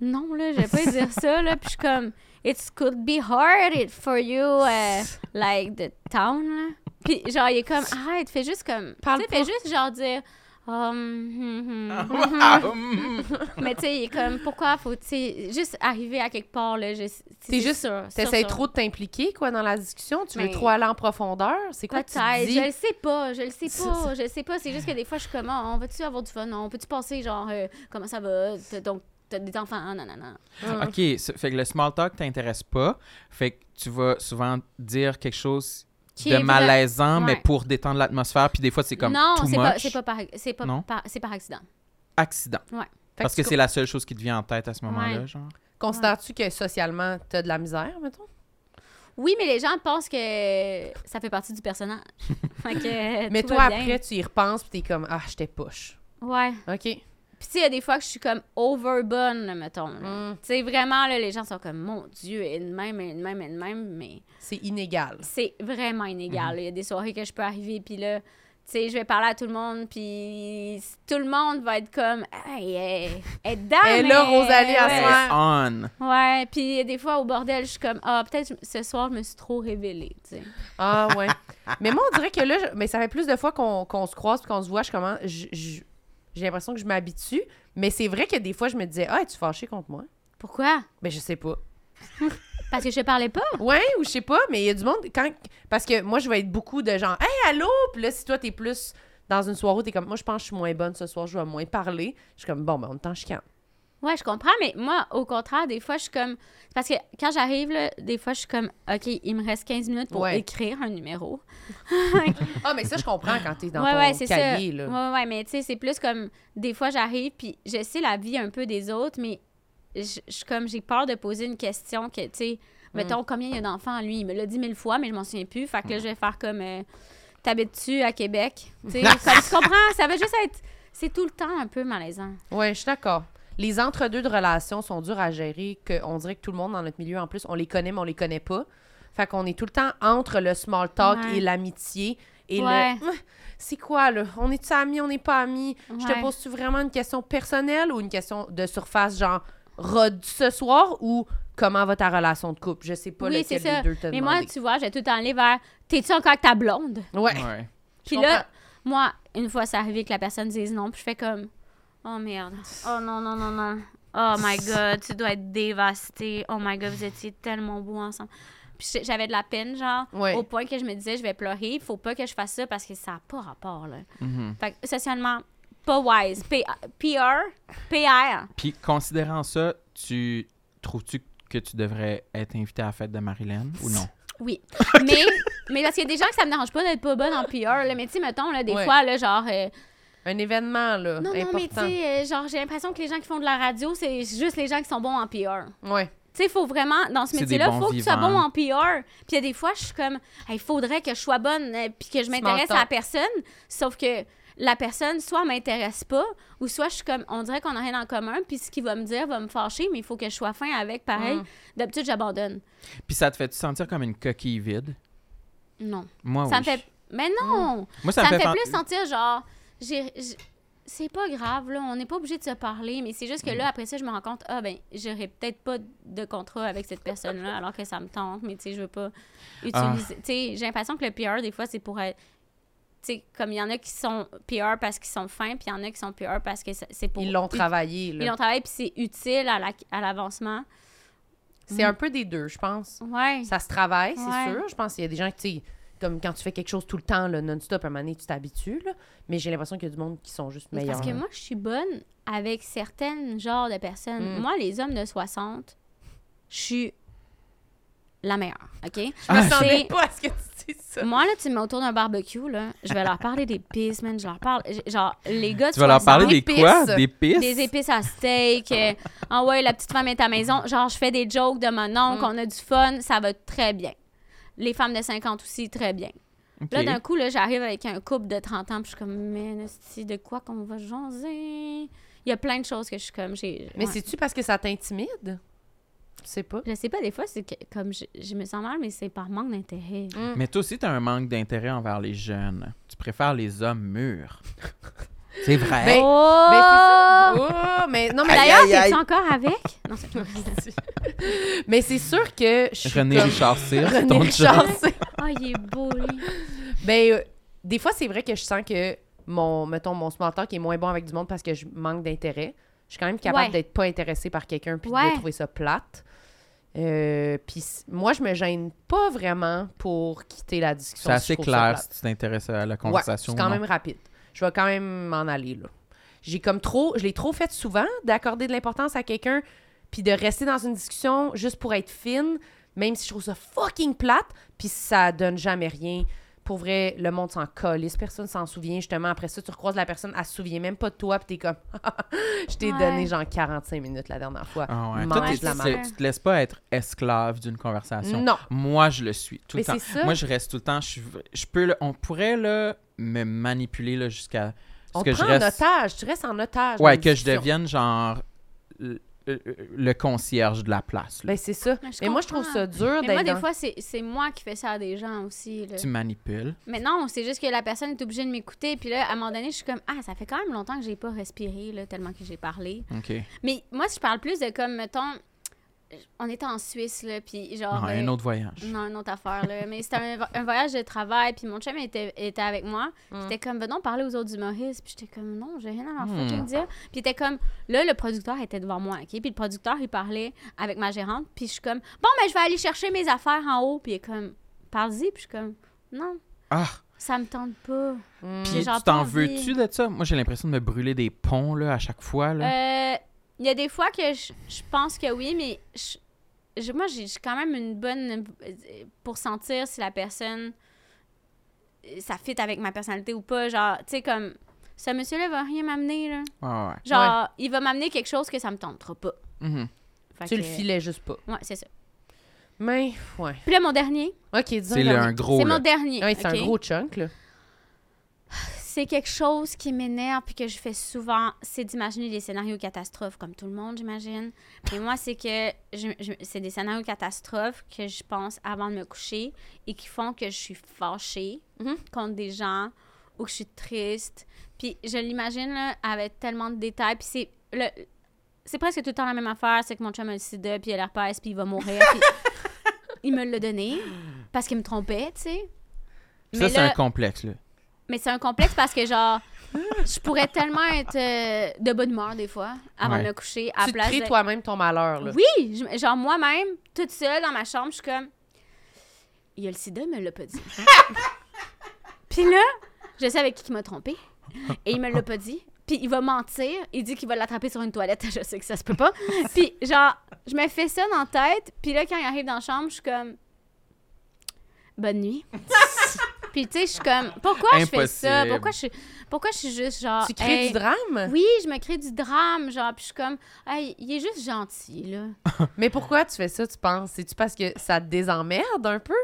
Speaker 4: non, là, je vais pas dire ça, là. Puis je suis comme, it could be hard it- for you, euh, like the town, là. Puis genre, il est comme, arrête, fais juste comme,
Speaker 1: Parle
Speaker 4: tu sais, fais juste genre dire, Um, hum, hum.
Speaker 2: Ah, hum.
Speaker 4: Mais tu sais, il est comme, pourquoi faut, tu sais, juste arriver à quelque part, là. je-
Speaker 1: C'est juste-
Speaker 4: sûr, sûr,
Speaker 1: T'essayes
Speaker 4: sûr.
Speaker 1: trop de t'impliquer, quoi, dans la discussion? Tu veux
Speaker 4: Mais-
Speaker 1: trop aller en profondeur? C'est quoi que tu
Speaker 4: Peut-être,
Speaker 1: dis?
Speaker 4: je le sais pas, je le sais
Speaker 1: C'est
Speaker 4: pas, je le sais pas. C'est juste que des fois, je suis comme, Ah, on va-tu avoir du fun? On peut-tu passer, genre, euh, comment ça va? T'as- Donc, t'as des enfants? Ah, Non, non, non.
Speaker 1: Ah.
Speaker 2: OK, ce- fait que le small talk t'intéresse pas. Fait que tu vas souvent dire quelque chose
Speaker 4: Qui
Speaker 2: de
Speaker 4: est vrai-
Speaker 2: malaisant, mais
Speaker 4: Ouais.
Speaker 2: pour détendre l'atmosphère. Puis des fois, c'est comme
Speaker 4: non,
Speaker 2: too
Speaker 4: c'est pas,
Speaker 2: much.
Speaker 4: c'est pas par, c'est pas
Speaker 2: Non?
Speaker 4: par- c'est par accident.
Speaker 2: Accident.
Speaker 1: Fait
Speaker 2: Parce que
Speaker 1: tu
Speaker 2: c'est la seule chose qui te vient en tête à ce moment-là,
Speaker 4: Ouais.
Speaker 2: genre.
Speaker 1: Considères-tu que socialement, t'as de la misère, mettons?
Speaker 4: Oui, mais les gens pensent que ça fait partie du personnage. Fait que, euh,
Speaker 1: Mais
Speaker 4: tout
Speaker 1: toi,
Speaker 4: va bien.
Speaker 1: après, tu y repenses, puis t'es comme, ah, j'étais push.
Speaker 4: Ouais.
Speaker 1: OK.
Speaker 4: Puis, tu sais, il y a des fois que je suis comme over bonne, là, mettons. là.
Speaker 1: Mm.
Speaker 4: Tu sais, vraiment, là, les gens sont comme, mon Dieu, et de même, et de même, et de même, mais.
Speaker 1: C'est inégal.
Speaker 4: c'est vraiment inégal.
Speaker 1: Mhm.
Speaker 4: là. Il y a des soirées que je peux arriver, puis là, tu sais, je vais parler à tout le monde, puis tout le monde va être comme, hey, hey, hey, dedans,
Speaker 1: Elle est
Speaker 4: mais-
Speaker 1: là, Rosalie, à
Speaker 4: ouais.
Speaker 1: soir.
Speaker 2: On.
Speaker 4: Ouais, puis des fois, au bordel, je suis comme, ah, peut-être je- ce soir, je me suis trop révélée, tu sais.
Speaker 1: Ah, ouais. mais moi, on dirait que là, je- mais ça fait plus de fois qu'on qu'on se croise, puis qu'on se voit, je commence. je- je- J'ai l'impression que je m'habitue. Mais c'est vrai que des fois, je me disais, ah, es-tu fâchée contre moi?
Speaker 4: Pourquoi?
Speaker 1: Mais je sais pas.
Speaker 4: Parce que je parlais pas?
Speaker 1: Ouais, ou je sais pas, mais il y a du monde quand parce que moi je vais être beaucoup de genre "Hey, allô?" Puis là si toi t'es plus dans une soirée où t'es comme moi je pense que je suis moins bonne ce soir, je vais moins parler. Je suis comme bon, ben on t'en chicane.
Speaker 4: Ouais, je comprends, mais moi, au contraire, des fois, je suis comme. Parce que quand j'arrive, là, des fois, je suis comme, OK, il me reste 15 minutes pour
Speaker 1: Ouais.
Speaker 4: écrire un numéro.
Speaker 1: Ah mais ça je comprends quand t'es dans
Speaker 4: ouais,
Speaker 1: ton
Speaker 4: ouais, c'est
Speaker 1: cahier
Speaker 4: ça.
Speaker 1: là.
Speaker 4: Ouais, ouais, mais tu sais, c'est plus comme des fois j'arrive puis je sais la vie un peu des autres, mais je je suis comme j'ai peur de poser une question que tu sais,
Speaker 1: Mm.
Speaker 4: mettons combien il y a d'enfants lui, il me l'a dit mille fois mais je m'en souviens plus, fait que là je vais faire comme euh, t'habites-tu à Québec, tu sais, comme tu comprends, ça va juste être c'est tout le temps un peu malaisant.
Speaker 1: Ouais, je suis d'accord. Les entre-deux de relations sont durs à gérer que on dirait que tout le monde dans notre milieu en plus, on les connaît mais on les connaît pas. Fait qu'on est tout le temps entre le small talk
Speaker 4: Ouais.
Speaker 1: et l'amitié et
Speaker 4: Ouais.
Speaker 1: le Hum, c'est quoi là On est amis, on n'est pas amis Je te
Speaker 4: Ouais.
Speaker 1: pose-tu vraiment une question personnelle ou une question de surface, genre rod ce soir ou comment va ta relation de couple? Je sais pas
Speaker 4: Oui,
Speaker 1: lequel
Speaker 4: c'est ça.
Speaker 1: des deux te
Speaker 4: Mais moi,
Speaker 1: demander.
Speaker 4: tu vois, j'ai tout le temps aller vers t'es-tu encore avec ta blonde
Speaker 1: Ouais.
Speaker 2: Ouais.
Speaker 4: Puis
Speaker 1: Je
Speaker 4: là, moi, une fois ça arrivé que la personne dise non, puis je fais comme Oh merde. Oh non, non, non, non. Oh my god, tu dois être dévastée. Oh my god, vous étiez tellement beaux ensemble. Puis j'ai- j'avais de la peine, genre,
Speaker 1: Ouais.
Speaker 4: au point que je me disais, je vais pleurer, il faut pas que je fasse ça parce que ça n'a pas rapport, là. Fait que socialement, pas wise. P- PR, PR.
Speaker 2: Puis considérant ça, tu trouves-tu que tu devrais être invité à la fête de Marilyn ou non?
Speaker 4: Oui. Mais, mais parce qu'il y a des gens que ça me dérange pas d'être pas bonne en PR, là. Mais tu sais, mettons, là, des
Speaker 1: Ouais.
Speaker 4: fois, là, genre, euh,
Speaker 1: Un événement, là,
Speaker 4: Non, non, mais tu
Speaker 1: important.
Speaker 4: sais, euh, genre, j'ai l'impression que les gens qui font de la radio, c'est juste les gens qui sont bons en PR.
Speaker 1: ouais.
Speaker 4: Tu sais, il faut vraiment, dans ce
Speaker 2: C'est des
Speaker 4: métier-là,
Speaker 2: bons
Speaker 4: faut que tu sois
Speaker 2: vivants.
Speaker 4: bon en PR. Puis il y a des fois, je suis comme, il faudrait que je sois bonne euh, puis que je m'intéresse à la
Speaker 1: talk.
Speaker 4: personne. Sauf que la personne, soit m'intéresse pas, ou soit je suis comme, on dirait qu'on n'a rien en commun, puis ce qu'il va me dire va me fâcher, mais il faut que je sois fin avec, pareil.
Speaker 2: Mm.
Speaker 4: D'habitude, j'abandonne.
Speaker 2: Puis ça te fait-tu sentir comme une coquille vide?
Speaker 4: Non.
Speaker 2: Moi,
Speaker 4: ça
Speaker 2: Ah oui.
Speaker 4: me fait. Mais non!
Speaker 2: Moi,
Speaker 4: Ça,
Speaker 2: ça,
Speaker 4: me fait,
Speaker 2: fan-
Speaker 4: plus sentir genre. j'ai- j'- C'est pas grave, là. On n'est pas obligé de se parler, mais c'est juste que là, après ça, je me rends compte, ah, ben, j'aurais peut-être pas de contrat avec cette personne-là, alors que ça me tente, mais tu sais, je veux pas
Speaker 2: Ah.
Speaker 4: utiliser. Tu sais, j'ai l'impression que le PR, des fois, c'est pour être. Tu sais, comme il y en a qui sont PR parce qu'ils sont fins, puis il y en a qui sont PR parce que ça- c'est pour.
Speaker 1: Ils l'ont
Speaker 4: ut-
Speaker 1: travaillé.
Speaker 4: Ils
Speaker 1: là.
Speaker 4: l'ont travaillé, puis c'est utile à la- à l'avancement.
Speaker 1: C'est
Speaker 4: Mhm.
Speaker 1: un peu des deux, je pense.
Speaker 4: ouais.
Speaker 1: Ça se travaille, c'est
Speaker 4: Ouais.
Speaker 1: sûr. Je pense qu'il y a des gens qui, tu sais, comme quand tu fais quelque chose tout le temps, là, non-stop, à un moment donné, tu t'habitues. là. Mais j'ai l'impression qu'il y a du monde qui sont juste
Speaker 4: Mais
Speaker 1: meilleurs.
Speaker 4: Parce que moi, je suis bonne avec certaines genres de personnes.
Speaker 1: Mm.
Speaker 4: Moi, les hommes de 60, je suis la meilleure, OK?
Speaker 2: Ah,
Speaker 1: je me
Speaker 4: C'est-
Speaker 1: sentais pas à ce que tu dis ça.
Speaker 4: Moi, là, tu me mets autour d'un barbecue, là, je vais leur parler des pistes, man. Je leur parle... j- Genre, les gars... de
Speaker 2: Tu vas leur
Speaker 4: 60,
Speaker 2: parler des
Speaker 1: épices.
Speaker 2: quoi? Des pistes?
Speaker 4: Des épices à steak. euh, ah ouais, la petite femme est à la maison. Genre, je fais des jokes de mon oncle,
Speaker 1: Mm.
Speaker 4: on a du fun, ça va très bien. Les femmes de 50 aussi, très bien.
Speaker 2: Ok.
Speaker 4: Là, d'un coup, là, j'arrive avec un couple de 30 ans, puis je suis comme, mais c'est de quoi qu'on va jaser? Il y a plein de choses que je suis comme, j'ai.
Speaker 1: Mais
Speaker 4: ouais.
Speaker 1: c'est-tu parce que ça t'intimide? Je sais pas.
Speaker 4: Je sais pas, des fois, c'est que, comme, je, je me sens mal, mais c'est par manque d'intérêt.
Speaker 2: Mais toi aussi, t'as un manque d'intérêt envers les jeunes. Tu préfères les hommes mûrs. C'est vrai.
Speaker 1: Ben,
Speaker 4: oh!
Speaker 1: Ben, c'est ça. Oh, mais non, mais
Speaker 2: Aïe,
Speaker 1: d'ailleurs,
Speaker 2: aïe, aïe.
Speaker 4: T'es-tu encore avec? Non, c'est pas vrai.
Speaker 1: mais c'est sûr que je suis
Speaker 2: René
Speaker 1: comme-
Speaker 2: Richard Cyr,
Speaker 1: René
Speaker 2: ton
Speaker 1: Richard
Speaker 2: chum.
Speaker 1: Cyr.
Speaker 4: Ah, il est beau, lui.
Speaker 1: Ben, euh, des fois, c'est vrai que je sens que mon, mettons, mon small talk est moins bon avec du monde parce que je manque d'intérêt. Je suis quand même capable
Speaker 4: Ouais.
Speaker 1: d'être pas intéressée par quelqu'un puis
Speaker 4: Ouais.
Speaker 1: de trouver ça plate. Euh, puis c- moi, je me gêne pas vraiment pour quitter la discussion.
Speaker 2: C'est
Speaker 1: si je
Speaker 2: assez
Speaker 1: trouve ça
Speaker 2: clair
Speaker 1: plate.
Speaker 2: si tu t'intéresses à la
Speaker 1: Ouais, c'est
Speaker 2: conversation. ou
Speaker 1: quand
Speaker 2: non.
Speaker 1: même rapide. Je vais quand même m'en aller, là. J'ai comme trop... Je l'ai trop fait souvent, d'accorder de l'importance à quelqu'un puis de rester dans une discussion juste pour être fine, même si je trouve ça fucking plate, puis ça donne jamais rien. Pour vrai, le monde s'en colisse, personne s'en souvient, justement. Après ça, tu recroises la personne, elle se souvient même pas de toi, puis t'es comme... je t'ai
Speaker 4: Ouais.
Speaker 1: donné, genre, 45 minutes la dernière fois.
Speaker 2: Ah ouais. Toi,
Speaker 1: Mange
Speaker 2: t'es-
Speaker 1: de la
Speaker 2: tu-
Speaker 1: merde.
Speaker 2: tu te laisses pas être esclave d'une conversation.
Speaker 1: Non.
Speaker 2: Moi, je le suis tout
Speaker 1: Mais
Speaker 2: le temps.
Speaker 1: c'est ça.
Speaker 2: Moi, je reste tout le temps. Je, suis- je peux, là, on pourrait là, me manipuler là, jusqu'à
Speaker 1: On
Speaker 2: ce
Speaker 1: te
Speaker 2: que je
Speaker 1: prend
Speaker 2: reste.
Speaker 1: en otage, tu restes en otage. dans
Speaker 2: ouais,
Speaker 1: une
Speaker 2: que je
Speaker 1: discussion.
Speaker 2: devienne genre le, le concierge de la place. là.
Speaker 1: Ben, c'est ça.
Speaker 4: Mais je
Speaker 1: Mais moi, je trouve
Speaker 4: comprends.
Speaker 1: ça dur
Speaker 4: Mais moi,
Speaker 1: d'être
Speaker 4: des
Speaker 1: dans...
Speaker 4: fois, c'est c'est moi qui fais ça à des gens aussi. Là.
Speaker 2: Tu manipules.
Speaker 4: Mais non, c'est juste que la personne est obligée de m'écouter. Puis là, à un moment donné, je suis comme, ah, ça fait quand même longtemps que j'ai pas respiré, là, tellement que j'ai parlé.
Speaker 2: Ok.
Speaker 4: Mais moi, je parle plus de comme, mettons, on était en Suisse, là, puis genre.
Speaker 2: Non,
Speaker 4: euh,
Speaker 2: un autre voyage.
Speaker 4: Non, une autre affaire, là. Mais c'était un, vo- un voyage de travail, puis mon chum était, était avec moi. Puis
Speaker 1: Mm.
Speaker 4: était comme, venons parler aux autres humoristes. Puis j'étais comme, non, j'ai rien à leur
Speaker 2: Mm.
Speaker 4: foutre, je veux dire. Puis il était comme, là, le producteur était devant moi, OK? Puis le producteur, il parlait avec ma gérante. Puis je suis comme, bon, ben, je vais aller chercher mes affaires en haut. Puis il est comme, parle-y. Puis je suis comme, non,
Speaker 2: Ah!
Speaker 4: ça me tente pas.
Speaker 1: Mm.
Speaker 2: Puis
Speaker 4: genre
Speaker 2: tu t'en
Speaker 4: pas
Speaker 2: veux-tu de ça? Moi, j'ai l'impression de me brûler des ponts là, à chaque fois. Là.
Speaker 4: Euh, Il y a des fois que je, je pense que oui, mais je- je- moi, j'ai j'ai quand même une bonne. euh, pour sentir si la personne. euh, ça fit avec ma personnalité ou pas. Genre, tu sais, comme. Ce monsieur-là va rien m'amener, là.
Speaker 2: Ouais, ouais.
Speaker 4: Genre, il va m'amener quelque chose que ça me tentera pas.
Speaker 2: Mhm.
Speaker 4: Fait
Speaker 1: Tu le
Speaker 4: que-
Speaker 1: filais juste pas.
Speaker 4: Ouais, c'est ça.
Speaker 1: Mais, ouais.
Speaker 4: Puis là, mon dernier.
Speaker 1: OK, disons.
Speaker 2: C'est le-
Speaker 1: dernier.
Speaker 2: un gros.
Speaker 4: c'est mon
Speaker 2: là.
Speaker 4: dernier.
Speaker 1: Ouais, Ah c'est
Speaker 4: ok?
Speaker 1: un gros chunk, là.
Speaker 4: C'est quelque chose qui m'énerve puis que je fais souvent, c'est d'imaginer des scénarios catastrophes, comme tout le monde, j'imagine. Mais moi, c'est que je- je- c'est des scénarios catastrophes que je pense avant de me coucher et qui font que je suis fâchée
Speaker 1: Mhm.
Speaker 4: contre des gens ou que je suis triste. Puis je l'imagine là, avec tellement de détails. Puis c'est le- c'est presque tout le temps la même affaire, c'est que mon chum a le sida, puis il a l'herpès, puis il va mourir. puis il me l'a donné parce qu'il me trompait, tu sais.
Speaker 2: Ça,
Speaker 4: Mais
Speaker 2: c'est
Speaker 4: là-
Speaker 2: un complexe. Là.
Speaker 4: mais c'est un complexe parce que, genre, je pourrais tellement être euh, de bonne humeur des fois avant
Speaker 2: Ouais.
Speaker 4: de me coucher à
Speaker 1: tu te
Speaker 4: place
Speaker 1: crées
Speaker 4: de-
Speaker 1: toi-même ton malheur, là.
Speaker 4: Oui, je- genre moi-même, toute seule dans ma chambre, je suis comme. Il y a le sida, mais il l'a pas dit. Puis là, je sais avec qui il m'a trompé et il me l'a pas dit. Puis il va mentir, il dit qu'il va l'attraper sur une toilette, je sais que ça se peut pas. Puis genre, je me fais ça dans la tête, puis là, quand il arrive dans la chambre, je suis comme. Bonne nuit. puis tu sais, je suis comme. Pourquoi je fais ça?
Speaker 2: Impossible.
Speaker 4: Pourquoi je, suis- pourquoi je suis juste genre.
Speaker 1: Tu crées
Speaker 4: Ah, hey,
Speaker 1: du drame?
Speaker 4: oui, je me crée du drame, genre, puis je suis comme, hey, il est juste gentil, là.
Speaker 1: Mais pourquoi tu fais ça, tu penses? C'est-tu parce que ça te désemmerde un peu?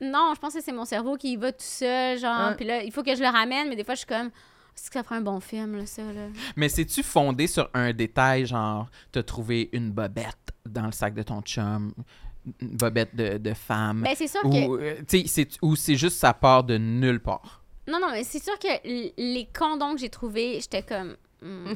Speaker 4: Non, je pense que c'est mon cerveau qui y va tout seul, genre,
Speaker 1: Ouais.
Speaker 4: puis là, il faut que je le ramène, mais des fois, je suis comme, est-ce que ça ferait un bon film, là, ça, là?
Speaker 2: Mais c'est-tu fondé sur un détail, genre, t'as trouvé une bobette dans le sac de ton chum? bobette de, de femme.
Speaker 4: Ben, c'est sûr que.
Speaker 2: ou euh, tu sais, c'est- ou c'est juste ça part de nulle part.
Speaker 4: Non, non, mais c'est sûr que l- les condoms que j'ai trouvés, j'étais comme. hmm.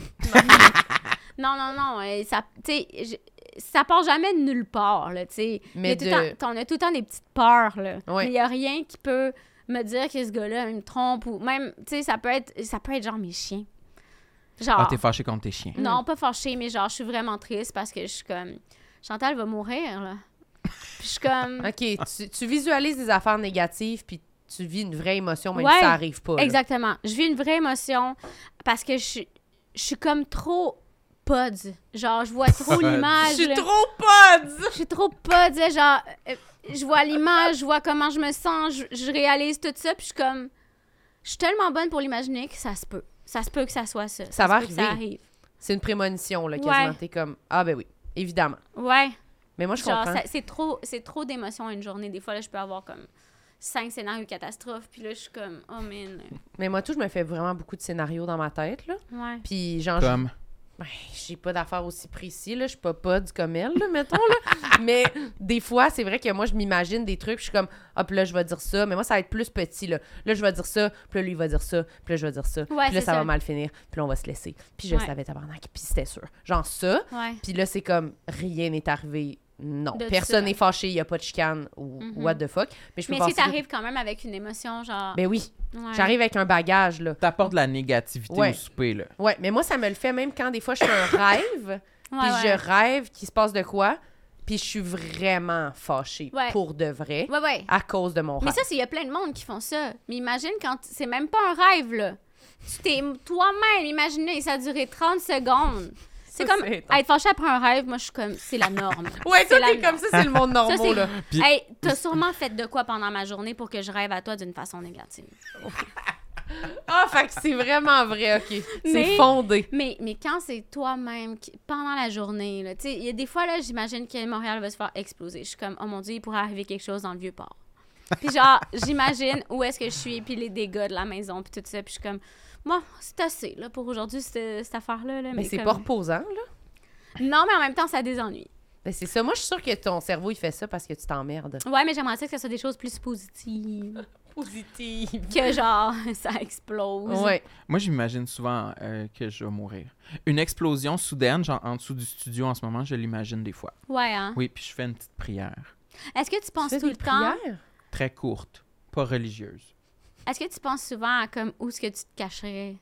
Speaker 4: non, non, non. euh, Ça, tu sais, je- ça part jamais de nulle part, là, tu sais.
Speaker 1: Mais
Speaker 4: Il y a tout le
Speaker 1: de-
Speaker 4: temps- On a tout le temps des petites peurs, là.
Speaker 1: Ouais.
Speaker 4: Mais il n'y a rien qui peut me dire que ce gars-là il me trompe ou même, tu sais, ça peut être, ça peut être genre mes chiens. Genre.
Speaker 2: Ah, t'es fâché contre tes chiens.
Speaker 1: Hmm.
Speaker 4: Non, pas fâchée, mais genre, je suis vraiment triste parce que je suis comme. Chantal va mourir, là. Puis je suis comme.
Speaker 1: OK, tu, tu visualises des affaires négatives, puis tu vis une vraie émotion, même
Speaker 4: Ouais,
Speaker 1: si ça arrive pas. là.
Speaker 4: Exactement. Je vis une vraie émotion parce que je, suis- je suis comme trop pod. Genre, je vois trop
Speaker 2: Pod.
Speaker 4: l'image.
Speaker 1: Je suis
Speaker 4: là.
Speaker 1: trop pod!
Speaker 4: Je suis trop pod. là, Genre, euh, je vois l'image, je vois comment je me sens, je, je réalise tout ça, puis je suis comme... Je suis tellement bonne pour l'imaginer que ça se peut. Ça se peut que ça soit ça. Ça,
Speaker 1: va
Speaker 4: se peut que Ça
Speaker 1: arriver.
Speaker 4: arrive.
Speaker 1: C'est une prémonition, là, quasiment.
Speaker 4: Ouais.
Speaker 1: T'es comme, ah ben oui, évidemment.
Speaker 4: Ouais.
Speaker 1: Mais moi, je
Speaker 4: Genre,
Speaker 1: comprends.
Speaker 4: ça- c'est trop, c'est trop d'émotions à une journée. Des fois, là, je peux avoir comme cinq scénarios catastrophes, puis là, je suis comme... Oh, man.
Speaker 1: Mais moi, tout, je me fais vraiment beaucoup de scénarios dans ma tête, là.
Speaker 4: Ouais.
Speaker 1: Puis, genre, je-
Speaker 2: Comme.
Speaker 1: ben, j'ai pas d'affaires aussi précis, là. Je suis pas pod comme elle, là, mettons, là. Mais des fois, c'est vrai que moi, je m'imagine des trucs, puis je suis comme, hop, là, je vais dire ça. Mais moi, ça va être plus petit, là. Là, je vais dire ça, puis là, lui, il va dire ça, puis là, je vais dire ça.
Speaker 4: Ouais,
Speaker 1: puis là,
Speaker 4: c'est
Speaker 1: ça
Speaker 4: ça.
Speaker 1: va mal finir, puis là, on va se laisser. Puis je
Speaker 4: Ouais.
Speaker 1: savais, tabarnak, puis c'était sûr. Genre ça.
Speaker 4: Ouais.
Speaker 1: Puis là, c'est comme rien n'est arrivé. Non.
Speaker 4: De tout ça.
Speaker 1: Personne n'est fâché, il n'y a pas de chicane ou
Speaker 4: Mhm.
Speaker 1: what the fuck. Mais je peux
Speaker 4: Mais
Speaker 1: passer
Speaker 4: si t'arrives quand même avec une émotion, genre...
Speaker 1: Ben oui,
Speaker 4: Ouais.
Speaker 1: j'arrive avec un bagage, là.
Speaker 2: T'apportes de la négativité
Speaker 1: Ouais.
Speaker 2: au souper, là.
Speaker 1: Ouais, mais moi, ça me le fait même quand des fois je fais un rêve,
Speaker 4: Ouais,
Speaker 1: puis
Speaker 4: ouais.
Speaker 1: je rêve qu'il se passe de quoi, puis je suis vraiment fâchée
Speaker 4: Ouais.
Speaker 1: pour de vrai
Speaker 4: Ouais, ouais.
Speaker 1: à cause de mon
Speaker 4: Mais
Speaker 1: rêve.
Speaker 4: ça, c'est- il y a plein de monde qui font ça. Mais imagine quand. t- C'est même pas un rêve, là. Tu t'es toi-même imaginé, ça a duré 30 secondes. C'est
Speaker 1: Ça,
Speaker 4: comme
Speaker 1: c'est Oh, étonnant.
Speaker 4: être fâché après un rêve, moi, je suis comme. C'est la norme.
Speaker 1: Ouais, toi,
Speaker 4: C'est la
Speaker 1: t'es comme
Speaker 4: norme.
Speaker 1: ça, c'est le monde
Speaker 4: Ça,
Speaker 1: normal,
Speaker 4: c'est.
Speaker 1: là.
Speaker 2: Puis-
Speaker 4: Hey, t'as sûrement fait de quoi pendant ma journée pour que je rêve à toi d'une façon négative.
Speaker 1: Ah, fait que c'est vraiment vrai, OK. C'est
Speaker 4: Mais-
Speaker 1: fondé.
Speaker 4: Mais, mais quand c'est toi-même qui- pendant la journée, là, tu sais, il y a des fois, là, j'imagine que Montréal va se faire exploser. Je suis comme, oh mon Dieu, il pourrait arriver quelque chose dans le vieux port. Puis genre, j'imagine où est-ce que je suis, puis les dégâts de la maison, puis tout ça. Puis je suis comme, moi, c'est assez, là, pour aujourd'hui, cette, cette affaire-là. Là,
Speaker 1: Mais c'est
Speaker 4: comme-
Speaker 1: pas reposant, là.
Speaker 4: Non, mais en même temps, ça désennuie.
Speaker 1: Ben c'est ça. Moi, je suis sûre que ton cerveau, il fait ça parce que tu t'emmerdes.
Speaker 4: Ouais, mais j'aimerais ça que ce soit des choses plus positives.
Speaker 1: Positive.
Speaker 4: Que genre, ça explose.
Speaker 1: Ouais.
Speaker 2: Moi, j'imagine souvent euh, que je vais mourir. Une explosion soudaine, genre en dessous du studio en ce moment, je l'imagine des fois.
Speaker 4: Ouais, hein.
Speaker 2: Oui, puis je fais une petite prière.
Speaker 4: Est-ce que tu penses
Speaker 1: fais
Speaker 4: tout
Speaker 1: des
Speaker 4: le temps.
Speaker 1: prières?
Speaker 2: Très courte, pas religieuse.
Speaker 4: Est-ce que tu penses souvent à comme où est-ce que tu te cacherais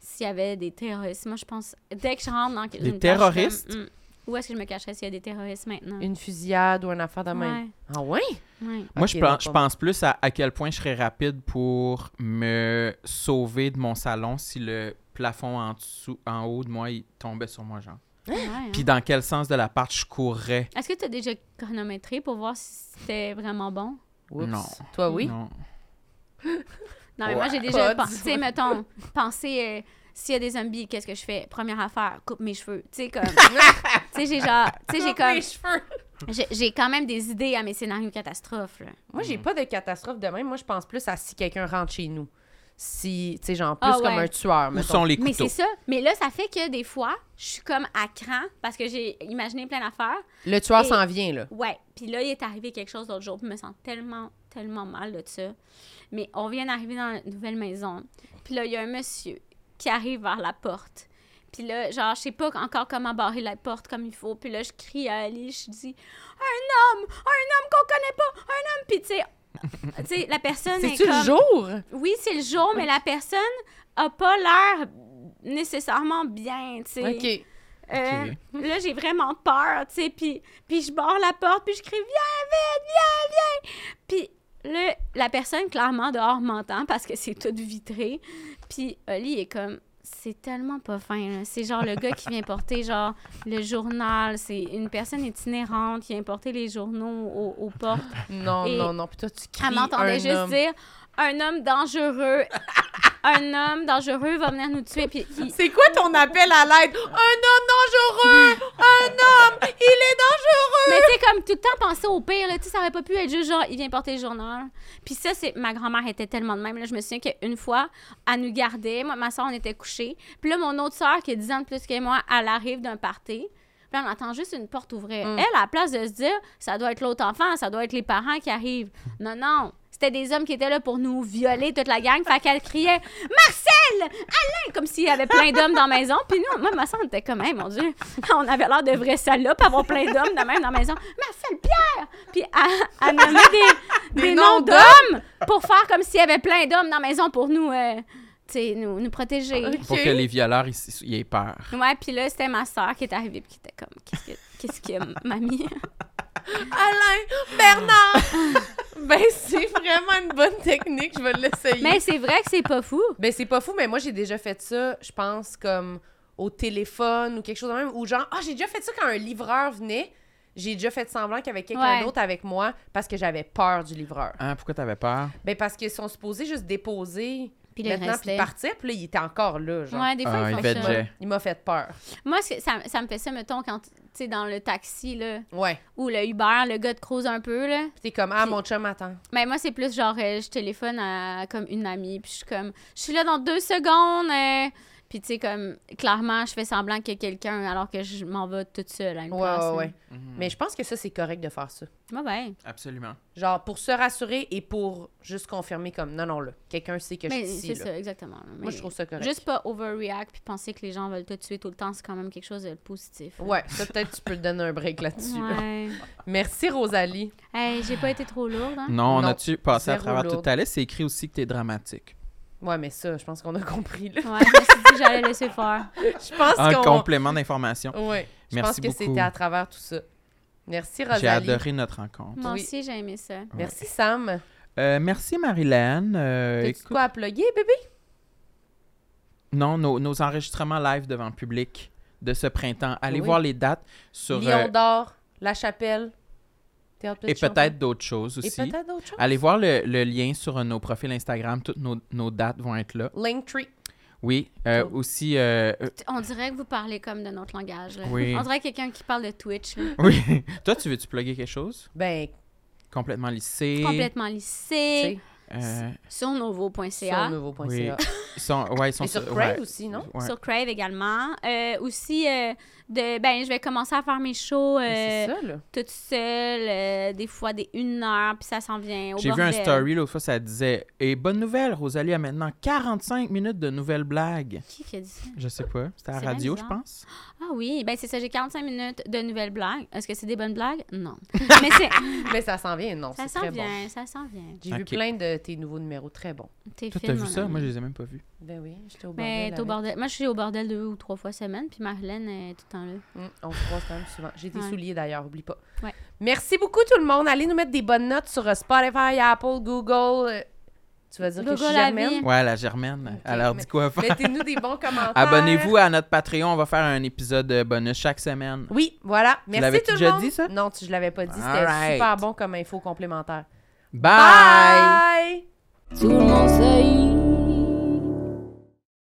Speaker 4: s'il y avait des terroristes? Moi, je pense, dès que je rentre dans
Speaker 2: Des
Speaker 4: une tâche, je suis
Speaker 2: terroristes?
Speaker 4: comme, Hmm, où est-ce que je me cacherais s'il y a des terroristes maintenant?
Speaker 1: Une fusillade ou une affaire de même.
Speaker 4: Ouais,
Speaker 1: Ah ouais?
Speaker 4: ouais.
Speaker 2: Moi,
Speaker 1: Ok,
Speaker 2: je
Speaker 1: non,
Speaker 2: pense,
Speaker 1: pas
Speaker 2: je
Speaker 1: moi.
Speaker 2: pense plus à, à quel point je serais rapide pour me sauver de mon salon si le plafond en dessous, en haut de moi, il tombait sur moi, genre.
Speaker 4: Ouais, hein.
Speaker 2: Puis dans quel sens de la part je courrais.
Speaker 4: Est-ce que tu as déjà chronométré pour voir si c'était vraiment bon?
Speaker 1: Oups.
Speaker 2: Non.
Speaker 1: Toi, oui? Ah,
Speaker 2: Non.
Speaker 4: Non, mais moi,
Speaker 2: Ouais.
Speaker 4: j'ai déjà
Speaker 1: Pas
Speaker 4: pensé, tu sais, mettons, penser euh, s'il y a des zombies, qu'est-ce que je fais? Première affaire, coupe mes cheveux. Tu sais, comme. tu sais, j'ai genre. Tu sais, j'ai comme.
Speaker 1: cheveux.
Speaker 4: j'ai- J'ai quand même des idées à mes scénarios catastrophes, là.
Speaker 1: Moi, j'ai pas de catastrophe de même. Moi, je pense plus à si quelqu'un rentre chez nous. Si, tu sais, genre, plus
Speaker 4: Ah
Speaker 1: comme
Speaker 4: ouais.
Speaker 1: un tueur.
Speaker 2: Où
Speaker 1: mettons.
Speaker 2: sont les
Speaker 4: Mais
Speaker 2: couteaux?
Speaker 4: c'est ça. Mais là, ça fait que des fois, je suis comme à cran parce que j'ai imaginé plein d'affaires.
Speaker 1: Le tueur
Speaker 4: Et-
Speaker 1: s'en vient, là.
Speaker 4: Ouais. Puis là, il est arrivé quelque chose l'autre jour. Puis je me sens tellement, tellement mal de ça. Mais on vient d'arriver dans la nouvelle maison. Puis là, il y a un monsieur qui arrive vers la porte. Puis là, genre, je sais pas encore comment barrer la porte comme il faut. Puis là, je crie à Ali, je dis Un homme Un homme qu'on connaît pas Un homme Puis tu sais, tu sais, la personne. est
Speaker 1: C'est-tu le
Speaker 4: comme-
Speaker 1: jour?
Speaker 4: oui, c'est le jour, mais la personne a pas l'air nécessairement bien, tu sais.
Speaker 1: OK.
Speaker 4: Euh,
Speaker 2: Ok.
Speaker 4: Là, j'ai vraiment peur, tu sais, puis, puis je barre la porte, puis je crie « Viens vite, viens, viens! » Puis là, la personne, clairement, dehors m'entend parce que c'est tout vitré. Puis Oli est comme « C'est tellement pas fin, là. C'est genre le gars qui vient porter, genre, le journal. C'est une personne itinérante qui vient porter les journaux aux, aux portes.
Speaker 1: Non,
Speaker 4: Et-
Speaker 1: non, non. Puis toi, tu cries
Speaker 4: Elle m'entendait
Speaker 1: un
Speaker 4: juste
Speaker 1: homme.
Speaker 4: dire un homme dangereux. un homme dangereux va venir nous tuer. Puis il-
Speaker 1: C'est quoi ton appel à l'aide? Un homme dangereux! Un homme! Il est dangereux!
Speaker 4: Mais tu sais, comme tout le temps penser au pire, là, tu sais, ça aurait pas pu être juste genre, il vient porter le journal. Puis ça, c'est ma grand-mère était tellement de même. Là, je me souviens qu'une fois, elle nous gardait. Moi, ma soeur, on était couchés. Puis là, mon autre soeur, qui a 10 ans de plus que moi, elle arrive d'un party. Puis Puis on entend juste une porte ouvrir. Elle, à la place de se dire, ça doit être l'autre enfant, ça doit être les parents qui arrivent. Non, non. C'était des hommes qui étaient là pour nous violer toute la gang. Fait qu'elle criait Marcel, Alain, comme s'il y avait plein d'hommes dans la maison. Puis nous, moi, ma soeur, on était comme, hey, mon Dieu, on avait l'air de vrais salopes, avoir plein d'hommes de même dans la maison. Marcel, Pierre. Puis elle, elle nommait des, des,
Speaker 1: Des
Speaker 4: noms
Speaker 1: noms
Speaker 4: d'hommes pour faire comme s'il y avait plein d'hommes dans la maison pour nous, euh, tu sais, nous, nous protéger.
Speaker 2: Pour que les violeurs, ils, ils aient peur.
Speaker 4: Ouais, puis là, c'était ma soeur qui est arrivée puis qui était comme Qu'est-ce que, qu'est-ce que mamie
Speaker 1: Alain, Bernard! ben, c'est vraiment une bonne technique, je vais l'essayer.
Speaker 4: Mais c'est vrai que c'est pas fou.
Speaker 1: Ben, c'est pas fou, mais moi, j'ai déjà fait ça, je pense, comme au téléphone ou quelque chose de même, ou genre, ah, j'ai déjà fait ça quand un livreur venait. J'ai déjà fait semblant qu'il y avait quelqu'un
Speaker 4: Ouais.
Speaker 1: d'autre avec moi parce que j'avais peur du livreur.
Speaker 2: Hein, pourquoi t'avais peur?
Speaker 1: Ben, parce qu'ils sont supposés juste déposer
Speaker 4: Puis le
Speaker 1: maintenant puis
Speaker 4: restait.
Speaker 1: partir, puis là, il était encore là, genre.
Speaker 4: Ouais, des fois,
Speaker 2: Ah,
Speaker 4: ils font
Speaker 2: il
Speaker 4: ça.
Speaker 2: vegeait.
Speaker 1: Il m'a fait peur.
Speaker 4: Moi, c'est- ça, ça me fait ça, mettons, quand tu sais, dans le taxi, là,
Speaker 1: Ouais.
Speaker 4: ou le Uber, le gars te croise un peu, là.
Speaker 1: Puis t'es comme, ah, mon chum attend.
Speaker 4: Mais moi, c'est plus genre, euh, je téléphone à comme une amie, puis je suis comme, je suis là dans deux secondes. euh. Puis, tu sais, comme, clairement, je fais semblant qu'il y a quelqu'un alors que je m'en vais toute seule à une
Speaker 1: Ouais,
Speaker 4: place.
Speaker 1: ouais,
Speaker 4: là.
Speaker 1: ouais. Mais je pense que ça, c'est correct de faire ça.
Speaker 4: Ouais, ouais.
Speaker 2: Absolument.
Speaker 1: Genre, pour se rassurer et pour juste confirmer comme, non, non, là, quelqu'un sait que
Speaker 4: Mais
Speaker 1: je suis
Speaker 4: c'est
Speaker 1: ici, là.
Speaker 4: ça, exactement. là.
Speaker 1: Moi, je
Speaker 4: Mais-
Speaker 1: trouve ça correct.
Speaker 4: Juste pas overreact puis penser que les gens veulent te tuer tout le temps, c'est quand même quelque chose de positif.
Speaker 1: Ouais, ça, peut-être, tu peux te donner un break là-dessus.
Speaker 4: Ouais.
Speaker 1: Merci, Rosalie.
Speaker 4: Hey, j'ai pas été trop lourde. Hein?
Speaker 2: Non, on
Speaker 1: Non.
Speaker 2: a-tu passé à
Speaker 1: Zéro
Speaker 2: travers
Speaker 1: lourde.
Speaker 2: toute ta liste? C'est écrit aussi que t'es dramatique.
Speaker 1: Ouais, mais ça, je pense qu'on a compris, là.
Speaker 4: Ouais, je me suis dit que j'allais laisser faire.
Speaker 1: Je pense
Speaker 2: Un
Speaker 1: qu'on...
Speaker 2: complément d'information.
Speaker 1: Ouais. Je pense
Speaker 2: Merci
Speaker 1: que
Speaker 2: beaucoup.
Speaker 1: c'était à travers tout ça. Merci, Rosalie.
Speaker 2: J'ai adoré notre rencontre.
Speaker 4: Moi
Speaker 1: Oui.
Speaker 4: aussi, j'ai aimé ça.
Speaker 1: Hmm. Merci, Sam.
Speaker 2: Euh, merci, Marilyn. Euh,
Speaker 1: T'as-tu
Speaker 2: écoute-
Speaker 1: quoi à plugger, bébé?
Speaker 2: non, nos, nos enregistrements live devant le public de ce printemps. Allez
Speaker 1: Oui.
Speaker 2: voir les dates sur
Speaker 1: Lion
Speaker 2: euh,
Speaker 1: d'or, La Chapelle, Théâtre
Speaker 2: et
Speaker 1: Petit Champlain.
Speaker 2: peut-être d'autres choses aussi.
Speaker 1: hein. Et peut-être d'autres choses.
Speaker 2: Allez voir le, le lien sur euh, nos profils Instagram. Toutes nos, nos dates vont être là.
Speaker 1: Linktree.
Speaker 2: Oui. euh,
Speaker 1: Cool.
Speaker 2: Aussi. euh, euh,
Speaker 4: T- On dirait que vous parlez comme de notre langage. là.
Speaker 2: Oui.
Speaker 4: On dirait quelqu'un qui parle de Twitch. là.
Speaker 2: oui. Toi, tu veux-tu plugger quelque chose?
Speaker 1: Ben,
Speaker 2: Complètement lissé.
Speaker 4: Complètement
Speaker 1: tu
Speaker 4: lissé.
Speaker 1: sais,
Speaker 2: euh,
Speaker 4: Sur
Speaker 1: sur
Speaker 4: nouveau.ca.
Speaker 1: nouveau.ca.
Speaker 2: oui. Ils sont, ouais, ils sont
Speaker 1: Et sur
Speaker 2: ouais.
Speaker 1: Crave aussi, non?
Speaker 2: Ouais.
Speaker 4: Sur Crave également. Euh, aussi, euh, de, ben, je vais commencer à faire mes shows
Speaker 1: Mais
Speaker 4: euh,
Speaker 1: Ben, C'est ça, là.
Speaker 4: toute seule, euh, des fois des une heure, puis ça s'en vient au
Speaker 2: J'ai vu un
Speaker 4: bordel.
Speaker 2: story l'autre fois, ça disait Et bonne nouvelle, Rosalie a maintenant 45 minutes de nouvelles blagues.
Speaker 4: Qui qui a dit ça?
Speaker 2: Je sais pas, c'était à
Speaker 4: C'est
Speaker 2: la radio, je
Speaker 4: bien
Speaker 2: pense.
Speaker 4: Ah oui, ben c'est ça, j'ai 45 minutes de nouvelles blagues. Est-ce que c'est des bonnes blagues? Non. Mais c'est,
Speaker 1: Mais ça s'en vient, non,
Speaker 4: ça
Speaker 1: c'est
Speaker 4: sent
Speaker 1: très bon.
Speaker 4: bien, ça sent bien.
Speaker 1: J'ai vu
Speaker 2: Ok.
Speaker 1: plein de tes nouveaux numéros, très bons.
Speaker 4: T'es
Speaker 2: Toi,
Speaker 4: films,
Speaker 2: t'as vu
Speaker 4: mon
Speaker 2: ça
Speaker 4: ami.
Speaker 2: Moi, je les ai même pas vus.
Speaker 1: Ben oui, j'étais au bordel.
Speaker 4: Mais t'es au
Speaker 1: avec.
Speaker 4: bordel. Moi, je suis au bordel deux ou trois fois semaine, puis Marlène est tout le temps là.
Speaker 1: Mm, on se croise quand même souvent. J'ai des
Speaker 4: Ouais.
Speaker 1: souliers d'ailleurs, oublie pas.
Speaker 4: Ouais.
Speaker 1: Merci beaucoup tout le monde. Allez nous mettre des bonnes notes sur euh, Spotify, Apple, Google. euh, Tu vas dire que je suis
Speaker 4: Google la
Speaker 1: germaine?
Speaker 4: vie.
Speaker 2: Ouais, la Germaine,
Speaker 1: Ok,
Speaker 2: elle leur
Speaker 1: mais-
Speaker 2: dit quoi faire.
Speaker 1: Mettez-nous des bons commentaires.
Speaker 2: Abonnez-vous à notre Patreon, on va faire un épisode euh, bonus chaque semaine.
Speaker 1: Oui, voilà. Merci
Speaker 2: l'avais-tu
Speaker 1: tout le
Speaker 2: déjà
Speaker 1: monde.
Speaker 2: dit, ça?
Speaker 1: Non, tu, je l'avais pas dit. C'était
Speaker 2: Alright.
Speaker 1: super bon comme info complémentaire.
Speaker 2: Bye!
Speaker 1: Bye!
Speaker 3: Tout le monde sait